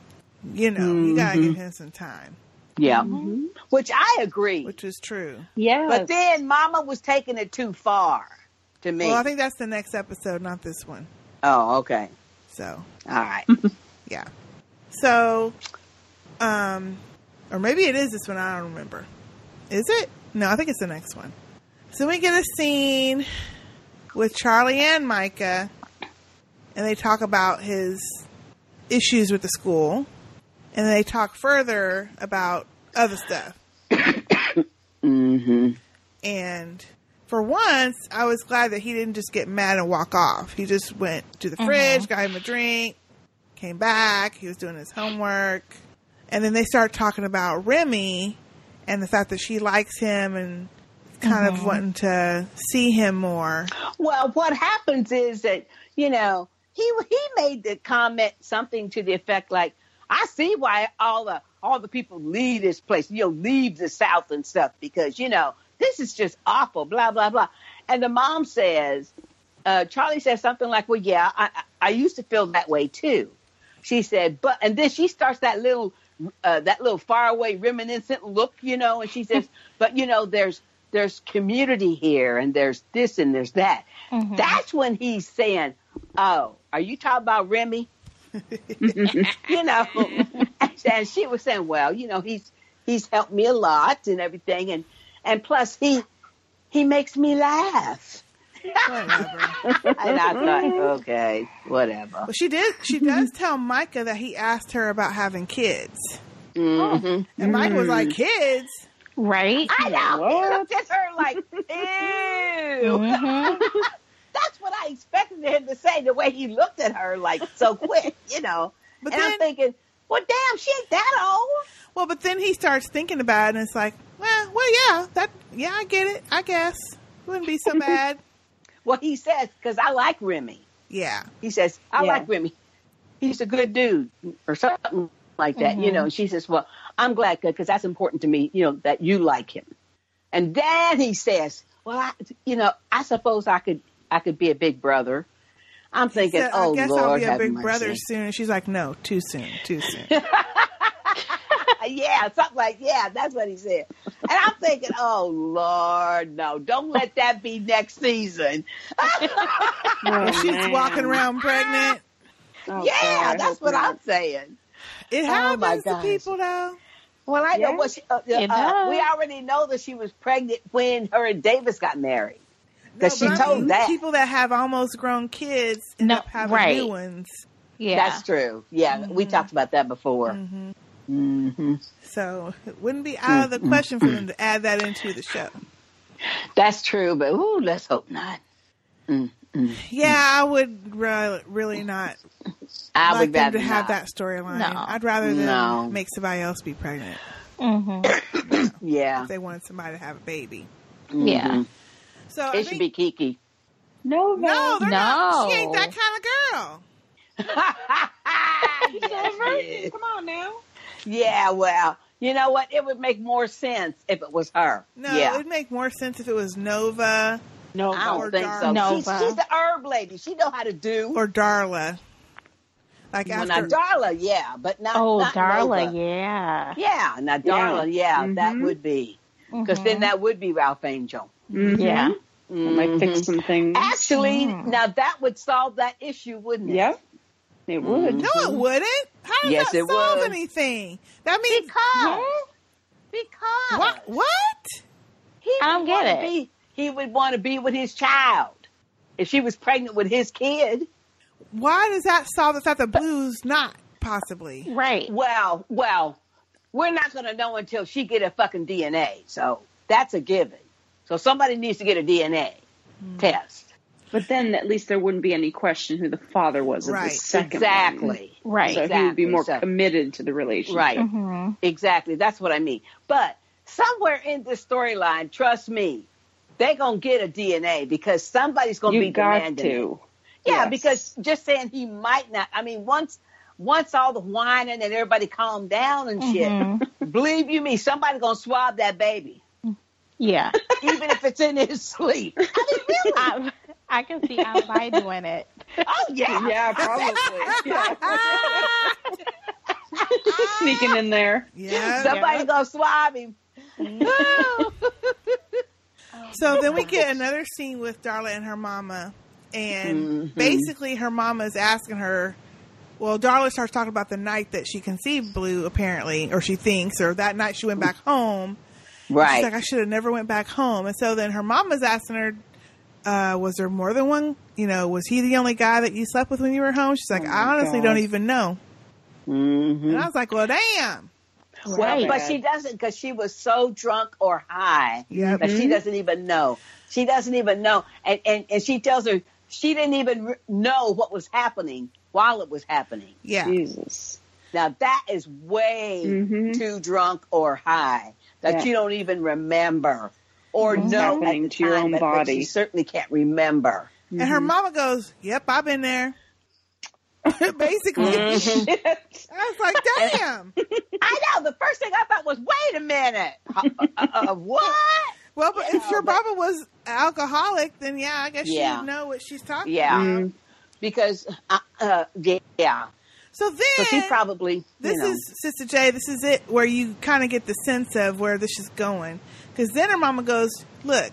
[SPEAKER 3] You know, you gotta give him some time,"
[SPEAKER 2] yeah. Which I agree.
[SPEAKER 3] which is true.
[SPEAKER 4] Yeah.
[SPEAKER 2] But then Mama was taking it too far to me.
[SPEAKER 3] Well, I think that's the next episode, not this one.
[SPEAKER 2] oh, okay.
[SPEAKER 3] So
[SPEAKER 2] All right.
[SPEAKER 3] yeah. So, um, or maybe it is this one. I don't remember. Is it? No, I think it's the next one. So we get a scene with Charlie and Micah, and they talk about his issues with the school, and they talk further about other stuff.
[SPEAKER 2] hmm
[SPEAKER 3] And for once, I was glad that he didn't just get mad and walk off. He just went to the fridge, got him a drink, came back. He was doing his homework. And then they start talking about Remy and the fact that she likes him and kind
[SPEAKER 2] Mhm.
[SPEAKER 3] of wanting to see him more.
[SPEAKER 2] Well, what happens is that you know he he made the comment something to the effect like, "I see why all the all the people leave this place, you know, leave the South and stuff because you know this is just awful." Blah blah blah. And the mom says, uh, Charlie says something like, "Well, yeah, I I I used to feel that way too." She said, "But," and then she starts that little uh, that little faraway reminiscent look, you know, and she says, "But you know, there's there's community here, and there's this and there's that."
[SPEAKER 1] Hmm.
[SPEAKER 2] That's when he's saying, "Oh, are you talking about Remy?" you know, and she was saying, "Well, you know, he's he's helped me a lot and everything, and and plus he he makes me laugh."
[SPEAKER 3] Whatever.
[SPEAKER 2] and I thought, okay, whatever.
[SPEAKER 3] well, she did. She does tell Micah that he asked her about having kids.
[SPEAKER 2] Mhm.
[SPEAKER 3] And Micah was like, kids?
[SPEAKER 1] Right?
[SPEAKER 2] I know. He looked at her like, ew.
[SPEAKER 1] Mhm.
[SPEAKER 2] That's what I expected him to say, the way he looked at her like so quick, you know.
[SPEAKER 3] But
[SPEAKER 2] and I'm
[SPEAKER 3] then-
[SPEAKER 2] thinking, well, damn, she ain't that old.
[SPEAKER 3] Well, but then he starts thinking about it, and it's like, well, well, yeah, that, yeah, I get it. I guess wouldn't be so bad.
[SPEAKER 2] Well, he says, because I like Remy.
[SPEAKER 3] yeah,
[SPEAKER 2] He says, I
[SPEAKER 4] Yeah.
[SPEAKER 2] like Remy. He's a good dude or something like that, you know.
[SPEAKER 3] Mm-hmm.
[SPEAKER 2] And she says, well, I'm glad because that's important to me, you know, that you like him. And then he says, well, I, you know, I suppose I could I could be a big brother. I'm thinking,
[SPEAKER 3] So
[SPEAKER 2] oh,
[SPEAKER 3] I guess
[SPEAKER 2] Lord,
[SPEAKER 3] I'll be a
[SPEAKER 2] have
[SPEAKER 3] big
[SPEAKER 2] mercy.
[SPEAKER 3] brother soon. And she's like, no, too soon, too soon.
[SPEAKER 2] Uh, yeah, something like yeah, that's what he said. And I'm thinking, oh Lord, no, don't let that be next season.
[SPEAKER 4] Oh,
[SPEAKER 3] And she's
[SPEAKER 4] man.
[SPEAKER 3] walking around pregnant.
[SPEAKER 4] Oh,
[SPEAKER 2] yeah,
[SPEAKER 4] God, I
[SPEAKER 2] that's
[SPEAKER 4] hope
[SPEAKER 2] what
[SPEAKER 4] not.
[SPEAKER 2] I'm saying.
[SPEAKER 3] It
[SPEAKER 2] Oh, my
[SPEAKER 3] happens to
[SPEAKER 2] gosh.
[SPEAKER 3] people though.
[SPEAKER 2] Well, I know
[SPEAKER 4] Yeah.
[SPEAKER 2] what she, uh, uh,
[SPEAKER 1] It
[SPEAKER 2] uh,
[SPEAKER 1] does.
[SPEAKER 2] we already know that she was pregnant when her and Davis got married.
[SPEAKER 3] No,
[SPEAKER 2] Because she
[SPEAKER 3] but I
[SPEAKER 2] told
[SPEAKER 3] mean,
[SPEAKER 2] that.
[SPEAKER 3] people that have almost grown kids end
[SPEAKER 1] No,
[SPEAKER 3] up having
[SPEAKER 1] right.
[SPEAKER 3] new ones.
[SPEAKER 1] Yeah.
[SPEAKER 2] That's true. Yeah, we talked about that before. hmm
[SPEAKER 3] So it wouldn't be out of the question for them to add that into the show.
[SPEAKER 2] That's true, but ooh, let's hope not.
[SPEAKER 3] Yeah, I would re- really not
[SPEAKER 2] I
[SPEAKER 3] like
[SPEAKER 2] would
[SPEAKER 3] them
[SPEAKER 2] rather
[SPEAKER 3] to have
[SPEAKER 2] not.
[SPEAKER 3] that storyline.
[SPEAKER 1] No.
[SPEAKER 3] I'd rather them
[SPEAKER 2] No.
[SPEAKER 3] make somebody else be pregnant.
[SPEAKER 1] Mhm.
[SPEAKER 2] Yeah, mm-hmm.
[SPEAKER 3] if they wanted somebody to have a baby.
[SPEAKER 1] Yeah.
[SPEAKER 3] So I
[SPEAKER 2] it should be
[SPEAKER 3] think-
[SPEAKER 2] Kiki.
[SPEAKER 4] No,
[SPEAKER 3] no,
[SPEAKER 4] no.
[SPEAKER 3] they're not.
[SPEAKER 1] No.
[SPEAKER 3] She ain't that kind of girl.
[SPEAKER 4] She's a
[SPEAKER 2] Yes,
[SPEAKER 4] virgin.
[SPEAKER 2] yes.
[SPEAKER 4] Come on now.
[SPEAKER 2] Yeah, well, you know what? It would make more sense if it was her.
[SPEAKER 3] No,
[SPEAKER 2] yeah.
[SPEAKER 3] it would make more sense if it was Nova
[SPEAKER 4] No,
[SPEAKER 2] I don't
[SPEAKER 3] or
[SPEAKER 2] think so.
[SPEAKER 1] Nova.
[SPEAKER 2] She's, she's the herb lady. She know how to do.
[SPEAKER 3] or Darla. Like
[SPEAKER 2] well, now
[SPEAKER 3] after
[SPEAKER 2] Darla, yeah, but not.
[SPEAKER 1] Oh,
[SPEAKER 2] not
[SPEAKER 1] Darla,
[SPEAKER 2] Nova.
[SPEAKER 1] yeah.
[SPEAKER 2] yeah. now Darla, yeah, that
[SPEAKER 4] Mhm.
[SPEAKER 2] would be
[SPEAKER 1] Mm-hmm.
[SPEAKER 2] because
[SPEAKER 4] Mm-hmm.
[SPEAKER 2] then that would be Ralph Angel.
[SPEAKER 4] Mhm.
[SPEAKER 1] Yeah.
[SPEAKER 4] I might fix some things.
[SPEAKER 2] Mm-hmm. Actually,
[SPEAKER 1] Mhm.
[SPEAKER 2] now that would solve that issue, wouldn't it?
[SPEAKER 4] Mm-hmm. Yep. It would.
[SPEAKER 2] Mm-hmm.
[SPEAKER 3] no, it wouldn't. How does
[SPEAKER 2] Yes,
[SPEAKER 3] that
[SPEAKER 2] it
[SPEAKER 3] solve
[SPEAKER 2] would.
[SPEAKER 3] anything? That means
[SPEAKER 2] Because because
[SPEAKER 3] what? What?
[SPEAKER 2] he would
[SPEAKER 1] I don't get
[SPEAKER 2] wanna
[SPEAKER 1] it.
[SPEAKER 2] Be, he would want to be with his child. If she was pregnant with his kid,
[SPEAKER 3] Why does that solve the fact that Blue's not possibly?
[SPEAKER 1] Right.
[SPEAKER 2] Well, well, we're not going to know until she get a fucking DNA. So that's a given. So somebody needs to get a DNA
[SPEAKER 4] Mm.
[SPEAKER 2] test.
[SPEAKER 4] But then at least there wouldn't be any question who the father was of
[SPEAKER 3] Right.
[SPEAKER 4] the second one.
[SPEAKER 2] Exactly.
[SPEAKER 1] Right.
[SPEAKER 4] So he would be
[SPEAKER 2] Exactly.
[SPEAKER 4] more
[SPEAKER 2] So-
[SPEAKER 4] committed to the relationship.
[SPEAKER 2] Right.
[SPEAKER 1] Mhm.
[SPEAKER 2] Exactly. That's what I mean. But somewhere in this storyline, trust me, they're going to get a DNA because somebody's going
[SPEAKER 4] You
[SPEAKER 2] be
[SPEAKER 4] got
[SPEAKER 2] demanding. it.
[SPEAKER 4] to.
[SPEAKER 2] Yeah,
[SPEAKER 4] Yes.
[SPEAKER 2] because just saying he might not. I mean, once once all the whining and everybody calmed down and shit, believe you me, somebody gonna swab that baby.
[SPEAKER 1] Yeah.
[SPEAKER 2] even if it's in his sleep.
[SPEAKER 1] I, I can see Outlaw doing it.
[SPEAKER 2] Oh yeah.
[SPEAKER 4] Yeah, probably. Yeah. Sneaking in there.
[SPEAKER 3] Yeah.
[SPEAKER 2] Somebody gonna swab him.
[SPEAKER 4] Mm-hmm.
[SPEAKER 3] So then we get another scene with Darla and her mama, and
[SPEAKER 2] Mm-hmm.
[SPEAKER 3] basically her mama's asking her. Well, Darla starts talking about the night that she conceived Blue, apparently, or she thinks, or that night she went back home. She's like,
[SPEAKER 2] Right.
[SPEAKER 3] I should have never went back home. And so then her mama's asking her, uh, was there more than one? You know, was he the only guy that you slept with when you were home? She's
[SPEAKER 2] Oh
[SPEAKER 3] like, I honestly don't even know.
[SPEAKER 2] Mm-hmm.
[SPEAKER 3] And I was like, well, damn.
[SPEAKER 2] Well,
[SPEAKER 1] Right.
[SPEAKER 2] but she doesn't because she was so drunk or high
[SPEAKER 3] Yep.
[SPEAKER 2] that
[SPEAKER 4] Mm-hmm.
[SPEAKER 2] she doesn't even know. She doesn't even know, and and and she tells her she didn't even re- know what was happening while it was happening.
[SPEAKER 3] Yeah.
[SPEAKER 4] Jesus.
[SPEAKER 2] Now that is way
[SPEAKER 4] Mhm.
[SPEAKER 2] too drunk or high that
[SPEAKER 4] Yeah.
[SPEAKER 2] you don't even remember or know
[SPEAKER 4] happening
[SPEAKER 2] at the
[SPEAKER 4] to your
[SPEAKER 2] time,
[SPEAKER 4] own
[SPEAKER 2] but- but
[SPEAKER 4] body.
[SPEAKER 2] She certainly can't remember.
[SPEAKER 3] And her mama goes, yep, I've been there. Basically.
[SPEAKER 2] Mm-hmm.
[SPEAKER 4] Mm-hmm.
[SPEAKER 3] I was like, damn.
[SPEAKER 2] I know. The first thing I thought was, "Wait a minute, uh, uh, uh, what?"
[SPEAKER 3] Well, but if your mama was alcoholic, then yeah, I guess
[SPEAKER 2] Yeah.
[SPEAKER 3] she'd know what she's talking
[SPEAKER 2] Yeah,
[SPEAKER 3] about.
[SPEAKER 4] Mm.
[SPEAKER 2] because uh, uh, yeah,
[SPEAKER 3] So then.
[SPEAKER 2] so she probably
[SPEAKER 3] this
[SPEAKER 2] you know,
[SPEAKER 3] is Sister J. This is it where you kind of get the sense of where this is going. Because then her mama goes, "Look,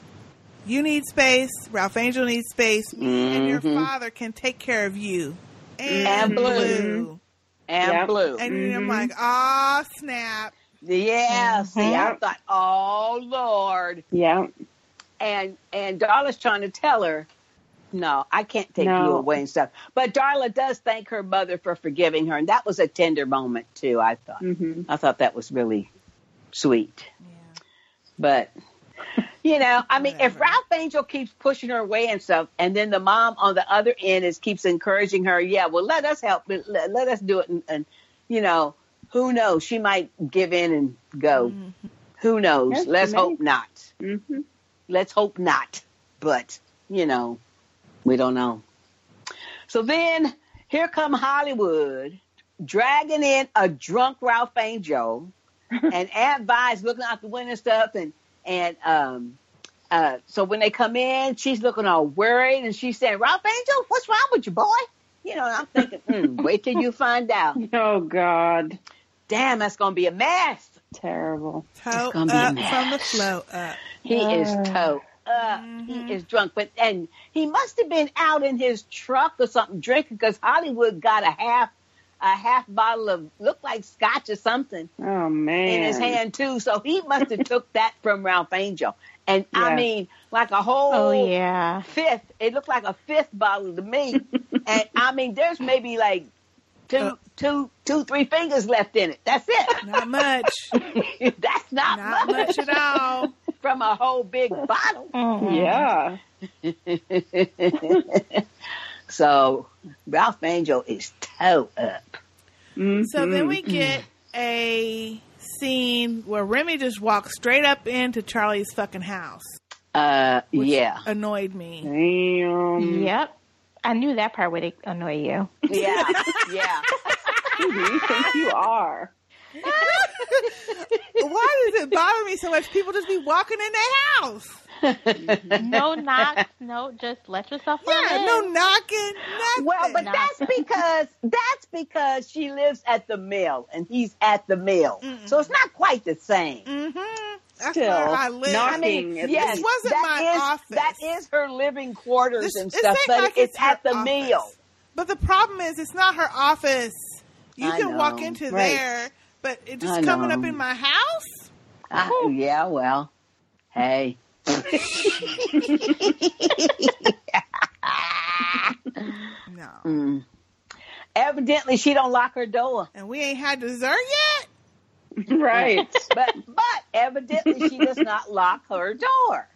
[SPEAKER 3] you need space. Ralph Angel needs space. Me and your
[SPEAKER 2] Mm-hmm.
[SPEAKER 3] father can take care of you and,
[SPEAKER 2] And
[SPEAKER 3] Blue."
[SPEAKER 2] Blue. Mm-hmm. and
[SPEAKER 4] Yeah.
[SPEAKER 2] blue.
[SPEAKER 3] And then I'm like, "Ah, snap!
[SPEAKER 2] Yeah, see, I
[SPEAKER 4] Mhm.
[SPEAKER 2] thought, oh Lord,
[SPEAKER 4] Yeah.
[SPEAKER 2] and and Darla's trying to tell her, no, I can't take you
[SPEAKER 4] No.
[SPEAKER 2] away and stuff. But Darla does thank her mother for forgiving her, and that was a tender moment too. I thought,
[SPEAKER 4] Mm-hmm.
[SPEAKER 2] I thought that was really sweet. But you know, I mean, if
[SPEAKER 3] Whatever.
[SPEAKER 2] Ralph Angel keeps pushing her away and stuff, and then the mom on the other end is keeps encouraging her, yeah, well, let us help, let, let us do it, and, and you know, who knows, she might give in and go. Who knows?
[SPEAKER 4] Yes,
[SPEAKER 2] Let's
[SPEAKER 4] she may.
[SPEAKER 2] hope not.
[SPEAKER 4] Mm-hmm.
[SPEAKER 2] Let's hope not. But, you know, we don't know. So then here come Hollywood dragging in a drunk Ralph Angel and Aunt Vi's looking out the window and stuff and and um uh so when they come in she's looking all worried and she's saying, Ralph Angel, what's wrong with you, boy? You know, and I'm thinking, mm, wait till you find out.
[SPEAKER 4] Oh God.
[SPEAKER 2] Damn, that's gonna be a mess.
[SPEAKER 4] Terrible.
[SPEAKER 3] Toe
[SPEAKER 2] gonna be a
[SPEAKER 3] up
[SPEAKER 2] mess.
[SPEAKER 3] from the flow up."
[SPEAKER 2] He is
[SPEAKER 4] Ah.
[SPEAKER 2] toe up. He is drunk, but and he must have been out in his truck or something drinking because Hollywood got a half a half bottle of looked like scotch or something
[SPEAKER 4] Oh man.
[SPEAKER 2] in his hand too. So he must have took that from Ralph Angel, and I
[SPEAKER 4] Yeah.
[SPEAKER 2] mean like a whole
[SPEAKER 1] Oh, yeah.
[SPEAKER 2] fifth. It looked like a fifth bottle to me, and I mean there's maybe like two,
[SPEAKER 3] Uh.
[SPEAKER 2] two, two, three fingers left in it. That's it.
[SPEAKER 3] Not much,
[SPEAKER 2] That's not,
[SPEAKER 3] not
[SPEAKER 2] much
[SPEAKER 3] much at all.
[SPEAKER 2] from a whole big bottle.
[SPEAKER 1] Mm-mm.
[SPEAKER 4] Yeah.
[SPEAKER 2] so Ralph Angel is toe up.
[SPEAKER 4] Mhm.
[SPEAKER 3] So then
[SPEAKER 2] Mm-hmm.
[SPEAKER 3] we get a scene where Remy just walks straight up into Charlie's fucking house.
[SPEAKER 2] Uh,
[SPEAKER 3] which
[SPEAKER 2] yeah,
[SPEAKER 3] annoyed me.
[SPEAKER 4] Damn.
[SPEAKER 1] Yep. I knew that part would annoy you.
[SPEAKER 2] yeah, yeah.
[SPEAKER 4] Who do you think you are?
[SPEAKER 3] Why does it bother me so much? People just be walking in their house.
[SPEAKER 1] No knocks. No, just let yourself
[SPEAKER 3] Yeah,
[SPEAKER 1] run
[SPEAKER 3] no
[SPEAKER 1] in.
[SPEAKER 3] knocking, nothing.
[SPEAKER 2] Well, but that's because that's because she lives at the mill and he's at the mill, so it's not quite the same.
[SPEAKER 3] mm-hmm. that's
[SPEAKER 4] Still,
[SPEAKER 3] where I live.
[SPEAKER 4] not
[SPEAKER 2] I mean,
[SPEAKER 4] Thing at
[SPEAKER 2] yes,
[SPEAKER 3] least. This wasn't
[SPEAKER 2] that
[SPEAKER 3] my
[SPEAKER 2] is-
[SPEAKER 3] office.
[SPEAKER 2] That is her living quarters
[SPEAKER 3] This-
[SPEAKER 2] and
[SPEAKER 3] this
[SPEAKER 2] stuff,
[SPEAKER 3] ain't
[SPEAKER 2] but
[SPEAKER 3] like
[SPEAKER 2] it's,
[SPEAKER 3] it's
[SPEAKER 2] at
[SPEAKER 3] her
[SPEAKER 2] the
[SPEAKER 3] office.
[SPEAKER 2] mill.
[SPEAKER 3] But the problem is, it's not her office. You
[SPEAKER 2] I
[SPEAKER 3] can
[SPEAKER 2] know,
[SPEAKER 3] walk into
[SPEAKER 2] right.
[SPEAKER 3] there, but it just
[SPEAKER 2] I
[SPEAKER 3] coming
[SPEAKER 2] know.
[SPEAKER 3] up in my house.
[SPEAKER 2] Uh, yeah, well, hey.
[SPEAKER 3] No,
[SPEAKER 2] Mm. Evidently, she don't lock her door.
[SPEAKER 3] and we ain't had dessert yet.
[SPEAKER 4] Right.
[SPEAKER 2] but but evidently she does not lock her door.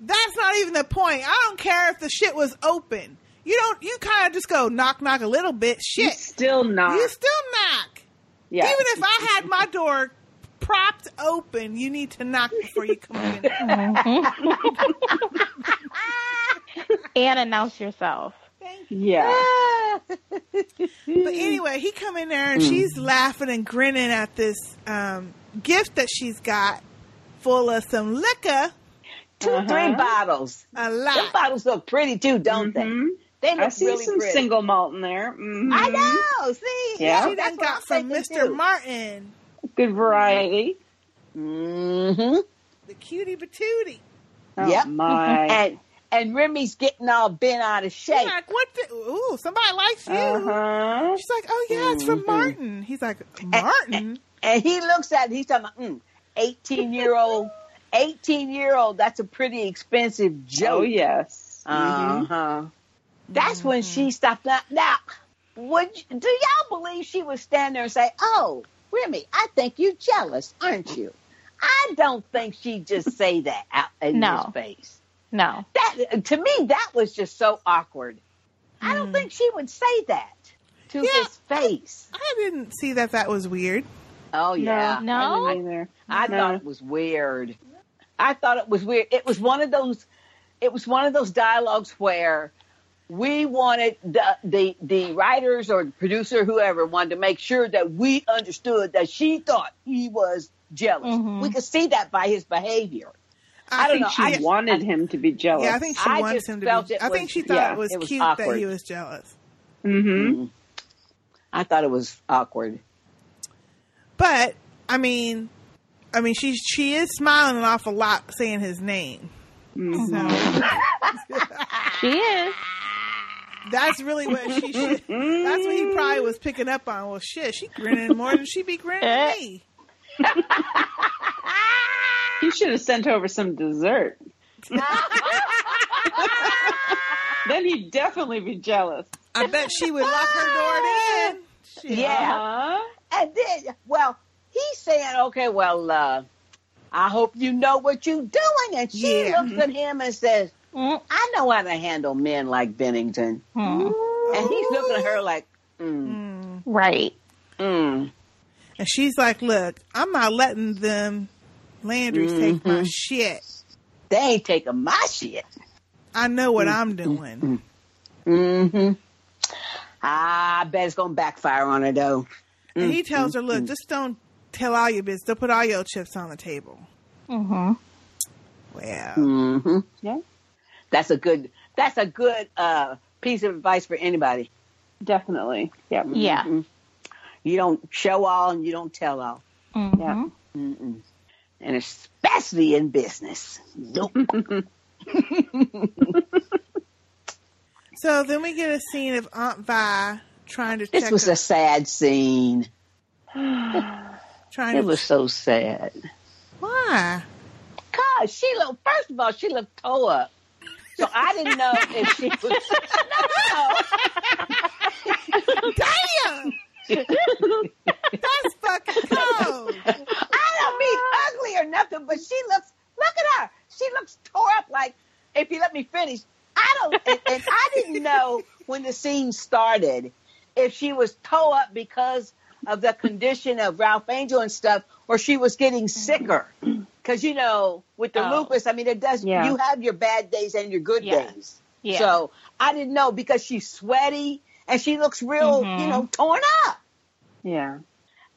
[SPEAKER 3] That's not even the point. I don't care if the shit was open. You don't. You kind of just go knock, knock a little bit.
[SPEAKER 4] You
[SPEAKER 3] Shit,
[SPEAKER 4] still not.
[SPEAKER 3] you still knock.
[SPEAKER 4] yeah.
[SPEAKER 3] Even if I had my door propped open, you need to knock before you come in.
[SPEAKER 1] and announce yourself.
[SPEAKER 4] yeah.
[SPEAKER 2] Uh,
[SPEAKER 3] But anyway, he come in there and
[SPEAKER 2] Mm.
[SPEAKER 3] she's laughing and grinning at this um, gift that she's got, full of some liquor.
[SPEAKER 2] Two, three bottles.
[SPEAKER 3] A
[SPEAKER 2] Them
[SPEAKER 3] lot.
[SPEAKER 2] bottles look pretty too, don't
[SPEAKER 4] Mhm.
[SPEAKER 2] they? They look
[SPEAKER 4] I see
[SPEAKER 2] really
[SPEAKER 4] some
[SPEAKER 2] pretty.
[SPEAKER 4] single malt in there. Mhm.
[SPEAKER 2] I know. See,
[SPEAKER 4] Yeah.
[SPEAKER 3] She done got from Mr. Martin,
[SPEAKER 4] Good variety.
[SPEAKER 2] Mm-hmm.
[SPEAKER 3] the cutie patootie.
[SPEAKER 4] Oh,
[SPEAKER 2] Yep.
[SPEAKER 4] my.
[SPEAKER 2] And and Remy's getting all bent out of
[SPEAKER 3] She's
[SPEAKER 2] shape.
[SPEAKER 3] like, what the? Ooh, somebody likes you.
[SPEAKER 4] Uh-huh.
[SPEAKER 3] She's like, oh yeah, it's
[SPEAKER 2] Mm-hmm.
[SPEAKER 3] from Martin. He's like,
[SPEAKER 2] Eh,
[SPEAKER 3] Martin?
[SPEAKER 2] And he looks at he's talking about mm, eighteen year old eighteen year old, that's a pretty expensive
[SPEAKER 4] Oh,
[SPEAKER 2] joke.
[SPEAKER 4] yes.
[SPEAKER 2] Uh-huh.
[SPEAKER 1] Mm-hmm.
[SPEAKER 4] Mhm.
[SPEAKER 2] That's when she stopped now, now would you, do y'all believe she would stand there and say, Oh, Remy, I think you jealous, aren't you? I don't think she'd just say that out in
[SPEAKER 1] No.
[SPEAKER 2] his face.
[SPEAKER 1] No.
[SPEAKER 2] That to me that was just so awkward. I
[SPEAKER 1] Mm.
[SPEAKER 2] don't think she would say that to
[SPEAKER 3] Yeah.
[SPEAKER 2] his face.
[SPEAKER 3] I didn't see that. That was weird.
[SPEAKER 2] Oh yeah.
[SPEAKER 1] No.
[SPEAKER 4] I didn't either.
[SPEAKER 2] I
[SPEAKER 4] No.
[SPEAKER 2] thought it was weird. I thought it was weird. It was one of those it was one of those dialogues where we wanted the the, the writers or producer whoever wanted to make sure that we understood that she thought he was jealous.
[SPEAKER 1] Mhm.
[SPEAKER 2] We could see that by his behavior. don't
[SPEAKER 3] I,
[SPEAKER 4] I think
[SPEAKER 2] know.
[SPEAKER 4] she
[SPEAKER 2] I-
[SPEAKER 4] wanted him to be jealous.
[SPEAKER 3] yeah, I think she
[SPEAKER 2] I
[SPEAKER 3] wants
[SPEAKER 2] just
[SPEAKER 3] him to
[SPEAKER 2] felt
[SPEAKER 3] be.
[SPEAKER 2] it
[SPEAKER 3] I think
[SPEAKER 2] was-
[SPEAKER 3] she thought
[SPEAKER 4] yeah,
[SPEAKER 3] it was
[SPEAKER 2] it was
[SPEAKER 3] cute that he
[SPEAKER 2] awkward.
[SPEAKER 3] was jealous.
[SPEAKER 4] hmm
[SPEAKER 2] I thought it was awkward.
[SPEAKER 3] But I mean, I mean, she she is smiling an awful lot saying his name.
[SPEAKER 2] Mm-hmm.
[SPEAKER 3] So
[SPEAKER 1] She is.
[SPEAKER 3] that's really what she should. That's what he probably was picking up on. Well, shit, she grinning more than she be grinning
[SPEAKER 2] Eh.
[SPEAKER 3] at me.
[SPEAKER 4] He should have sent over some dessert. then he'd definitely be jealous.
[SPEAKER 3] I bet she would lock her door in. Shit.
[SPEAKER 2] Yeah.
[SPEAKER 4] Uh-huh.
[SPEAKER 2] And then, well, he's saying, okay, well, uh, I hope you know what you're doing. And she
[SPEAKER 3] Yeah.
[SPEAKER 2] looks at him and says,
[SPEAKER 1] Mm,
[SPEAKER 2] I know how to handle men like Bennington.
[SPEAKER 1] mm.
[SPEAKER 2] And he's looking at her like, mm,
[SPEAKER 3] Mm.
[SPEAKER 1] Right.
[SPEAKER 2] mm.
[SPEAKER 3] And she's like, "Look, I'm not letting them Landry's take
[SPEAKER 2] Mm-hmm.
[SPEAKER 3] my shit.
[SPEAKER 2] they ain't taking my shit.
[SPEAKER 3] I know what I'm doing."
[SPEAKER 2] Mm-hmm. Ah, I bet it's going to backfire on her, though.
[SPEAKER 3] And
[SPEAKER 2] Mm,
[SPEAKER 3] he tells her, "Look, just don't tell all your business. Don't put all your chips on the table." Mm.
[SPEAKER 1] hmm
[SPEAKER 3] Well,
[SPEAKER 2] Mm-hmm.
[SPEAKER 4] Yeah,
[SPEAKER 2] That's a good, that's a good uh, piece of advice for anybody.
[SPEAKER 4] definitely. Yeah.
[SPEAKER 1] Yeah.
[SPEAKER 2] Mhm. You don't show all and you don't tell all.
[SPEAKER 1] Mhm.
[SPEAKER 4] Yeah.
[SPEAKER 2] Mm-mm. And especially in business. Nope.
[SPEAKER 3] so then we get a scene of Aunt Vi trying to
[SPEAKER 2] This
[SPEAKER 3] check,
[SPEAKER 2] was
[SPEAKER 3] her-
[SPEAKER 2] a sad scene.
[SPEAKER 3] trying
[SPEAKER 2] It
[SPEAKER 3] to
[SPEAKER 2] was so sad.
[SPEAKER 3] why.
[SPEAKER 2] Cause she looked. First of all, she looked toe up. So I didn't know if she was.
[SPEAKER 3] Damn, that's fucking cold.
[SPEAKER 2] I don't mean ugly or nothing, but she looks. Look at her. She looks tore up. Like if you let me finish, I don't. And, and I didn't know when the scene started if she was toe up because of the condition of Ralph Angel and stuff, or she was getting sicker. Because you know, with the
[SPEAKER 1] Mm-hmm. Oh.
[SPEAKER 2] lupus, I mean, it does.
[SPEAKER 4] Yeah.
[SPEAKER 2] You have your bad days and your good
[SPEAKER 1] Yeah.
[SPEAKER 2] days.
[SPEAKER 1] Yeah.
[SPEAKER 2] So I didn't know because she's sweaty and she looks real,
[SPEAKER 1] Mhm.
[SPEAKER 2] you know, torn up.
[SPEAKER 4] Yeah.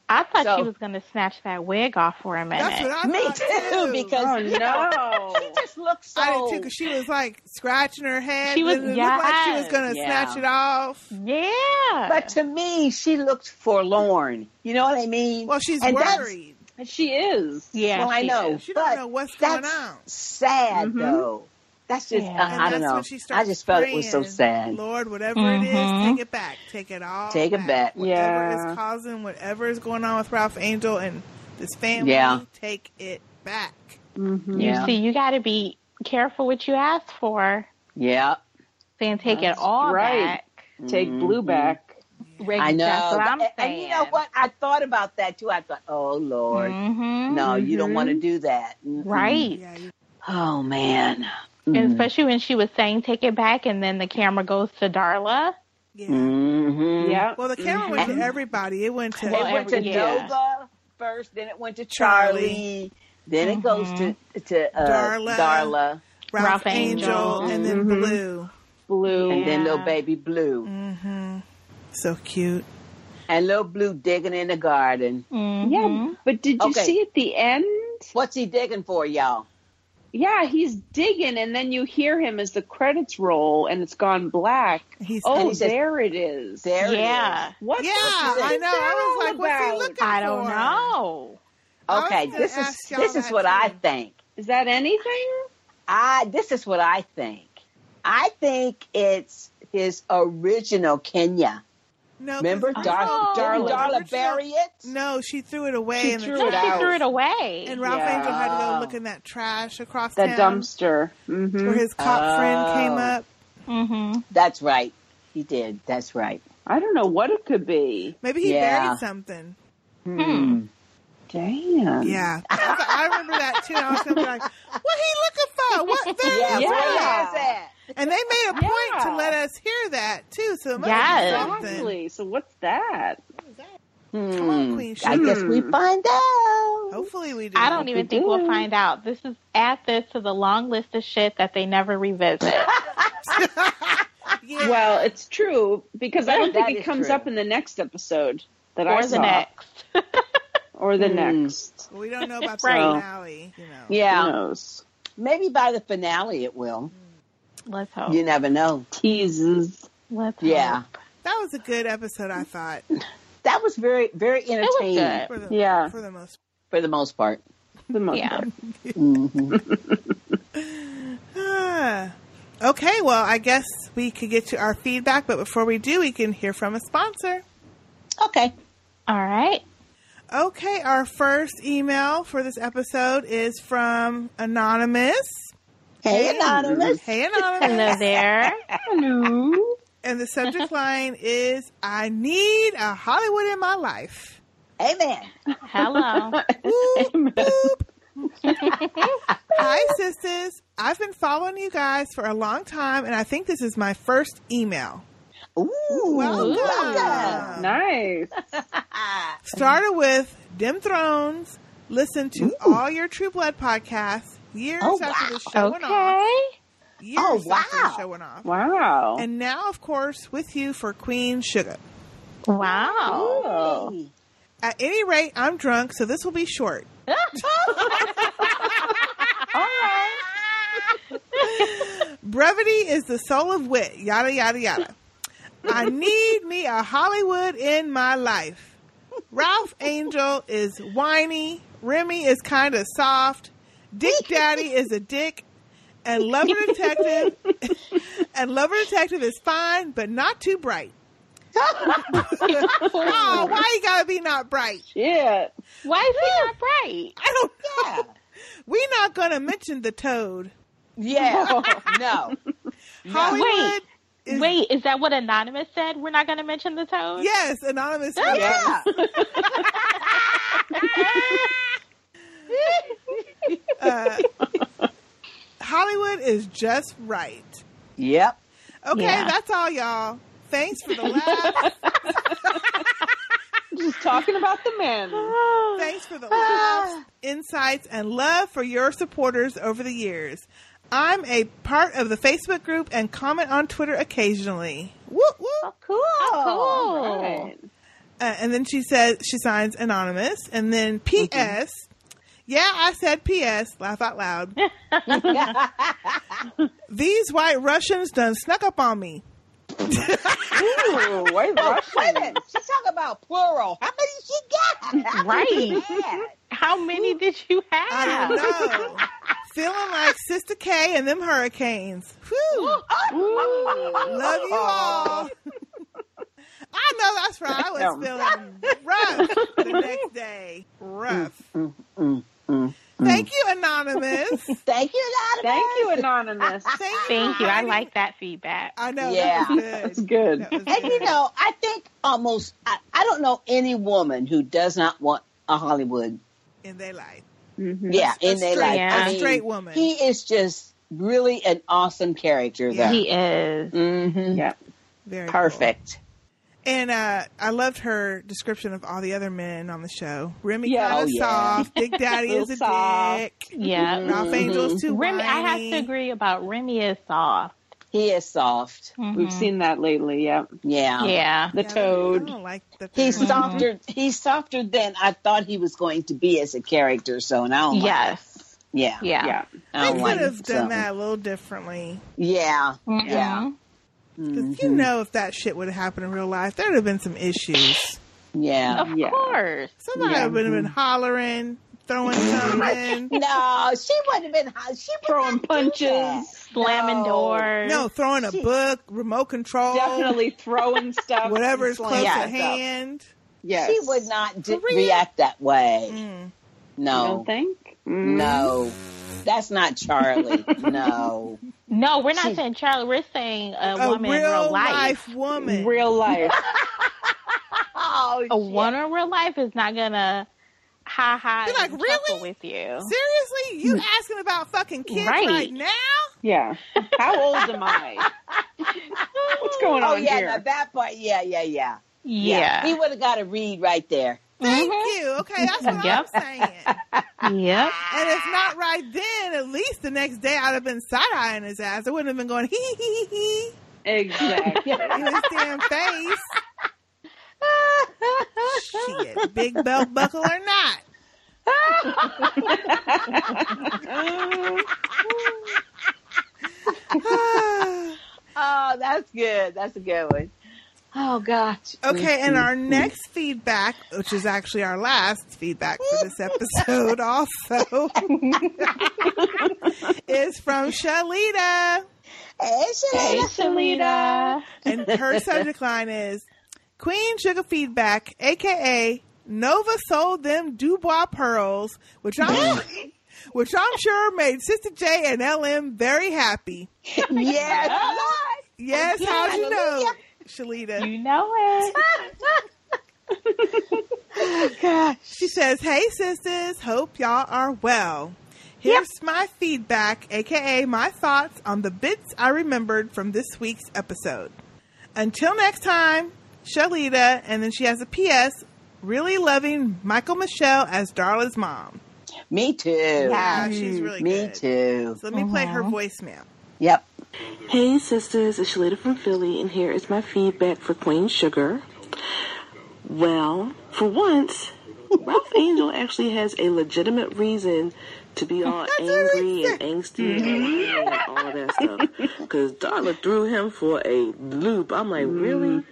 [SPEAKER 1] I thought
[SPEAKER 2] So-
[SPEAKER 1] she was going to snatch that wig off for a minute.
[SPEAKER 3] That's what I
[SPEAKER 2] Me
[SPEAKER 3] thought
[SPEAKER 2] too, because
[SPEAKER 4] Oh,
[SPEAKER 2] you
[SPEAKER 4] no.
[SPEAKER 2] know,
[SPEAKER 1] Oh.
[SPEAKER 2] she just looks so.
[SPEAKER 3] I did too because she was like scratching her head.
[SPEAKER 1] She was-
[SPEAKER 3] and it looked like she was
[SPEAKER 1] yes,
[SPEAKER 3] gonna
[SPEAKER 2] yeah.
[SPEAKER 3] snatch it off.
[SPEAKER 1] yeah.
[SPEAKER 2] but to me, she looked forlorn. You know what I mean?
[SPEAKER 3] Well, she's
[SPEAKER 2] And that's-
[SPEAKER 3] worried.
[SPEAKER 4] She is.
[SPEAKER 1] yeah,
[SPEAKER 2] well, I
[SPEAKER 1] she
[SPEAKER 2] know.
[SPEAKER 1] is.
[SPEAKER 3] She
[SPEAKER 2] but
[SPEAKER 3] don't know what's going
[SPEAKER 2] that's
[SPEAKER 3] on.
[SPEAKER 2] Sad
[SPEAKER 4] Mhm.
[SPEAKER 2] though. That's just
[SPEAKER 1] Mm-hmm. Yeah.
[SPEAKER 2] uh,
[SPEAKER 1] And
[SPEAKER 2] I don't
[SPEAKER 3] that's
[SPEAKER 2] know.
[SPEAKER 3] when she
[SPEAKER 2] I
[SPEAKER 3] starts
[SPEAKER 2] just felt it was so
[SPEAKER 3] praying,
[SPEAKER 2] sad.
[SPEAKER 3] Lord, whatever it is,
[SPEAKER 1] Mhm.
[SPEAKER 3] take it back. Take it all.
[SPEAKER 2] Take it back.
[SPEAKER 3] Whatever
[SPEAKER 4] Yeah.
[SPEAKER 3] is causing whatever is going on with Ralph Angel and this family,
[SPEAKER 2] Yeah.
[SPEAKER 3] take it back.
[SPEAKER 4] Mm-hmm.
[SPEAKER 1] You
[SPEAKER 2] Yeah.
[SPEAKER 1] see, you got to be careful what you ask for.
[SPEAKER 2] Yeah.
[SPEAKER 1] Then take
[SPEAKER 4] That's
[SPEAKER 1] it all
[SPEAKER 4] right.
[SPEAKER 1] back.
[SPEAKER 4] Take blue
[SPEAKER 2] Mhm.
[SPEAKER 4] back.
[SPEAKER 1] Rick,
[SPEAKER 2] I know.
[SPEAKER 1] That's what I'm
[SPEAKER 2] and, and
[SPEAKER 1] saying.
[SPEAKER 2] you know what? I thought about that too. I thought, oh Lord,
[SPEAKER 1] hmm
[SPEAKER 2] no, you don't
[SPEAKER 4] Mhm.
[SPEAKER 2] want to do that, Mm-mm.
[SPEAKER 1] Right.
[SPEAKER 2] Mm-hmm.
[SPEAKER 3] Yeah, you-
[SPEAKER 2] Oh man.
[SPEAKER 1] And especially when she was saying take it back and then the camera goes to Darla.
[SPEAKER 3] yeah.
[SPEAKER 2] Mm-hmm.
[SPEAKER 4] Yeah.
[SPEAKER 3] Well, the camera went to everybody. It went to
[SPEAKER 1] Well,
[SPEAKER 2] it went to
[SPEAKER 1] every- yeah.
[SPEAKER 2] Nova first, then it went to
[SPEAKER 3] Charlie.
[SPEAKER 2] Charlie, then it goes to to uh,
[SPEAKER 3] Darla.
[SPEAKER 2] Darla,
[SPEAKER 3] Ralph,
[SPEAKER 1] Ralph
[SPEAKER 3] Angel,
[SPEAKER 1] Angel.
[SPEAKER 3] and then
[SPEAKER 2] Mm-hmm.
[SPEAKER 4] Mhm.
[SPEAKER 3] Blue.
[SPEAKER 4] Blue.
[SPEAKER 2] and then
[SPEAKER 1] Yeah.
[SPEAKER 2] little baby Blue,
[SPEAKER 3] Mm-hmm. So cute.
[SPEAKER 2] and little Blue digging in the garden.
[SPEAKER 1] Mhm.
[SPEAKER 4] Yeah. But did you
[SPEAKER 2] Mm-hmm. Okay.
[SPEAKER 4] see at the end?
[SPEAKER 2] What's he digging for, y'all?
[SPEAKER 4] yeah, he's digging, and then you hear him as the credits roll, and it's gone black.
[SPEAKER 3] He's-
[SPEAKER 4] oh,
[SPEAKER 2] and he says-
[SPEAKER 4] there it is.
[SPEAKER 2] There it
[SPEAKER 1] yeah.
[SPEAKER 2] is.
[SPEAKER 4] What?
[SPEAKER 3] Yeah,
[SPEAKER 4] the-
[SPEAKER 3] I know. I was like, what's he
[SPEAKER 4] about?
[SPEAKER 3] looking for?
[SPEAKER 1] I don't know.
[SPEAKER 3] was
[SPEAKER 2] Okay,
[SPEAKER 3] gonna
[SPEAKER 2] this is
[SPEAKER 3] ask y'all
[SPEAKER 2] this is
[SPEAKER 3] that
[SPEAKER 2] what I
[SPEAKER 3] too.
[SPEAKER 2] think.
[SPEAKER 4] Is that anything?
[SPEAKER 2] I this is what I think. I think it's his original Kenya.
[SPEAKER 3] No, 'cause
[SPEAKER 2] Remember
[SPEAKER 3] the
[SPEAKER 2] Dar-
[SPEAKER 1] Oh.
[SPEAKER 2] Dar-
[SPEAKER 3] original-
[SPEAKER 2] Darla bury it?
[SPEAKER 3] No, she threw it away.
[SPEAKER 2] She
[SPEAKER 3] in the
[SPEAKER 2] threw
[SPEAKER 1] No,
[SPEAKER 2] it
[SPEAKER 1] she
[SPEAKER 3] trash.
[SPEAKER 2] out.
[SPEAKER 1] threw it away.
[SPEAKER 3] And Ralph
[SPEAKER 4] Yeah.
[SPEAKER 3] Angel had to go look in that trash across
[SPEAKER 4] The
[SPEAKER 3] town
[SPEAKER 4] dumpster. hmm
[SPEAKER 3] where his cop friend came
[SPEAKER 2] Oh.
[SPEAKER 3] up.
[SPEAKER 1] hmm
[SPEAKER 2] That's right. He did. That's right.
[SPEAKER 4] I don't know what it could be.
[SPEAKER 3] Maybe he
[SPEAKER 2] Yeah.
[SPEAKER 3] buried something.
[SPEAKER 1] Hmm.
[SPEAKER 4] Damn.
[SPEAKER 3] Yeah, I remember that too. I was gonna be like, "What he looking for? What?" There
[SPEAKER 2] Yeah,
[SPEAKER 3] it is.
[SPEAKER 2] where
[SPEAKER 4] Yeah.
[SPEAKER 2] is that?
[SPEAKER 3] And they made a point to
[SPEAKER 4] Yeah.
[SPEAKER 3] let us hear that too. So it must
[SPEAKER 1] Yes.
[SPEAKER 3] be something.
[SPEAKER 4] Exactly. So what's that?
[SPEAKER 3] Come on,
[SPEAKER 2] Hmm.
[SPEAKER 3] Queen
[SPEAKER 2] I
[SPEAKER 3] Sugar.
[SPEAKER 2] guess we find out.
[SPEAKER 3] Hopefully we do.
[SPEAKER 1] I don't even think we'll
[SPEAKER 4] do.
[SPEAKER 1] find out. This is add this to the long list of shit that they never revisit.
[SPEAKER 3] Yeah.
[SPEAKER 4] Well, it's true because I don't
[SPEAKER 2] That
[SPEAKER 4] think it
[SPEAKER 2] is
[SPEAKER 4] comes
[SPEAKER 2] true.
[SPEAKER 4] up in the next episode that I
[SPEAKER 1] or the
[SPEAKER 4] saw.
[SPEAKER 1] next.
[SPEAKER 4] or the
[SPEAKER 2] Hmm.
[SPEAKER 4] next.
[SPEAKER 3] we don't know about
[SPEAKER 1] Right.
[SPEAKER 3] the finale. You know.
[SPEAKER 2] Yeah,
[SPEAKER 4] Who knows?
[SPEAKER 2] maybe by the finale it will.
[SPEAKER 1] Let's hope.
[SPEAKER 2] You never know.
[SPEAKER 4] Teases.
[SPEAKER 1] Let's hope.
[SPEAKER 2] Yeah,
[SPEAKER 3] That was a good episode. I thought
[SPEAKER 2] that was very very
[SPEAKER 1] It was
[SPEAKER 2] entertaining
[SPEAKER 1] good.
[SPEAKER 3] for the
[SPEAKER 4] Yeah.
[SPEAKER 3] for the most.
[SPEAKER 2] for the most part.
[SPEAKER 4] The most
[SPEAKER 1] Yeah.
[SPEAKER 4] part.
[SPEAKER 2] hmm
[SPEAKER 3] Ah. Okay, well, I guess we could get to our feedback, but before we do, we can hear from a sponsor.
[SPEAKER 2] okay.
[SPEAKER 1] All right.
[SPEAKER 3] Okay, our first email for this episode is from Anonymous.
[SPEAKER 2] Hey, anonymous.
[SPEAKER 3] Hey, Anonymous.
[SPEAKER 1] Hello there. Hello.
[SPEAKER 3] And the subject line is I need a Hollywood in my life.
[SPEAKER 2] Amen.
[SPEAKER 1] Hello.
[SPEAKER 3] Boop, boop. Hi, sisters. I've been following you guys for a long time, and I think this is my first email.
[SPEAKER 2] Ooh,
[SPEAKER 3] Welcome.
[SPEAKER 2] welcome.
[SPEAKER 4] Nice.
[SPEAKER 3] Started with Dim Thrones, listened to all your True Blood podcasts years
[SPEAKER 2] Oh,
[SPEAKER 3] after the
[SPEAKER 2] wow.
[SPEAKER 3] show went off.
[SPEAKER 1] Okay.
[SPEAKER 3] Years
[SPEAKER 2] Oh,
[SPEAKER 3] after the
[SPEAKER 2] wow.
[SPEAKER 3] show went off.
[SPEAKER 4] Wow.
[SPEAKER 3] And now, of course, with you for Queen Sugar.
[SPEAKER 1] Wow.
[SPEAKER 4] oh.
[SPEAKER 3] At any rate, I'm drunk, so this will be short. Brevity is the soul of wit, yada, yada, yada. I need me a Hollywood in my life. Ralph Angel is whiny. Remy is kind of soft. Dick Daddy is a dick. And Lover Detective and Lover Detective is fine, but not too bright. oh, why you gotta be not bright?
[SPEAKER 4] Shit.
[SPEAKER 1] Why is he not bright?
[SPEAKER 3] I don't know.
[SPEAKER 2] Yeah.
[SPEAKER 3] We're not gonna mention the toad.
[SPEAKER 2] Yeah. No.
[SPEAKER 3] Hollywood is
[SPEAKER 1] Wait, is that what Anonymous said? We're not going to mention the toad?
[SPEAKER 3] Yes, anonymous.
[SPEAKER 2] Yeah.
[SPEAKER 3] Uh, Hollywood is just right.
[SPEAKER 2] Yep.
[SPEAKER 3] Okay,
[SPEAKER 1] Yeah.
[SPEAKER 3] that's all, y'all. Thanks for the laughs.
[SPEAKER 4] Just talking about the men.
[SPEAKER 3] Thanks for the laughs, insights, and love for your supporters over the years. I'm a part of the Facebook group and comment on Twitter occasionally. Whoop whoop.
[SPEAKER 2] Cool.
[SPEAKER 1] Cool.
[SPEAKER 4] Right.
[SPEAKER 3] Uh, and then she says she signs anonymous, and then P.S. Yeah, I said P.S. Laugh out loud. These white Russians done snuck up on me.
[SPEAKER 4] Ooh, white
[SPEAKER 2] Oh, wait a
[SPEAKER 4] Russian.
[SPEAKER 2] minute. She talk about plural. How many she got?
[SPEAKER 1] Right.
[SPEAKER 2] Yeah.
[SPEAKER 1] How many did you
[SPEAKER 3] I
[SPEAKER 1] have?
[SPEAKER 3] don't know. Feeling like Sister K and them hurricanes. Whew.
[SPEAKER 4] Ooh.
[SPEAKER 3] Love you all. I know that's right. I was feeling rough the next day. Rough.
[SPEAKER 2] mm, mm,
[SPEAKER 3] Thank you, Anonymous.
[SPEAKER 2] Thank you, Anonymous.
[SPEAKER 4] Thank you, Anonymous.
[SPEAKER 3] Thank,
[SPEAKER 1] Thank
[SPEAKER 3] for
[SPEAKER 1] you. I
[SPEAKER 3] writing-
[SPEAKER 1] like that feedback.
[SPEAKER 3] I know.
[SPEAKER 2] Yeah.
[SPEAKER 3] That was
[SPEAKER 4] That's
[SPEAKER 3] good.
[SPEAKER 4] good.
[SPEAKER 3] That was
[SPEAKER 2] And you
[SPEAKER 3] good.
[SPEAKER 2] know, I think almost I, I don't know any woman who does not want a Hollywood.
[SPEAKER 3] in their life.
[SPEAKER 4] Mhm.
[SPEAKER 2] Yeah,
[SPEAKER 3] A
[SPEAKER 2] in their
[SPEAKER 3] straight-
[SPEAKER 2] life.
[SPEAKER 1] Yeah.
[SPEAKER 2] I
[SPEAKER 3] A
[SPEAKER 2] mean,
[SPEAKER 3] straight woman.
[SPEAKER 2] He is just really an awesome character
[SPEAKER 3] Yeah.
[SPEAKER 2] there.
[SPEAKER 1] He is.
[SPEAKER 2] hmm
[SPEAKER 4] Yeah.
[SPEAKER 3] Very cool.
[SPEAKER 2] Perfect.
[SPEAKER 3] And uh, I loved her description of all the other men on the show. Remy
[SPEAKER 4] Yeah.
[SPEAKER 3] kind
[SPEAKER 2] Oh,
[SPEAKER 3] of
[SPEAKER 2] yeah.
[SPEAKER 3] soft. Big Daddy is a
[SPEAKER 4] Little soft.
[SPEAKER 3] dick.
[SPEAKER 1] Yeah.
[SPEAKER 3] Ralph Angel's
[SPEAKER 2] Mm-hmm.
[SPEAKER 3] too
[SPEAKER 1] Remy, I have
[SPEAKER 3] whiny.
[SPEAKER 1] to agree about Remy is soft.
[SPEAKER 2] He is soft.
[SPEAKER 4] We've
[SPEAKER 1] Mhm.
[SPEAKER 4] seen that lately. Yeah.
[SPEAKER 2] Yeah.
[SPEAKER 1] Yeah.
[SPEAKER 4] The
[SPEAKER 3] Yeah, Mm-hmm. I don't- I
[SPEAKER 4] toad.
[SPEAKER 3] don't like the
[SPEAKER 2] He's
[SPEAKER 3] term.
[SPEAKER 2] Oh softer. He's softer than I thought he was going to be as a character. So now,
[SPEAKER 1] Yes.
[SPEAKER 2] Yeah.
[SPEAKER 1] Yeah.
[SPEAKER 4] Yeah.
[SPEAKER 3] I
[SPEAKER 2] don't like
[SPEAKER 3] could have done
[SPEAKER 2] something.
[SPEAKER 3] that a little differently.
[SPEAKER 2] Yeah.
[SPEAKER 1] Mhm.
[SPEAKER 2] Yeah.
[SPEAKER 3] Because you
[SPEAKER 2] Mm-hmm.
[SPEAKER 3] know, if that shit would have happened in real life, there'd have been some issues.
[SPEAKER 2] Yeah.
[SPEAKER 1] Of
[SPEAKER 4] Yeah.
[SPEAKER 1] course.
[SPEAKER 3] Somebody
[SPEAKER 2] Yeah.
[SPEAKER 3] would have been hollering, throwing something.
[SPEAKER 2] No, she wouldn't have been. hot. She would
[SPEAKER 4] Throwing
[SPEAKER 2] not do that.
[SPEAKER 4] punches.
[SPEAKER 1] Slamming
[SPEAKER 2] No.
[SPEAKER 1] doors.
[SPEAKER 3] no, throwing a book, remote control,
[SPEAKER 4] Definitely throwing stuff.
[SPEAKER 3] whatever is
[SPEAKER 4] and
[SPEAKER 3] close
[SPEAKER 4] slamming
[SPEAKER 2] Yeah,
[SPEAKER 3] at
[SPEAKER 4] stuff.
[SPEAKER 3] hand.
[SPEAKER 4] Yes.
[SPEAKER 2] She would not d-
[SPEAKER 3] Korea?
[SPEAKER 2] react that way.
[SPEAKER 3] Mm.
[SPEAKER 4] You
[SPEAKER 2] No.
[SPEAKER 4] don't think? Mm.
[SPEAKER 2] No. That's not Charlie. no.
[SPEAKER 1] No, we're not
[SPEAKER 2] She-
[SPEAKER 1] saying Charlie. We're saying a,
[SPEAKER 3] A
[SPEAKER 1] woman
[SPEAKER 3] real,
[SPEAKER 1] in real life.
[SPEAKER 3] life woman.
[SPEAKER 4] Mm. Real life.
[SPEAKER 2] Oh,
[SPEAKER 1] A
[SPEAKER 2] shit.
[SPEAKER 1] woman in real life is not gonna ha ha
[SPEAKER 3] You're like,
[SPEAKER 1] and
[SPEAKER 3] really?
[SPEAKER 1] chuckle with you.
[SPEAKER 3] Seriously, you asking about fucking kids right,
[SPEAKER 1] Right.
[SPEAKER 3] now?
[SPEAKER 4] Yeah. How old am I? What's going
[SPEAKER 2] Oh
[SPEAKER 4] on
[SPEAKER 2] yeah,
[SPEAKER 4] here?
[SPEAKER 2] now that part. Yeah, yeah, yeah.
[SPEAKER 1] Yeah.
[SPEAKER 2] He would have got a read right there.
[SPEAKER 3] Thank you. Okay, that's what
[SPEAKER 1] Yep.
[SPEAKER 3] I'm saying.
[SPEAKER 1] Yep.
[SPEAKER 3] And if not right then, at least the next day I'd have been side eyeing his ass. I wouldn't have been going hee hee hee
[SPEAKER 4] Exactly.
[SPEAKER 3] in his damn face. Shit, big belt buckle or not.
[SPEAKER 2] Oh, that's good. That's a good one. Oh gosh.
[SPEAKER 3] Okay, and our next feedback, which is actually our last feedback for this episode, also is from Shalita.
[SPEAKER 2] Hey,
[SPEAKER 1] Hey,
[SPEAKER 2] Shalita.
[SPEAKER 1] Shalita.
[SPEAKER 3] And her subject line is Queen Sugar Feedback, aka Nova sold them Dubois pearls, which I'm which I'm sure made Sister J and LM very happy.
[SPEAKER 2] Yes,
[SPEAKER 3] Yes, how'd you know, Shalita?
[SPEAKER 1] You know it.
[SPEAKER 2] Lord. Gosh.
[SPEAKER 3] She says, Hey sisters, hope y'all are well. Here's my feedback, aka my thoughts on the bits I remembered from this week's episode. Until next time, Shalita, and then she has a PS, really loving Michael Michelle as Darla's mom.
[SPEAKER 2] Me too.
[SPEAKER 3] Yeah, she's really
[SPEAKER 2] Me
[SPEAKER 3] good.
[SPEAKER 2] too.
[SPEAKER 3] So let me play her voicemail.
[SPEAKER 2] Yep.
[SPEAKER 5] Hey sisters, it's Shalita from Philly, and here is my feedback for Queen Sugar. Well, for once, Ralph Angel actually has a legitimate reason to be all angry and angsty
[SPEAKER 2] Mm-hmm.
[SPEAKER 5] and all that stuff. Because Darla threw him for a loop. I'm like,
[SPEAKER 2] Mm-hmm.
[SPEAKER 5] really?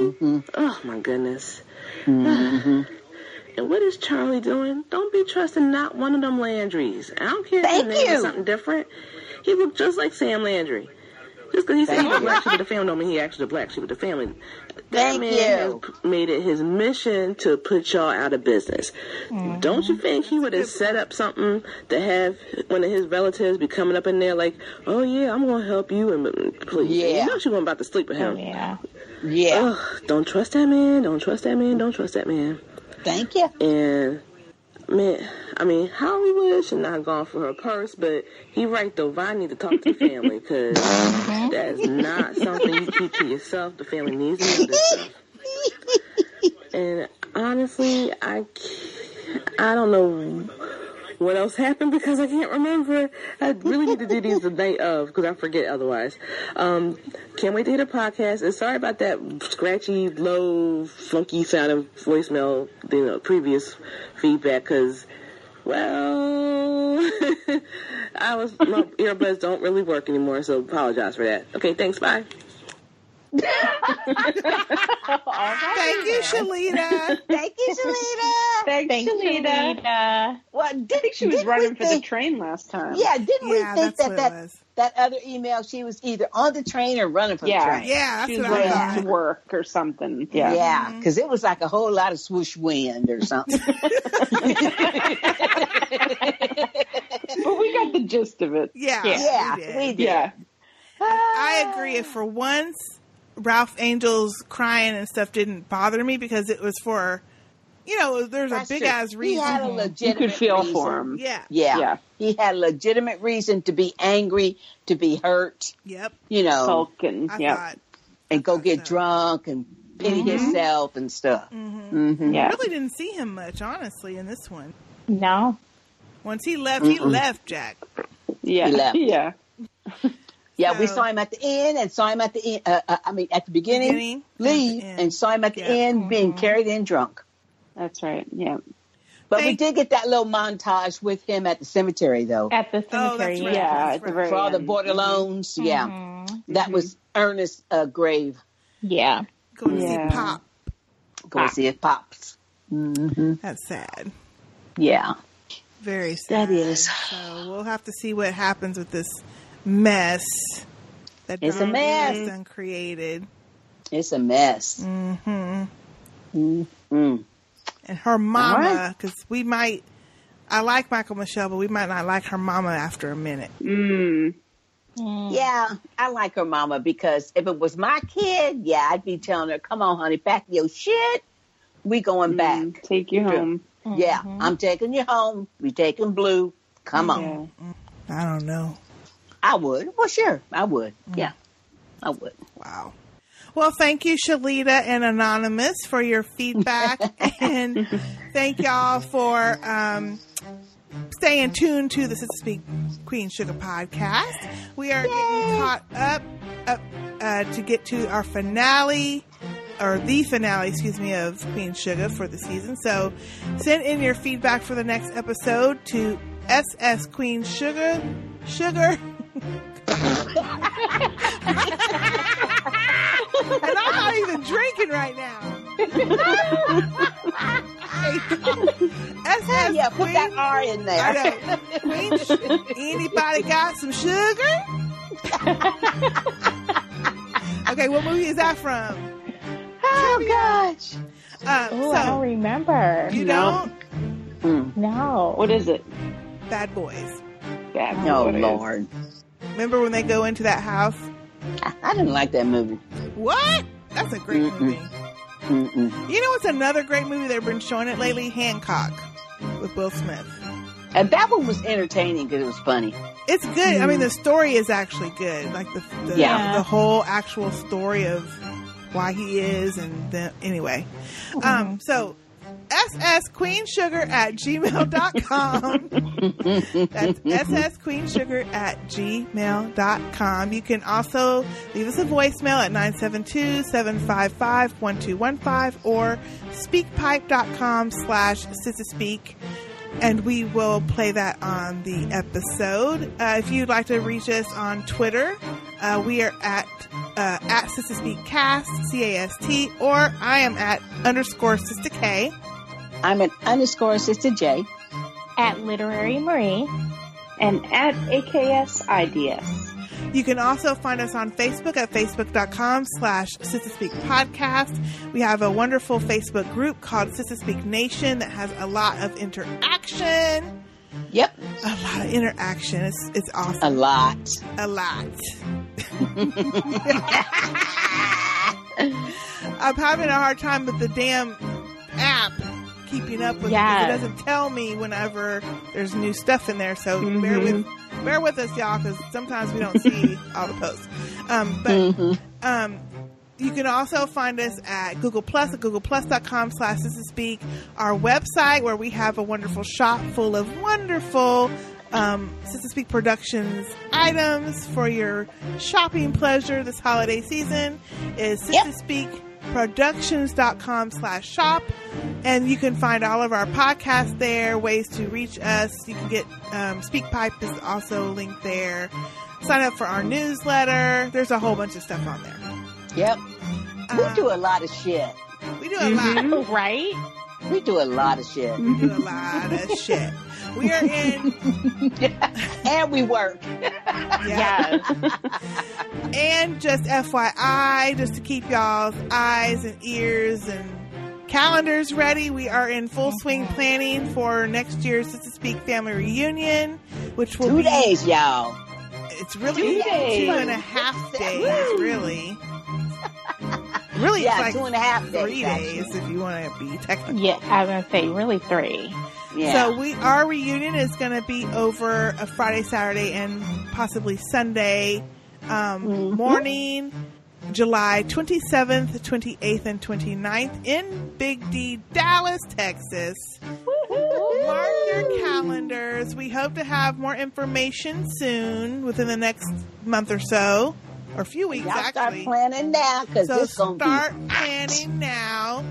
[SPEAKER 5] Really? Oh my goodness.
[SPEAKER 2] Mm-hmm.
[SPEAKER 5] And what is Charlie doing? Don't be trusting not one of them Landrys. I don't care if his
[SPEAKER 2] Thank
[SPEAKER 5] name
[SPEAKER 2] you.
[SPEAKER 5] is something different. He looked just like Sam Landry. Just because he said he's the black sheep of the family don't mean he actually the black sheep of the family. That
[SPEAKER 2] Thank
[SPEAKER 5] man has
[SPEAKER 2] you.
[SPEAKER 5] p- made it his mission to put y'all out of business. Don't you think he would have set up something to have one of his relatives be coming up in there like, oh yeah, I'm going to help you and please.
[SPEAKER 2] Yeah.
[SPEAKER 5] You know she wasn't about to sleep with him.
[SPEAKER 1] Yeah.
[SPEAKER 2] Yeah.
[SPEAKER 5] Ugh, don't trust that man. Don't trust that man. Don't trust that man.
[SPEAKER 2] Thank you.
[SPEAKER 5] And man, I mean, Hollywood should not have gone for her purse, but he right though. Vine need to talk to the family because that is not something you keep to yourself. The family needs to know this stuff. And honestly, I c- I don't know what else happened because I can't remember. I really need to do these the night of because I forget otherwise. Um, can't wait to hear the podcast. And sorry about that scratchy, low, funky sounding voicemail, you know, previous feedback because. Well, I was my earbuds don't really work anymore, so apologize for that. Okay, thanks. Bye.
[SPEAKER 3] Thank you, Shalita.
[SPEAKER 2] Thank you, Shalita.
[SPEAKER 4] Thanks,
[SPEAKER 1] Thanks,
[SPEAKER 4] Shalita.
[SPEAKER 1] Shalita.
[SPEAKER 2] well, did,
[SPEAKER 4] I think she was
[SPEAKER 2] didn't
[SPEAKER 4] running
[SPEAKER 2] we
[SPEAKER 4] for the
[SPEAKER 2] think-
[SPEAKER 4] train last time.
[SPEAKER 2] Yeah, didn't
[SPEAKER 3] yeah,
[SPEAKER 2] we think
[SPEAKER 3] that's
[SPEAKER 2] that
[SPEAKER 3] what it
[SPEAKER 2] that,
[SPEAKER 3] was.
[SPEAKER 2] that other email she was either on the train or running from
[SPEAKER 4] Yeah.
[SPEAKER 2] the train?
[SPEAKER 3] Yeah,
[SPEAKER 4] She
[SPEAKER 3] that's
[SPEAKER 4] was
[SPEAKER 3] what I
[SPEAKER 4] running
[SPEAKER 3] thought.
[SPEAKER 4] to work or something. Yeah.
[SPEAKER 2] Yeah,
[SPEAKER 3] Mm-hmm.
[SPEAKER 2] because it was like a whole lot of swoosh wind or something.
[SPEAKER 4] But we got the gist of it.
[SPEAKER 3] Yeah,
[SPEAKER 2] yeah,
[SPEAKER 3] we did.
[SPEAKER 2] we did.
[SPEAKER 4] Yeah.
[SPEAKER 3] I agree. For once, Ralph Angel's crying and stuff didn't bother me because it was for, you know, there's a
[SPEAKER 2] That's
[SPEAKER 3] big
[SPEAKER 2] true.
[SPEAKER 3] ass
[SPEAKER 2] Ah, He had a
[SPEAKER 3] reason.
[SPEAKER 4] You
[SPEAKER 2] legitimate
[SPEAKER 4] could feel
[SPEAKER 2] reason.
[SPEAKER 4] for him.
[SPEAKER 3] Yeah.
[SPEAKER 2] Yeah.
[SPEAKER 4] Yeah.
[SPEAKER 2] he had a legitimate reason to be angry, to be hurt,
[SPEAKER 3] Yep.
[SPEAKER 2] you know,
[SPEAKER 4] Sulking.
[SPEAKER 3] I
[SPEAKER 4] Yeah.
[SPEAKER 3] thought.
[SPEAKER 2] and go
[SPEAKER 3] so.
[SPEAKER 2] get drunk and pity
[SPEAKER 3] Mm-hmm.
[SPEAKER 2] himself and stuff. Mm-hmm.
[SPEAKER 4] Yeah.
[SPEAKER 3] Really didn't see him much, honestly, in this one.
[SPEAKER 1] No.
[SPEAKER 3] Once he left, he left, Jack.
[SPEAKER 2] He
[SPEAKER 4] Yeah.
[SPEAKER 2] left.
[SPEAKER 4] Yeah.
[SPEAKER 2] Yeah, we
[SPEAKER 3] So-
[SPEAKER 2] saw him at the end and saw him at the end. Uh, uh, I mean, at the beginning,
[SPEAKER 3] Beginning, at the
[SPEAKER 2] leave
[SPEAKER 3] end.
[SPEAKER 2] and saw him at the
[SPEAKER 3] Yeah. Mm-hmm.
[SPEAKER 2] end being carried in drunk.
[SPEAKER 4] That's right. Yeah.
[SPEAKER 2] But we
[SPEAKER 3] Thank-
[SPEAKER 2] did get that little montage with him at the cemetery, though.
[SPEAKER 1] At the
[SPEAKER 3] Oh,
[SPEAKER 1] cemetery,
[SPEAKER 3] that's
[SPEAKER 1] yeah.
[SPEAKER 3] right.
[SPEAKER 4] Yeah,
[SPEAKER 3] That's
[SPEAKER 4] at the
[SPEAKER 3] right.
[SPEAKER 4] very
[SPEAKER 2] For all the
[SPEAKER 4] end.
[SPEAKER 2] border loans,
[SPEAKER 3] Mm-hmm.
[SPEAKER 2] yeah.
[SPEAKER 1] Mhm.
[SPEAKER 2] That was Ernest uh, Grave.
[SPEAKER 1] Yeah.
[SPEAKER 3] Going to
[SPEAKER 4] Yeah.
[SPEAKER 3] see Pop.
[SPEAKER 2] Go see if pops. hmm
[SPEAKER 3] That's sad.
[SPEAKER 2] Yeah.
[SPEAKER 3] Very sad.
[SPEAKER 2] That is.
[SPEAKER 3] So we'll have to see what happens with this mess that
[SPEAKER 2] It's a
[SPEAKER 3] Don
[SPEAKER 2] mess.
[SPEAKER 3] Wilson created.
[SPEAKER 2] It's a mess.
[SPEAKER 3] hmm
[SPEAKER 2] Mm.
[SPEAKER 3] And her mama,
[SPEAKER 2] right.
[SPEAKER 3] because we might, I like Michael Michelle, but we might not like her mama after a minute.
[SPEAKER 4] Mm.
[SPEAKER 1] Mm.
[SPEAKER 2] Yeah, I like her mama because if it was my kid, yeah, I'd be telling her, "Come on, honey, back your shit. We
[SPEAKER 3] Mm.
[SPEAKER 2] going back.
[SPEAKER 4] Mm. Take you home.
[SPEAKER 2] Yeah,
[SPEAKER 3] Mm-hmm.
[SPEAKER 1] Mhm.
[SPEAKER 2] I'm taking you home. We taking Blue. Come on.
[SPEAKER 4] Yeah.
[SPEAKER 3] I don't know.
[SPEAKER 2] I would. Well, sure, I would.
[SPEAKER 3] Mm.
[SPEAKER 2] Yeah, I would.
[SPEAKER 3] Wow. Well, thank you, Shalita and Anonymous, for your feedback. and thank y'all for um, staying tuned to the Sister Speak Queen Sugar podcast. We are getting caught up, up uh, to get to our finale, or the finale, excuse me, of Queen Sugar for the season. So send in your feedback for the next episode to SS Queen Sugar, Sugar. and I'm not even drinking right now.
[SPEAKER 2] Yeah,
[SPEAKER 3] SS
[SPEAKER 2] yeah, put
[SPEAKER 3] Queen.
[SPEAKER 2] that R in
[SPEAKER 3] I
[SPEAKER 2] there.
[SPEAKER 3] know. Queen, sh- anybody got some sugar? okay, what movie is that from?
[SPEAKER 2] Oh gosh.
[SPEAKER 3] Um,
[SPEAKER 1] Oh, I don't
[SPEAKER 3] so
[SPEAKER 1] remember.
[SPEAKER 3] you
[SPEAKER 4] No.
[SPEAKER 3] don't
[SPEAKER 1] no.
[SPEAKER 4] What is it?
[SPEAKER 3] bad boys.
[SPEAKER 4] Bad
[SPEAKER 2] No,
[SPEAKER 4] Boys.
[SPEAKER 2] Oh, Lord,
[SPEAKER 3] Remember when they go into that house?
[SPEAKER 2] I, I didn't like that movie.
[SPEAKER 3] What? That's a great
[SPEAKER 2] Mm-mm.
[SPEAKER 3] movie.
[SPEAKER 2] Mm-mm.
[SPEAKER 3] You know what's another great movie they've been showing it lately? Hancock with Will Smith.
[SPEAKER 2] And that one was entertaining because it was funny.
[SPEAKER 3] It's good. I mean, the story is actually good. Like the the,
[SPEAKER 2] Yeah.
[SPEAKER 3] the whole actual story of why he is and the, anyway. Um, so ssqueensugar at gmail.com. That's ssqueensugar at gmail.com. You can also leave us a voicemail at 972-755-1215 or speakpipe.com slash sister speak and we will play that on the episode. Uh, if you'd like to reach us on Twitter, uh, we are at uh, at Sister Speak Cast C A S T, or I am at underscore Sister K.
[SPEAKER 2] I'm an underscore sister J.
[SPEAKER 1] At Literary Marie.
[SPEAKER 4] And at AKS IDS.
[SPEAKER 3] You can also find us on Facebook at facebook.com slash Sister Speak Podcast. We have a wonderful Facebook group called Sister Speak Nation that has a lot of interaction.
[SPEAKER 2] Yep,
[SPEAKER 3] A lot of interaction. It's, it's awesome.
[SPEAKER 2] a lot.
[SPEAKER 3] a lot. I'm having a hard time with the damn app keeping up with
[SPEAKER 1] Yeah.
[SPEAKER 3] it. 'cause It doesn't tell me whenever there's new stuff in there, so bear with bear with us, y'all, because sometimes we don't see all the posts. Um, but
[SPEAKER 2] Mm-hmm.
[SPEAKER 3] um, you can also find us at Google Plus at googleplus.com slash this is speak, our website where we have a wonderful shop full of wonderful um, Sister Speak Productions items for your shopping pleasure this holiday season is Sister Speak productions.com slash shop and you can find all of our podcasts there ways to reach us you can get um, speakpipe is also linked there sign up for our newsletter there's a whole bunch of stuff on there
[SPEAKER 2] Yep, we
[SPEAKER 3] um,
[SPEAKER 2] do a lot of shit.
[SPEAKER 3] we do a
[SPEAKER 2] mm-hmm.
[SPEAKER 3] lot.
[SPEAKER 1] right?
[SPEAKER 2] We do a lot of shit,
[SPEAKER 3] We do a lot of shit. We are in,
[SPEAKER 2] and we work.
[SPEAKER 3] yeah.
[SPEAKER 1] Yes.
[SPEAKER 3] And just FYI, just to keep y'all's eyes and ears and calendars ready, we are in full swing
[SPEAKER 2] Mm-hmm.
[SPEAKER 3] planning for next year's Sister Speak family reunion, which will
[SPEAKER 2] Two
[SPEAKER 3] be
[SPEAKER 2] days, y'all.
[SPEAKER 3] It's really
[SPEAKER 4] Two days.
[SPEAKER 3] two and a half days, really. Really,
[SPEAKER 2] yeah,
[SPEAKER 3] it's
[SPEAKER 2] two
[SPEAKER 3] like
[SPEAKER 2] and a half
[SPEAKER 3] three
[SPEAKER 2] days. actually.
[SPEAKER 3] days if you want to be technical.
[SPEAKER 1] yeah, I was going to say really three.
[SPEAKER 2] Yeah.
[SPEAKER 3] So we our reunion is going to be over a Friday, Saturday, and possibly Sunday um,
[SPEAKER 2] Mm-hmm.
[SPEAKER 3] morning, July 27th, 28th, and 29th in Big D, Dallas, Texas. Mark your calendars. We hope to have more information soon within the next month or so, or a few weeks
[SPEAKER 2] y'all
[SPEAKER 3] actually.
[SPEAKER 2] start planning now because
[SPEAKER 3] So
[SPEAKER 2] it's gonna
[SPEAKER 3] start
[SPEAKER 2] be
[SPEAKER 3] planning now.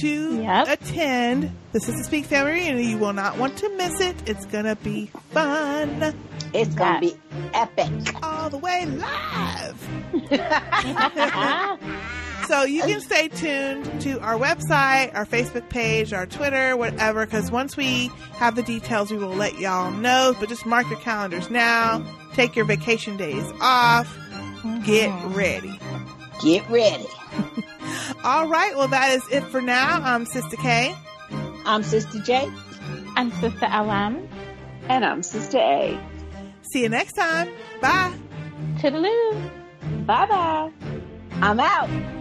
[SPEAKER 3] to
[SPEAKER 1] Yep.
[SPEAKER 3] attend the Sister Speak family reunion. You will not want to miss it. It's gonna be fun
[SPEAKER 2] It's gonna be epic.
[SPEAKER 3] all the way live.
[SPEAKER 1] Ah,
[SPEAKER 3] So you can stay tuned to our website, our Facebook page, our Twitter, whatever, because once we have the details, we will let y'all know. But just mark your calendars now. Take your vacation days off. Get ready.
[SPEAKER 2] Get ready.
[SPEAKER 3] All right. Well, that is it for now. I'm Sister K.
[SPEAKER 2] I'm Sister J.
[SPEAKER 1] I'm Sister LM.
[SPEAKER 4] And I'm Sister A.
[SPEAKER 3] See you next time. Bye.
[SPEAKER 1] Toodaloo.
[SPEAKER 4] Bye bye.
[SPEAKER 2] I'm out.